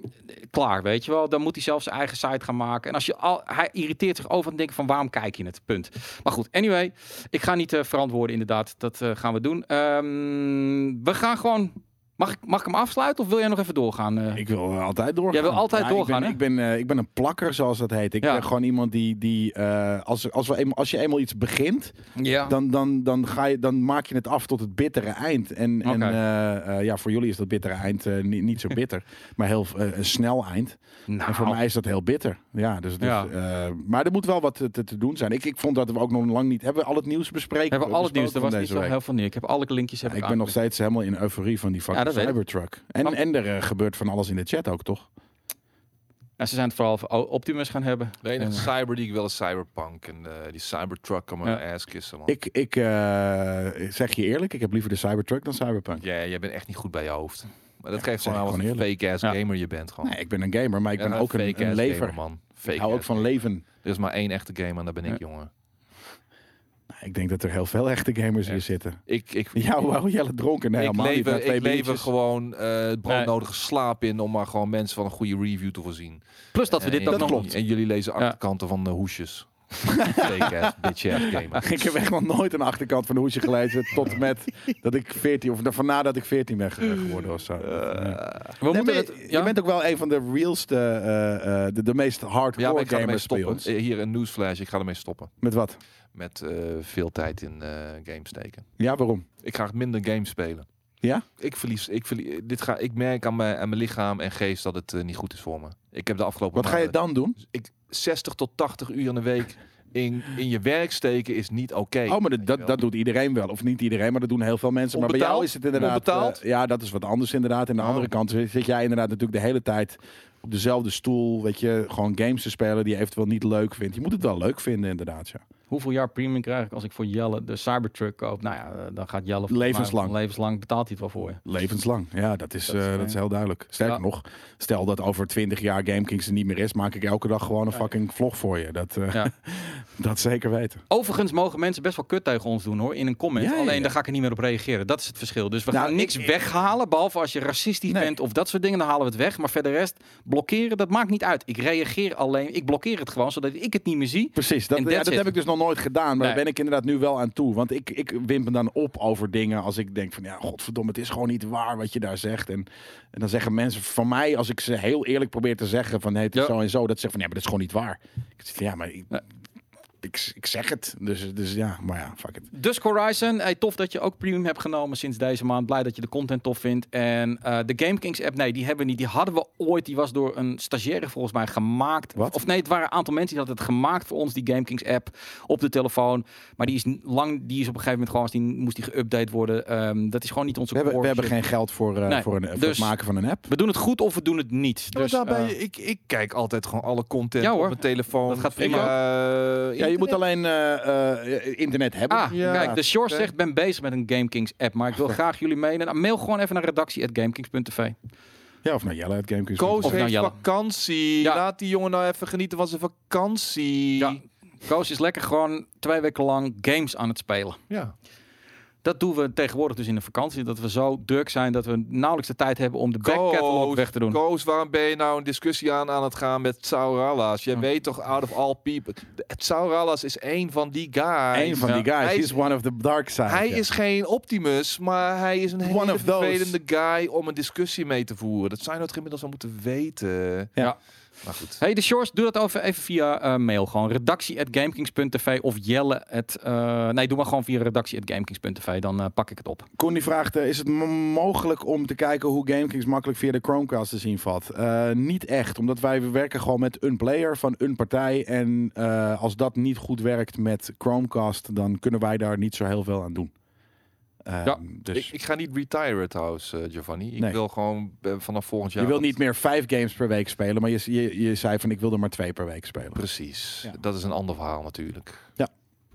Speaker 1: eh, klaar, weet je wel. Dan moet hij zelf zijn eigen site gaan maken. En als je al, hij irriteert zich over en denkt van... waarom kijk je het, punt. Maar goed, anyway. Ik ga niet eh, verantwoorden inderdaad. Dat eh, gaan we doen. Ehm, we gaan gewoon... Mag ik, mag ik hem afsluiten of wil jij nog even doorgaan? eh?
Speaker 2: Ik wil eh, altijd doorgaan.
Speaker 1: Jij wil altijd
Speaker 2: ik
Speaker 1: doorgaan,
Speaker 2: ben-
Speaker 1: hè?
Speaker 2: Ik ben, eh, ik ben een plakker, zoals dat heet. Ik
Speaker 1: Ja.
Speaker 2: ben gewoon iemand die, die eh, als, als, we eenmaal- als je eenmaal iets begint,
Speaker 1: ja.
Speaker 2: dan, dan, dan, ga je, dan maak je het af tot het bittere eind. En, en
Speaker 1: Oké.
Speaker 2: eh, eh, ja, voor jullie is dat bittere eind eh, niet, niet zo bitter, maar heel eh, een snel eind.
Speaker 1: Nou.
Speaker 2: En voor mij is dat heel bitter. Ja, dus, dus,
Speaker 1: Ja.
Speaker 2: eh, maar er moet wel wat te, te- te doen zijn. Ik, ik vond dat we ook nog lang niet... Hebben we al het nieuws bespreken?
Speaker 1: Hebben we al het nieuws. Er
Speaker 2: besproken
Speaker 1: was
Speaker 2: van
Speaker 1: niet
Speaker 2: deze
Speaker 1: zo
Speaker 2: week?
Speaker 1: heel veel neer. Ik heb alle linkjes heb
Speaker 2: Ja,
Speaker 1: ik,
Speaker 2: ik ben nog
Speaker 1: aangeklikt.
Speaker 2: steeds helemaal in euforie van die fucking
Speaker 1: Ja, dat weet ik.
Speaker 2: Cybertruck. En,
Speaker 1: Maar-
Speaker 2: en er eh, gebeurt van alles in de chat ook, toch?
Speaker 1: Nou, ze zijn het vooral over O- Optimus gaan hebben.
Speaker 3: De enige
Speaker 1: En-
Speaker 3: cyber die ik wil is Cyberpunk. En eh, die Cybertruck kan mijn
Speaker 1: Ja.
Speaker 3: ass kissen, man.
Speaker 2: Ik, ik eh, zeg je eerlijk, ik heb liever de Cybertruck dan Cyberpunk.
Speaker 3: Ja, jij bent echt niet goed bij je hoofd. Maar dat geeft
Speaker 2: zeg
Speaker 3: gewoon aan
Speaker 2: ik
Speaker 3: wat een
Speaker 2: gewoon
Speaker 3: fake-ass
Speaker 1: Ja.
Speaker 3: gamer je bent gewoon.
Speaker 2: Nee, ik ben een gamer, maar ik
Speaker 3: Ja,
Speaker 1: nou,
Speaker 2: ben ook een,
Speaker 3: fake-ass
Speaker 2: een
Speaker 3: gamer,
Speaker 2: lever.
Speaker 3: man.
Speaker 2: Ik hou ook
Speaker 3: Fake-ass
Speaker 2: van leven.
Speaker 3: gamer. Er is maar één echte gamer en dat ben ik, jongen.
Speaker 2: Nou, Ik denk dat er heel veel echte gamers hier zitten.
Speaker 3: Ik, ik,
Speaker 2: Ja, wauw, Jelle dronken. Nee,
Speaker 3: ik
Speaker 2: helemaal niet.
Speaker 3: lever,
Speaker 2: Na twee
Speaker 3: ik lever
Speaker 2: biertjes.
Speaker 3: gewoon eh het broodnodige slaap in om maar gewoon mensen van een goede review te voorzien.
Speaker 1: Plus dat we dit
Speaker 3: en,
Speaker 1: ook
Speaker 2: dat
Speaker 1: nog...
Speaker 2: klopt.
Speaker 3: En jullie lezen achterkanten van de hoesjes. Fake-ass bitch-ass gamer.
Speaker 2: Ik heb echt nog nooit een achterkant van een hoesje gelezen tot en met dat ik 14 of van nadat ik 14 ben ge- geworden of zo.
Speaker 3: Eh,
Speaker 2: eh, Nee.
Speaker 1: We
Speaker 2: Nee,
Speaker 1: moeten
Speaker 2: maar
Speaker 1: het-
Speaker 2: je-
Speaker 1: ja?
Speaker 2: Je bent ook wel een van de realste, eh, eh, de, de meest
Speaker 3: Ja, maar
Speaker 2: hardcore
Speaker 3: ik ga ermee
Speaker 2: gamers bij
Speaker 3: stoppen.
Speaker 2: ons.
Speaker 3: Eh, Hier een newsflash, ik ga ermee stoppen.
Speaker 2: Met wat?
Speaker 3: Met eh, veel tijd in eh games steken.
Speaker 2: Ja, waarom?
Speaker 3: Ik ga minder games spelen.
Speaker 2: Ja?
Speaker 3: Ik verlies. Ik, verlies dit ga, ik merk aan mijn, aan mijn lichaam en geest dat het eh, niet goed is voor me. Ik heb de afgelopen
Speaker 2: Wat ga je
Speaker 3: maanden-
Speaker 2: dan doen?
Speaker 3: Ik, 60 tot 80 uur in de week in, in je werk steken is niet oké.
Speaker 2: Oh, maar dat,
Speaker 3: Weet je
Speaker 2: dat,
Speaker 3: wel.
Speaker 2: dat doet iedereen wel. Of niet iedereen, maar dat doen heel veel mensen. Maar bij jou
Speaker 3: Onbetaald?
Speaker 2: is het inderdaad...
Speaker 3: Onbetaald?
Speaker 2: eh, ja, dat is wat anders inderdaad. En aan de
Speaker 3: Oh.
Speaker 2: andere kant zit zit jij inderdaad natuurlijk de hele tijd op dezelfde stoel. Weet je, gewoon games te spelen die je eventueel niet leuk vindt. Je moet het wel leuk vinden inderdaad, ja.
Speaker 1: Hoeveel jaar premium krijg ik als ik voor Jelle de Cybertruck koop? Nou ja, eh, dan gaat Jelle... voor
Speaker 2: Levenslang.
Speaker 1: mij- levenslang betaalt hij het wel voor je.
Speaker 2: Levenslang. Ja, dat is,
Speaker 1: Dat
Speaker 2: dat
Speaker 1: is,
Speaker 2: is,
Speaker 1: eh,
Speaker 2: dat is heel duidelijk. Sterker
Speaker 1: ja.
Speaker 2: nog, stel dat over 20 jaar GameKings er niet meer is, maak ik elke dag gewoon een fucking vlog voor je. Dat, eh,
Speaker 1: Ja.
Speaker 2: dat zeker weten.
Speaker 1: Overigens mogen mensen best wel kut tegen ons doen hoor, in een comment.
Speaker 2: Ja, ja, ja.
Speaker 1: Alleen daar ga ik er niet meer op reageren. Dat is het verschil. Dus we
Speaker 2: Nou,
Speaker 1: gaan niks
Speaker 2: ik- ik-
Speaker 1: weghalen, behalve als je racistisch
Speaker 2: Nee.
Speaker 1: bent of dat soort dingen, dan halen we het weg. Maar verder rest, blokkeren, dat maakt niet uit. Ik reageer alleen, ik blokkeer het gewoon, zodat ik het niet meer zie.
Speaker 2: Precies, dat,
Speaker 1: En
Speaker 2: ja,
Speaker 1: that's
Speaker 2: dat
Speaker 1: it.
Speaker 2: heb ik dus nog nooit gedaan. Maar
Speaker 1: Nee.
Speaker 2: daar ben ik inderdaad nu wel aan toe. Want ik, ik wimp me dan op over dingen als ik denk van... ja, godverdomme, het is gewoon niet waar wat je daar zegt. En, en dan zeggen mensen van mij, als ik ze heel eerlijk probeer te zeggen... van hey, het is
Speaker 1: Ja.
Speaker 2: zo en zo, dat ze zeggen van... ja, maar dat is gewoon niet waar. Ik zeg van, ja, maar ik,
Speaker 1: Nee.
Speaker 2: ik, ik zeg het. Dus, dus ja, maar ja, fuck it.
Speaker 1: Dusk Horizon, hey, tof dat je ook premium hebt genomen sinds deze maand. Blij dat je de content tof vindt. En eh, de GameKings app, nee, die hebben we niet. Die hadden we ooit. Die was door een stagiaire volgens mij gemaakt.
Speaker 2: Wat?
Speaker 1: Of nee, het waren een aantal mensen die hadden het gemaakt voor ons, die GameKings app op de telefoon. Maar die is n- lang, die is op een gegeven moment gewoon, als die moest die geüpdate worden. Ehm, dat is gewoon niet onze
Speaker 2: We hebben, we
Speaker 1: core
Speaker 2: hebben
Speaker 1: shit.
Speaker 2: geen geld voor, eh,
Speaker 1: Nee,
Speaker 2: voor, een, voor
Speaker 1: dus-
Speaker 2: het maken van een app.
Speaker 1: We doen het goed of we doen het niet.
Speaker 3: Ja, maar
Speaker 1: Dus,
Speaker 3: Nou, daarbij,
Speaker 1: eh,
Speaker 3: ik, ik kijk altijd gewoon alle content
Speaker 1: Ja,
Speaker 3: op
Speaker 1: hoor.
Speaker 3: mijn telefoon.
Speaker 1: Dat gaat
Speaker 3: via,
Speaker 1: prima.
Speaker 3: eh,
Speaker 2: Ja, je moet
Speaker 3: internet.
Speaker 2: alleen eh, eh, internet hebben.
Speaker 1: Ah,
Speaker 3: Ja,
Speaker 1: kijk, de Shore
Speaker 3: oké.
Speaker 1: zegt, ben bezig met een GameKings app, maar ik wil graag jullie meenemen. Mail gewoon even naar redactie.gamekings.tv.
Speaker 2: Ja, of naar Jelle uit Gamecube.
Speaker 3: Koos
Speaker 1: Of nou
Speaker 3: heeft
Speaker 1: Jelle.
Speaker 3: vakantie.
Speaker 1: Ja.
Speaker 3: Laat die jongen nou even genieten van zijn vakantie.
Speaker 1: Ja. Koos is lekker gewoon twee weken lang games aan het spelen.
Speaker 3: Ja.
Speaker 1: Dat doen we tegenwoordig dus in de vakantie. Dat we zo druk zijn dat we nauwelijks de tijd hebben om de
Speaker 3: Koos,
Speaker 1: backcatalog weg te doen.
Speaker 3: Koos, waarom ben je nou een discussie aan aan het gaan met Saurala's? Jij
Speaker 1: Hm.
Speaker 3: weet toch, out of all people. De- Saurala's is één van die guys.
Speaker 2: Eén van die
Speaker 3: Hij
Speaker 2: guys. He
Speaker 3: is-
Speaker 2: is one of the dark side.
Speaker 3: Hij
Speaker 2: ja.
Speaker 3: is geen Optimus, maar hij is een
Speaker 2: One
Speaker 3: hele
Speaker 2: of those.
Speaker 3: vervelende guy om een discussie mee te voeren. Dat zou je nou toch inmiddels wel moeten weten.
Speaker 1: Ja.
Speaker 3: Maar goed.
Speaker 1: Hey, de Shores, doe dat over even via eh, mail. Gewoon redactie.gamekings.tv of jelle. at, eh, nee, doe maar gewoon via redactie.gamekings.tv. Dan eh, pak ik het op.
Speaker 2: Connie vraagt, eh, is het mo- mogelijk om te kijken hoe GameKings makkelijk via de Chromecast te zien valt? Eh, niet echt, omdat wij werken gewoon met een player van een partij. En eh, als dat niet goed werkt met Chromecast, dan kunnen wij daar niet zo heel veel aan doen. Eh,
Speaker 1: Ja,
Speaker 2: dus
Speaker 3: Ik, ik ga niet retiren trouwens, eh, Giovanni. Ik
Speaker 2: Nee.
Speaker 3: wil gewoon eh, vanaf volgend jaar...
Speaker 2: je wilt niet meer vijf games per week spelen, maar je, je, je zei van ik wil er maar twee per week spelen.
Speaker 3: Precies.
Speaker 2: Ja.
Speaker 3: Dat is een ander verhaal natuurlijk.
Speaker 2: Ja.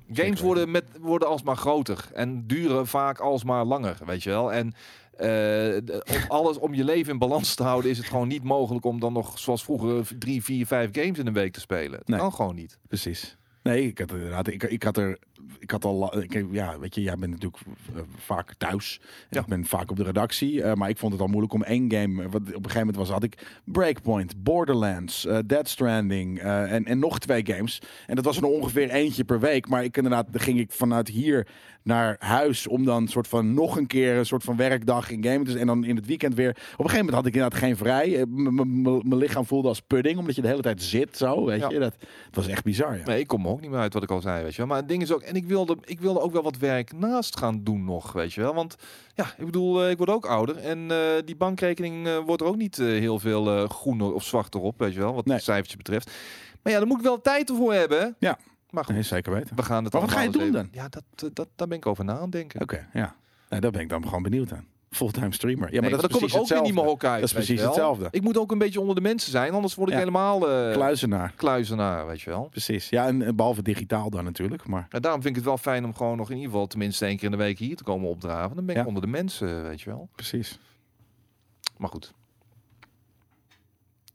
Speaker 3: Games
Speaker 2: weten.
Speaker 3: worden, met, worden alsmaar groter en duren vaak alsmaar langer, weet je wel. En eh, de- om alles om je leven in balans te houden is het gewoon niet mogelijk om dan nog zoals vroeger drie, vier, vijf games in een week te spelen. Dat
Speaker 2: Nee.
Speaker 3: kan gewoon niet.
Speaker 2: Precies. Nee, ik had inderdaad, ik, ik had er, ik had al, la- ik, ja, weet je, jij bent natuurlijk eh, vaak thuis. En
Speaker 3: Ja.
Speaker 2: Ik ben vaak op de redactie, eh, maar ik vond het al moeilijk om één game. eh, Wat op een gegeven moment was, had ik Breakpoint, Borderlands, eh, Dead Stranding eh, en, en nog twee games. En dat was er nog ongeveer eentje per week. Maar ik inderdaad, dan ging ik vanuit hier naar huis om dan soort van nog een keer een soort van werkdag in game. Dus, en dan in het weekend weer. Op een gegeven moment had ik inderdaad geen vrij. Eh, m- m- m- Mijn lichaam voelde als pudding, omdat je de hele tijd zit zo, weet
Speaker 3: Ja.
Speaker 2: je. Dat, het was echt bizar, ja.
Speaker 3: Nee, ik kom er ook niet meer uit wat ik al zei, weet je wel. Maar het ding is ook, en ik wilde, ik wilde ook wel wat werk naast gaan doen nog, weet je wel. Want ja, ik bedoel, eh, ik word ook ouder en eh, die bankrekening eh, wordt er ook niet eh, heel veel eh, groener of zwarter op, weet je wel, wat
Speaker 2: Nee.
Speaker 3: de cijfertjes betreft. Maar ja, daar moet ik wel tijd voor hebben.
Speaker 2: Ja.
Speaker 3: Maar goed,
Speaker 2: Nee, zeker weten.
Speaker 3: we gaan het
Speaker 2: Maar wat
Speaker 3: allemaal
Speaker 2: ga je
Speaker 3: eens
Speaker 2: doen
Speaker 3: even- Ja, dat, eh, dat, daar ben ik over na aan het denken.
Speaker 2: Oké, ja. Nou, daar ben ik dan gewoon benieuwd aan. Fulltime streamer. Ja, maar dat
Speaker 3: Nee,
Speaker 2: is
Speaker 3: dan kom ik
Speaker 2: precies
Speaker 3: ook weer
Speaker 2: hetzelfde.
Speaker 3: niet meer uit.
Speaker 2: Dat is
Speaker 3: weet je
Speaker 2: precies
Speaker 3: wel.
Speaker 2: hetzelfde.
Speaker 3: Ik moet ook een beetje onder de mensen zijn, anders word ik
Speaker 2: Ja.
Speaker 3: helemaal eh,
Speaker 2: Kluizenaar,
Speaker 3: kluizenaar, weet je wel.
Speaker 2: precies. Ja, en eh, behalve digitaal dan natuurlijk, maar...
Speaker 3: Ja, Nou, daarom vind ik het wel fijn om gewoon nog in ieder geval tenminste één keer in de week hier te komen opdraven. Dan ben ik
Speaker 2: Ja.
Speaker 3: onder de mensen, eh, weet je wel.
Speaker 2: Precies.
Speaker 3: Maar goed.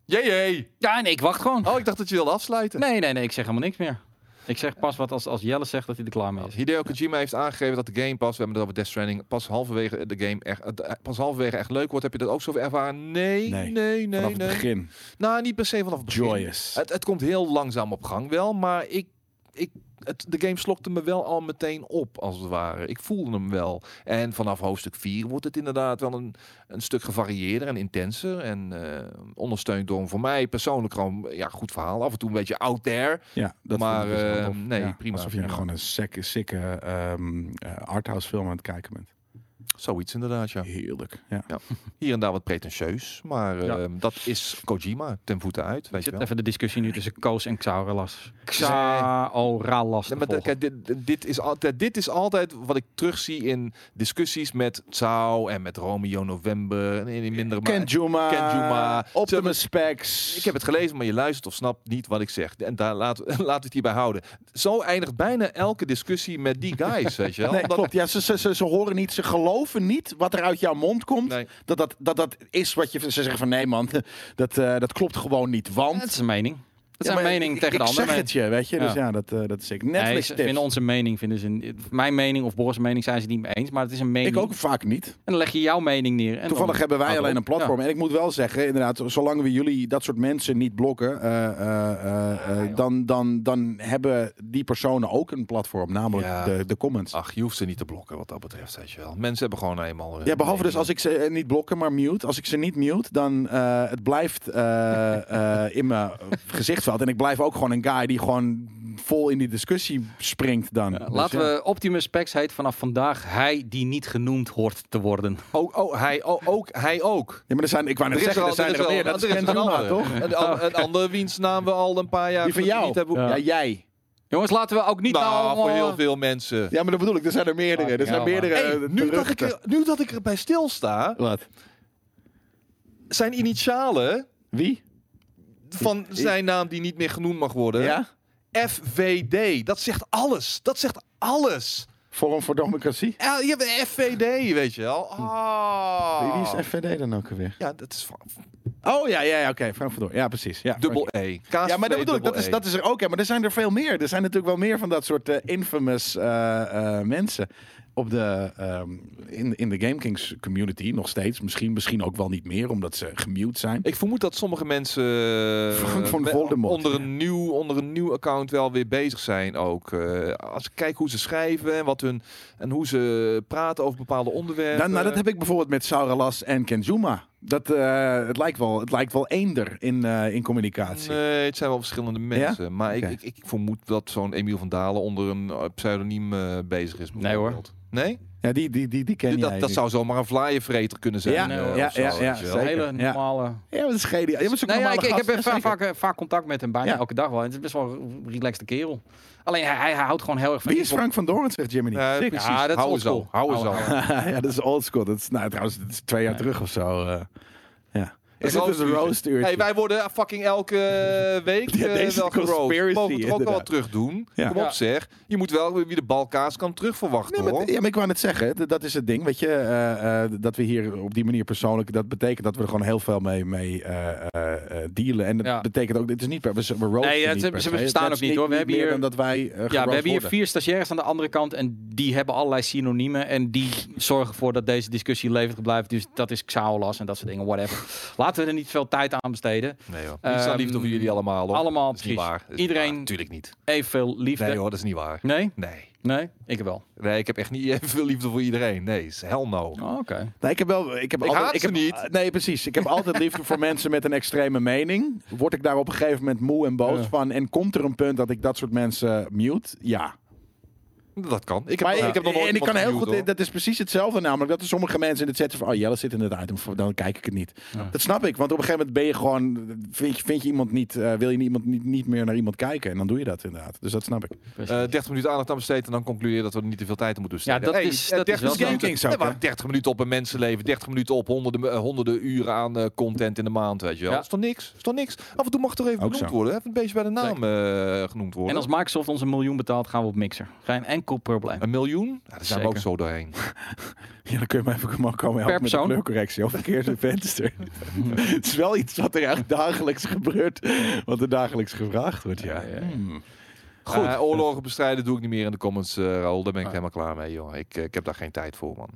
Speaker 3: Jee, jee.
Speaker 1: Ja, nee, ik wacht gewoon.
Speaker 3: Oh, ik dacht dat je wilde afsluiten.
Speaker 1: Nee, nee, nee, ik zeg helemaal niks meer. Ik zeg pas wat als, als Jelle zegt dat hij er klaar mee is.
Speaker 3: Hideo Kojima heeft aangegeven dat de game pas, we hebben het over Death Stranding, pas halverwege de game echt, eh, pas halverwege echt leuk wordt. Heb je dat ook zo ervaren? Nee, nee,
Speaker 2: Nee.
Speaker 3: nee,
Speaker 2: Vanaf
Speaker 3: nee.
Speaker 2: het begin.
Speaker 3: Nou, niet per se vanaf het begin. Eh,
Speaker 2: Joyous.
Speaker 3: Het, het komt heel langzaam op gang wel, maar ik, ik, het, de game slokte me wel al meteen op, als het ware. Ik voelde hem wel. En vanaf hoofdstuk 4 wordt het inderdaad wel een, een stuk gevarieerder en intenser. En eh, ondersteund door een voor mij persoonlijk gewoon ja, goed verhaal. Af en toe een beetje out there.
Speaker 2: Ja, dat
Speaker 3: Maar,
Speaker 2: vond ik dus wel
Speaker 3: eh,
Speaker 2: tof.
Speaker 3: nee, prima,
Speaker 2: Alsof je
Speaker 3: prima.
Speaker 2: gewoon een sick, sicke ehm, eh, arthouse film aan het kijken bent.
Speaker 3: Zoiets inderdaad, ja.
Speaker 2: Heerlijk. Ja.
Speaker 3: Hier en daar wat pretentieus. Maar
Speaker 1: Ja.
Speaker 3: ehm, dat is Kojima ten voeten uit, weet je wel.
Speaker 1: Even de discussie nu tussen Koos en Xaoralas. Xaoralas.
Speaker 3: Ja, maar dat- kijk, dit, dit, is altijd, dit is altijd wat ik terugzie in discussies met Tsao en met Romeo November. En in mindere mate-
Speaker 2: Kenjuma.
Speaker 3: Kenjuma.
Speaker 2: Optimus Specs.
Speaker 3: Ik heb het gelezen, maar je luistert of snapt niet wat ik zeg. En daar laten we- laten we het hierbij houden. Zo eindigt bijna elke discussie met die guys, weet je wel.
Speaker 2: Nee,
Speaker 3: Omdat-
Speaker 2: klopt. Ja, ze, ze, ze, ze horen niet, ze geloven niet wat er uit jouw mond komt.
Speaker 3: Nee.
Speaker 2: Dat, dat, dat dat is wat je... Ze zeggen van, nee man, dat, eh, dat klopt gewoon niet. Want...
Speaker 1: Dat is een mening. Dat
Speaker 2: Ja,
Speaker 1: is een
Speaker 2: maar
Speaker 1: mening
Speaker 2: ik-
Speaker 1: tegen de
Speaker 2: ik
Speaker 1: ander.
Speaker 2: zeg het je, weet je. Dus
Speaker 1: Ja.
Speaker 2: ja, dat, eh, dat is ik.
Speaker 1: Nee,
Speaker 2: Netflix
Speaker 1: ze
Speaker 2: tips.
Speaker 1: vinden onze mening, vinden ze, mijn mening of Boris' mening zijn ze niet mee eens, maar het is een mening.
Speaker 2: Ik ook vaak niet.
Speaker 1: En dan leg je jouw mening neer. En
Speaker 2: Toevallig
Speaker 1: dan-
Speaker 2: hebben wij
Speaker 1: houdt op.
Speaker 2: alleen een platform. En ik moet wel zeggen, inderdaad, zolang we jullie dat soort mensen niet blokken, eh, eh, eh, eh, dan, dan, dan hebben die personen ook een platform, namelijk
Speaker 3: Ja.
Speaker 2: de, de comments.
Speaker 3: Ach, je hoeft ze niet te blokken wat dat betreft, weet je wel. Mensen hebben gewoon eenmaal... hun
Speaker 2: Ja, behalve dus
Speaker 3: mening.
Speaker 2: als ik ze eh, niet blokken, maar mute. Als ik ze niet mute, dan eh het blijft eh, eh, in mijn gezichtsveld. En ik blijf ook gewoon een guy die gewoon vol in die discussie springt dan. Dus
Speaker 1: Laten
Speaker 2: ja.
Speaker 1: we Optimus Specs heet vanaf vandaag hij die niet genoemd hoort te worden.
Speaker 3: Ook, oh, hij, oh, ook, hij ook.
Speaker 2: Ja, maar er zijn, ik wou net zeggen, er, zijn er,
Speaker 3: wel-
Speaker 2: meer. Dat is
Speaker 3: er
Speaker 2: Ken
Speaker 3: een
Speaker 2: Juma,
Speaker 3: andere.
Speaker 2: toch?
Speaker 3: Een, an- een andere wiens naam we al een paar jaar
Speaker 2: Die van
Speaker 3: niet
Speaker 2: jou.
Speaker 3: hebben.
Speaker 2: Ja. jij.
Speaker 1: Jongens, laten we ook niet
Speaker 3: Nou,
Speaker 1: nou,
Speaker 3: voor heel veel mensen.
Speaker 2: Ja, maar dat bedoel ik. Er zijn er meerdere. Er zijn
Speaker 1: Ja,
Speaker 2: meerdere
Speaker 3: Hey,
Speaker 2: eh,
Speaker 3: nu, dat ik
Speaker 2: geruchten.
Speaker 3: er, nu dat ik erbij stilsta,
Speaker 2: Wat?
Speaker 3: zijn initialen
Speaker 2: Wie?
Speaker 3: van zijn naam die niet meer genoemd mag worden. FVD. Dat zegt alles. Dat zegt alles.
Speaker 2: Forum voor Democratie?
Speaker 3: Eh, Je hebt FVD, weet je wel. Ah.
Speaker 2: Wie is FVD dan ook alweer?
Speaker 3: Ja, dat is van-
Speaker 2: Oh ja, ja, ja, oké. Frank van Doorn. Ja, precies. Ja,
Speaker 3: dubbel
Speaker 2: oké.
Speaker 3: E.
Speaker 2: Ja, maar dat bedoel ik. Dat is, dat is er ook. Hè. Maar er zijn er veel meer. Er zijn natuurlijk wel meer van dat soort eh, infamous eh, eh, mensen. Op de, ehm, in, in de Game Kings community nog steeds. Misschien, misschien ook wel niet meer, omdat ze gemute zijn.
Speaker 3: Ik vermoed dat sommige mensen
Speaker 2: Frank
Speaker 3: eh,
Speaker 2: van
Speaker 3: met-
Speaker 2: Voldemort.
Speaker 3: onder een nieuw onder een nieuw account wel weer bezig zijn ook. Eh, als ik kijk hoe ze schrijven en wat hun en hoe ze praten over bepaalde onderwerpen.
Speaker 2: Dan, nou, dat heb ik bijvoorbeeld met Sauralas en Kenzuma. Dat, eh, het, lijkt wel, het lijkt wel eender in, eh, in communicatie.
Speaker 3: Nee, het zijn wel verschillende mensen. Maar ik,
Speaker 2: Oké.
Speaker 3: ik, ik vermoed dat zo'n Emiel van Dalen onder een eh, pseudoniem eh, bezig is.
Speaker 1: Nee, hoor.
Speaker 3: bijvoorbeeld. Nee?
Speaker 2: Ja, die, die, die, die ken
Speaker 3: Dat-
Speaker 2: jij
Speaker 3: dat
Speaker 2: nu.
Speaker 3: zou zomaar een vlaaiervreter kunnen zijn.
Speaker 2: Ja,
Speaker 3: eh,
Speaker 1: ja,
Speaker 3: of
Speaker 2: ja,
Speaker 3: zo,
Speaker 2: ja,
Speaker 3: weet
Speaker 2: ja,
Speaker 3: je wel.
Speaker 1: Een hele
Speaker 2: Zeker, ja.
Speaker 1: normale.
Speaker 2: Ja, maar dat is geen... Ja, maar het is ook een
Speaker 1: Nou ja, ik,
Speaker 2: normale
Speaker 1: ik heb
Speaker 2: gast,
Speaker 1: echt
Speaker 2: ja,
Speaker 1: vaak,
Speaker 2: zeker.
Speaker 1: vaak, vaak contact met hem, bijna
Speaker 2: Ja.
Speaker 1: elke dag wel. En het is best wel een relaxte kerel. Alleen hij, hij houdt gewoon heel erg van
Speaker 2: Wie is Frank van Doorn, zegt Jimmy.
Speaker 3: Eh,
Speaker 2: Sick.
Speaker 3: precies.
Speaker 1: Ja, dat is
Speaker 3: Hou zo.
Speaker 1: oldschool.
Speaker 3: Hou
Speaker 1: Hou
Speaker 3: zo.
Speaker 1: zo.
Speaker 2: ja, dat is old school. Dat is, nou, trouwens, dat is twee jaar terug of zo. eh. ja. Dat is dus een roast uurtje.
Speaker 3: Hey, wij worden fucking elke eh, week
Speaker 2: Ja,
Speaker 3: eh,
Speaker 2: deze
Speaker 3: wel geroast.
Speaker 2: conspiracy,
Speaker 3: We mogen het ook wel
Speaker 2: inderdaad.
Speaker 3: wat terug doen.
Speaker 2: Ja.
Speaker 3: Kom op
Speaker 1: Ja.
Speaker 3: zeg. Je moet wel weer wie de balkaas kan terugverwachten
Speaker 2: Nee, maar,
Speaker 3: hoor.
Speaker 2: ja, maar ik wou net zeggen, d- dat is het ding. Weet je, eh, eh, dat we hier op die manier persoonlijk, dat betekent dat we er gewoon heel veel mee, mee eh, eh, eh, dealen. En dat
Speaker 1: Ja,
Speaker 2: betekent ook, dit is niet per we, we roasten
Speaker 1: Nee, het-
Speaker 2: niet
Speaker 1: ze-
Speaker 2: per
Speaker 1: ze
Speaker 2: se.
Speaker 1: verstaan
Speaker 2: Dat
Speaker 1: ook
Speaker 2: is
Speaker 1: niet, hoor. We hebben
Speaker 2: meer
Speaker 1: hier-
Speaker 2: dan dat wij eh, geroast
Speaker 1: Ja, we hebben hier
Speaker 2: worden.
Speaker 1: vier stagiaires aan de andere kant en die hebben allerlei synoniemen en die zorgen ervoor dat deze discussie levend blijft. Dus dat is Xaolas en dat soort dingen, whatever. Laten we er niet veel tijd aan besteden.
Speaker 3: Nee hoor.
Speaker 1: Ehm,
Speaker 3: Niet zo liefde voor jullie allemaal hoor.
Speaker 1: allemaal,
Speaker 3: Dat is niet
Speaker 1: precies.
Speaker 3: waar. Dat is
Speaker 1: Iedereen-
Speaker 3: niet waar. Tuurlijk niet.
Speaker 1: Evenveel liefde.
Speaker 3: Nee hoor, dat is niet waar.
Speaker 1: nee?
Speaker 3: Nee.
Speaker 1: Nee? ik wel.
Speaker 3: Nee, ik heb echt niet veel liefde voor iedereen. Nee, is hell no.
Speaker 1: Oh, Oké.
Speaker 2: Nee, Nou, ik heb wel. Ik heb
Speaker 3: Ik
Speaker 2: altijd,
Speaker 3: haat
Speaker 2: ik
Speaker 3: ze
Speaker 2: heb,
Speaker 3: niet.
Speaker 2: eh, Nee, precies. Ik heb altijd liefde voor mensen met een extreme mening. Word ik daar op een gegeven moment moe en boos
Speaker 1: Ja.
Speaker 2: van? En komt er een punt dat ik dat soort mensen mute? Ja.
Speaker 3: Dat kan. Ik heb,
Speaker 2: Maar
Speaker 3: nog- ik heb nog nooit
Speaker 2: en ik
Speaker 3: iemand
Speaker 2: kan heel
Speaker 3: gemute,
Speaker 2: goed.
Speaker 3: hoor.
Speaker 2: Dat is precies hetzelfde namelijk. Dat er sommige mensen in het zetten van. Oh, Jelle zit in het item. Dan kijk ik het niet. Dat snap ik. Want op een gegeven moment ben je gewoon. Vind je, vind je iemand niet. eh, wil je iemand niet, niet meer naar iemand kijken? En dan doe je dat inderdaad. Dus dat snap ik.
Speaker 3: Eh, 30 minuten aandacht aan besteden en dan concluderen dat we niet te veel tijd aan moeten besteden.
Speaker 1: Ja, dat is-
Speaker 3: eh,
Speaker 1: dat is wel
Speaker 3: 30
Speaker 2: zo.
Speaker 3: minuten- Nee, maar 30 minuten op een mensenleven, 30 minuten op honderden, eh, honderden uren aan eh, content in de maand, weet je wel.
Speaker 1: Ja.
Speaker 3: Is toch niks? Is toch niks? Af en toe mag toch even
Speaker 2: Ook
Speaker 3: genoemd
Speaker 2: zo.
Speaker 3: worden, even een beetje bij de naam eh, genoemd worden.
Speaker 1: En als Microsoft ons een miljoen betaalt, gaan we op Mixer. Geen enkel probleem.
Speaker 3: een miljoen? Ja, daar zijn we ook
Speaker 1: Zeker.
Speaker 3: zo doorheen.
Speaker 2: Ja, dan kun je me even komen helpen met de
Speaker 1: persoon?
Speaker 2: kleurcorrectie of verkeerde venster. het is wel iets wat er eigenlijk dagelijks gebeurt, wat er dagelijks gevraagd wordt. Ja.
Speaker 1: Ja, ja, ja.
Speaker 2: Hmm.
Speaker 3: Goed. Eh, oorlogen bestrijden doe ik niet meer in de comments, eh Raoul. Daar ben ik helemaal klaar mee, joh. Ik, eh, ik heb daar geen tijd voor, man.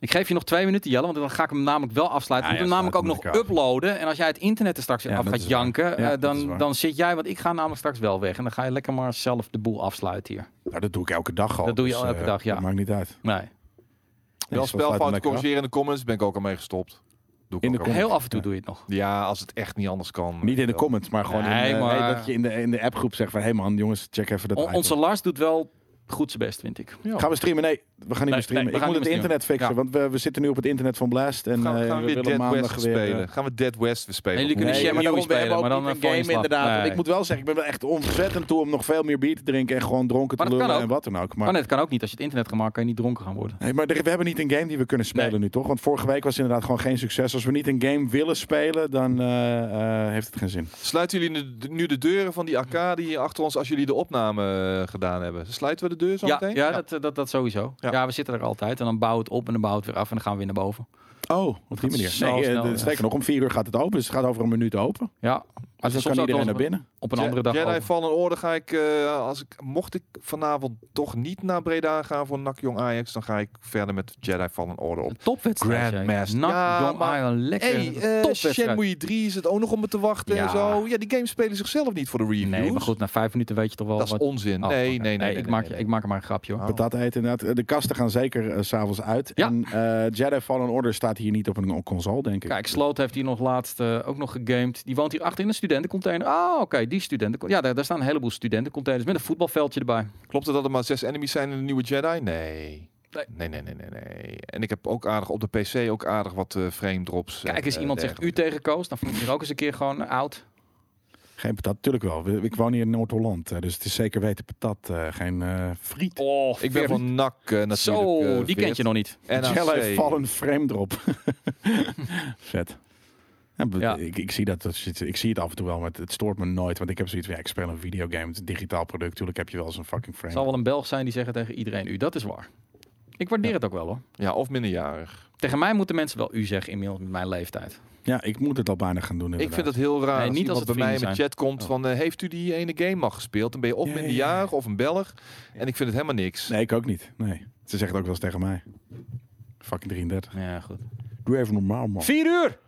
Speaker 1: Ik geef je nog twee minuten, Jelle, want dan ga ik hem namelijk wel afsluiten.
Speaker 2: Ja,
Speaker 1: ik moet
Speaker 2: ja,
Speaker 1: hem namelijk ook
Speaker 2: sluit
Speaker 1: nog
Speaker 2: hem
Speaker 1: uploaden. En als jij het internet er straks
Speaker 2: Ja,
Speaker 1: af
Speaker 2: dat
Speaker 1: gaat
Speaker 2: is waar.
Speaker 1: janken,
Speaker 2: Ja,
Speaker 1: eh,
Speaker 2: dat is
Speaker 1: dan,
Speaker 2: waar.
Speaker 1: dan zit jij, want ik ga namelijk straks wel weg. En dan ga je lekker maar zelf de boel afsluiten hier.
Speaker 2: Nou, dat doe ik elke dag al.
Speaker 1: Dat doe je al
Speaker 2: eh,
Speaker 1: elke dag, ja.
Speaker 2: Dat maakt niet uit.
Speaker 1: Nee.
Speaker 3: Wel
Speaker 2: dus we sluiten
Speaker 3: spelfouten
Speaker 2: lekker af.
Speaker 3: corrigeren in de comments, ben ik ook al mee gestopt. Doe ik
Speaker 2: In de
Speaker 3: ook al.
Speaker 2: comments.
Speaker 1: Heel af en toe doe je het nog.
Speaker 3: Ja, als het echt niet anders kan.
Speaker 2: Niet in de comments, maar gewoon in,
Speaker 1: Nee,
Speaker 2: eh,
Speaker 1: maar-
Speaker 2: nee, dat je in de, in de appgroep zegt van... Hé hey man, jongens, check even dat
Speaker 1: On-
Speaker 2: item.
Speaker 1: onze Lars doet wel goed zijn best, vind ik. Ja.
Speaker 2: Gaan we streamen? Nee, we gaan niet meer
Speaker 1: nee,
Speaker 2: streamen.
Speaker 1: we
Speaker 2: ik
Speaker 1: gaan
Speaker 2: moet
Speaker 1: niet
Speaker 2: het
Speaker 1: meer
Speaker 2: internet fixen,
Speaker 1: Ja.
Speaker 2: want we, we zitten nu op het internet van Blast. En
Speaker 3: Gaan, we-
Speaker 2: eh,
Speaker 3: gaan we weer
Speaker 2: willen
Speaker 3: Dead West
Speaker 2: maandag weer...
Speaker 3: spelen?
Speaker 2: eh,
Speaker 3: gaan we Dead West weer spelen?
Speaker 1: Nee, jullie kunnen
Speaker 3: Nee,
Speaker 2: Nee,
Speaker 1: Sherman
Speaker 2: maar
Speaker 1: ook spelen,
Speaker 2: daarom, we hebben ook
Speaker 1: maar dan
Speaker 2: niet
Speaker 1: een
Speaker 2: een game
Speaker 1: voorslag.
Speaker 2: inderdaad. Want
Speaker 1: Nee.
Speaker 2: ik moet wel zeggen, ik ben er echt ontzettend toe om nog veel meer bier te drinken en gewoon dronken te
Speaker 1: Maar dat kan
Speaker 2: lullen en
Speaker 1: ook.
Speaker 2: wat dan ook. Maar,
Speaker 1: Maar Oh, nee, het kan ook niet. Als je het internet gaat maken, kan je niet dronken gaan worden.
Speaker 2: nee, maar er- we hebben niet een game die we kunnen spelen
Speaker 1: Nee.
Speaker 2: nu, toch? Want vorige week was inderdaad gewoon geen succes. Als we niet een game willen spelen, dan eh, eh, heeft het geen zin.
Speaker 3: Sluiten jullie nu de- nu de deuren van die arcade hier achter ons als jullie de opname eh, gedaan hebben? Sluiten we de deur zo
Speaker 1: Ja,
Speaker 3: meteen?
Speaker 1: ja, Dat, eh, dat, dat sowieso.
Speaker 3: Ja.
Speaker 1: Ja. we zitten er altijd. En dan bouwt het op en dan bouwt het weer af en dan gaan we weer naar boven.
Speaker 2: Oh, op die manier.
Speaker 1: zo
Speaker 2: Nee, eh,
Speaker 1: snel,
Speaker 2: de-
Speaker 1: ja.
Speaker 2: Sterker nog, om vier uur gaat het open. Dus het gaat over een minuut open.
Speaker 1: Ja. Maar het
Speaker 2: Dus
Speaker 1: is soms
Speaker 2: dan kan
Speaker 1: ook wel
Speaker 2: iedereen
Speaker 1: eens
Speaker 2: naar binnen.
Speaker 1: Op een andere dag.
Speaker 3: Jedi
Speaker 1: over.
Speaker 3: Fallen Order ga ik, eh, als ik, mocht ik vanavond toch niet naar Breda gaan voor NAC Jong Ajax, dan ga ik verder met Jedi Fallen Order op.
Speaker 1: Een topwedstrijd.
Speaker 3: Grandmaster.
Speaker 1: Nak,
Speaker 3: Ja,
Speaker 1: Jong
Speaker 3: maar-
Speaker 1: Island, lekker.
Speaker 3: Hey,
Speaker 1: Een
Speaker 3: eh
Speaker 1: topwedstrijd.
Speaker 3: Shenmue 3 zit ook nog om me te wachten en
Speaker 1: Ja.
Speaker 3: zo. Ja, die games spelen zichzelf niet voor de reviews.
Speaker 1: Nee, maar goed, na vijf minuten weet je toch wel
Speaker 3: Dat is
Speaker 1: wat...
Speaker 3: onzin.
Speaker 1: Oh,
Speaker 3: nee, nee,
Speaker 1: oké.
Speaker 3: nee, nee,
Speaker 1: ik,
Speaker 3: nee,
Speaker 1: maak,
Speaker 3: nee.
Speaker 1: Ik maak er maar een grapje hoor.
Speaker 3: Oh.
Speaker 2: Patat eten inderdaad. Eh, De kasten gaan zeker eh, s s'avonds uit.
Speaker 1: Ja.
Speaker 2: En eh, Jedi Fallen Order staat hier niet op een console, denk ik.
Speaker 1: Kijk, Sloot heeft hier nog laatst eh, ook nog gegamed. Die woont hier achter in een studentencontainer. Ah, oké, die studenten. Ja, daar, daar staan een heleboel studentencontainers met een voetbalveldje erbij.
Speaker 3: Klopt het dat er maar zes enemies zijn in de nieuwe Jedi? Nee.
Speaker 1: Nee.
Speaker 3: Nee, nee, nee, nee, nee. En ik heb ook aardig op de PC ook aardig wat eh, frame drops.
Speaker 1: Kijk, eens iemand zegt u tegen Koos, dan voel ik hier ook eens een keer gewoon eh, oud.
Speaker 2: Geen patat, natuurlijk wel. We- Ik woon hier in Noord-Holland, eh, dus het is zeker weten patat. eh, geen eh friet.
Speaker 1: Oh,
Speaker 3: Ik ben van NAC eh, natuurlijk.
Speaker 1: Zo, die kent je nog niet.
Speaker 3: En
Speaker 2: Jelle vallen frame drop. Vet. Ja, be-
Speaker 1: Ja.
Speaker 2: Ik, ik, zie dat, dat zit- ik zie het af en toe wel, maar het- het stoort me nooit. Want ik heb zoiets van, ja, ik speel een videogame, het is een digitaal product. Tuurlijk heb je wel eens een fucking
Speaker 1: Het
Speaker 2: frame.
Speaker 1: zal wel een Belg zijn die zeggen tegen iedereen u. Dat is waar. Ik waardeer het ook wel hoor.
Speaker 3: Ja, of minderjarig.
Speaker 1: Tegen mij moeten mensen wel u zeggen inmiddels met mijn leeftijd.
Speaker 2: Ja, ik moet het al bijna gaan doen
Speaker 3: Ik
Speaker 2: inderdaad.
Speaker 3: vind het heel raar
Speaker 1: Nee,
Speaker 3: als
Speaker 1: niet
Speaker 3: iemand
Speaker 1: als het
Speaker 3: bij mij in de
Speaker 1: vrienden Oh.
Speaker 3: chat komt van... eh, heeft u die ene game al gespeeld? Dan ben je of
Speaker 2: Ja, ja, ja.
Speaker 3: minderjarig of een Belg. En ik vind het helemaal niks.
Speaker 2: Nee, ik ook niet. Nee. Ze zegt ook wel eens tegen mij. Fucking 33.
Speaker 1: Ja, goed.
Speaker 2: Doe even normaal, man.
Speaker 1: Vier uur!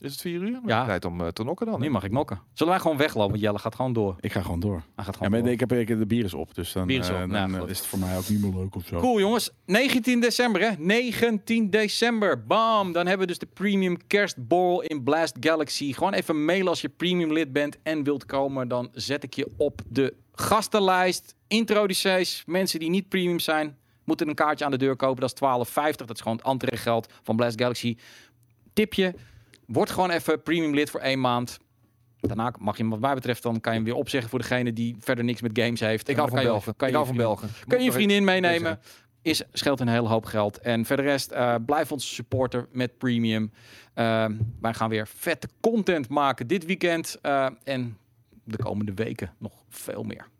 Speaker 3: Is het vier uur?
Speaker 1: Ja.
Speaker 3: Tijd om eh, te nokken dan.
Speaker 1: Nu mag ik nokken. Zullen wij gewoon weglopen? Want Jelle gaat gewoon door.
Speaker 2: Ik ga gewoon door.
Speaker 1: Hij gaat
Speaker 2: Ja,
Speaker 1: gewoon
Speaker 2: maar
Speaker 1: door.
Speaker 2: ik heb, ik, de bier is op, dus dan,
Speaker 1: Bier is
Speaker 2: eh,
Speaker 1: op,
Speaker 2: dan
Speaker 1: nou,
Speaker 2: eh,
Speaker 1: goed.
Speaker 2: is het voor mij ook niet meer leuk of zo.
Speaker 1: Cool jongens, 19 december hè, 19 december, bam! Dan hebben we dus de premium kerstborrel in Blast Galaxy. Gewoon even mailen als je premium lid bent en wilt komen, dan zet ik je op de gastenlijst. Introducees, mensen die niet premium zijn, moeten een kaartje aan de deur kopen. Dat is 12,50, dat is gewoon het entreegeld van Blast Galaxy. Tipje, word gewoon even premium lid voor één maand. Daarna mag je hem wat mij betreft, dan kan je hem weer opzeggen voor degene die verder niks met games heeft.
Speaker 3: Ik
Speaker 1: En
Speaker 3: hou
Speaker 1: dan
Speaker 3: van
Speaker 1: kan je-
Speaker 3: Belgen.
Speaker 1: kan
Speaker 3: Ik
Speaker 1: je
Speaker 3: hou van Belgen.
Speaker 1: kan je je vriendin
Speaker 3: Ja,
Speaker 1: meenemen. Is, scheelt een hele hoop geld. En voor de rest, eh, blijf onze supporter met premium. Ehm, wij gaan weer Eh, vette content maken dit weekend. eh, en de komende weken nog veel meer.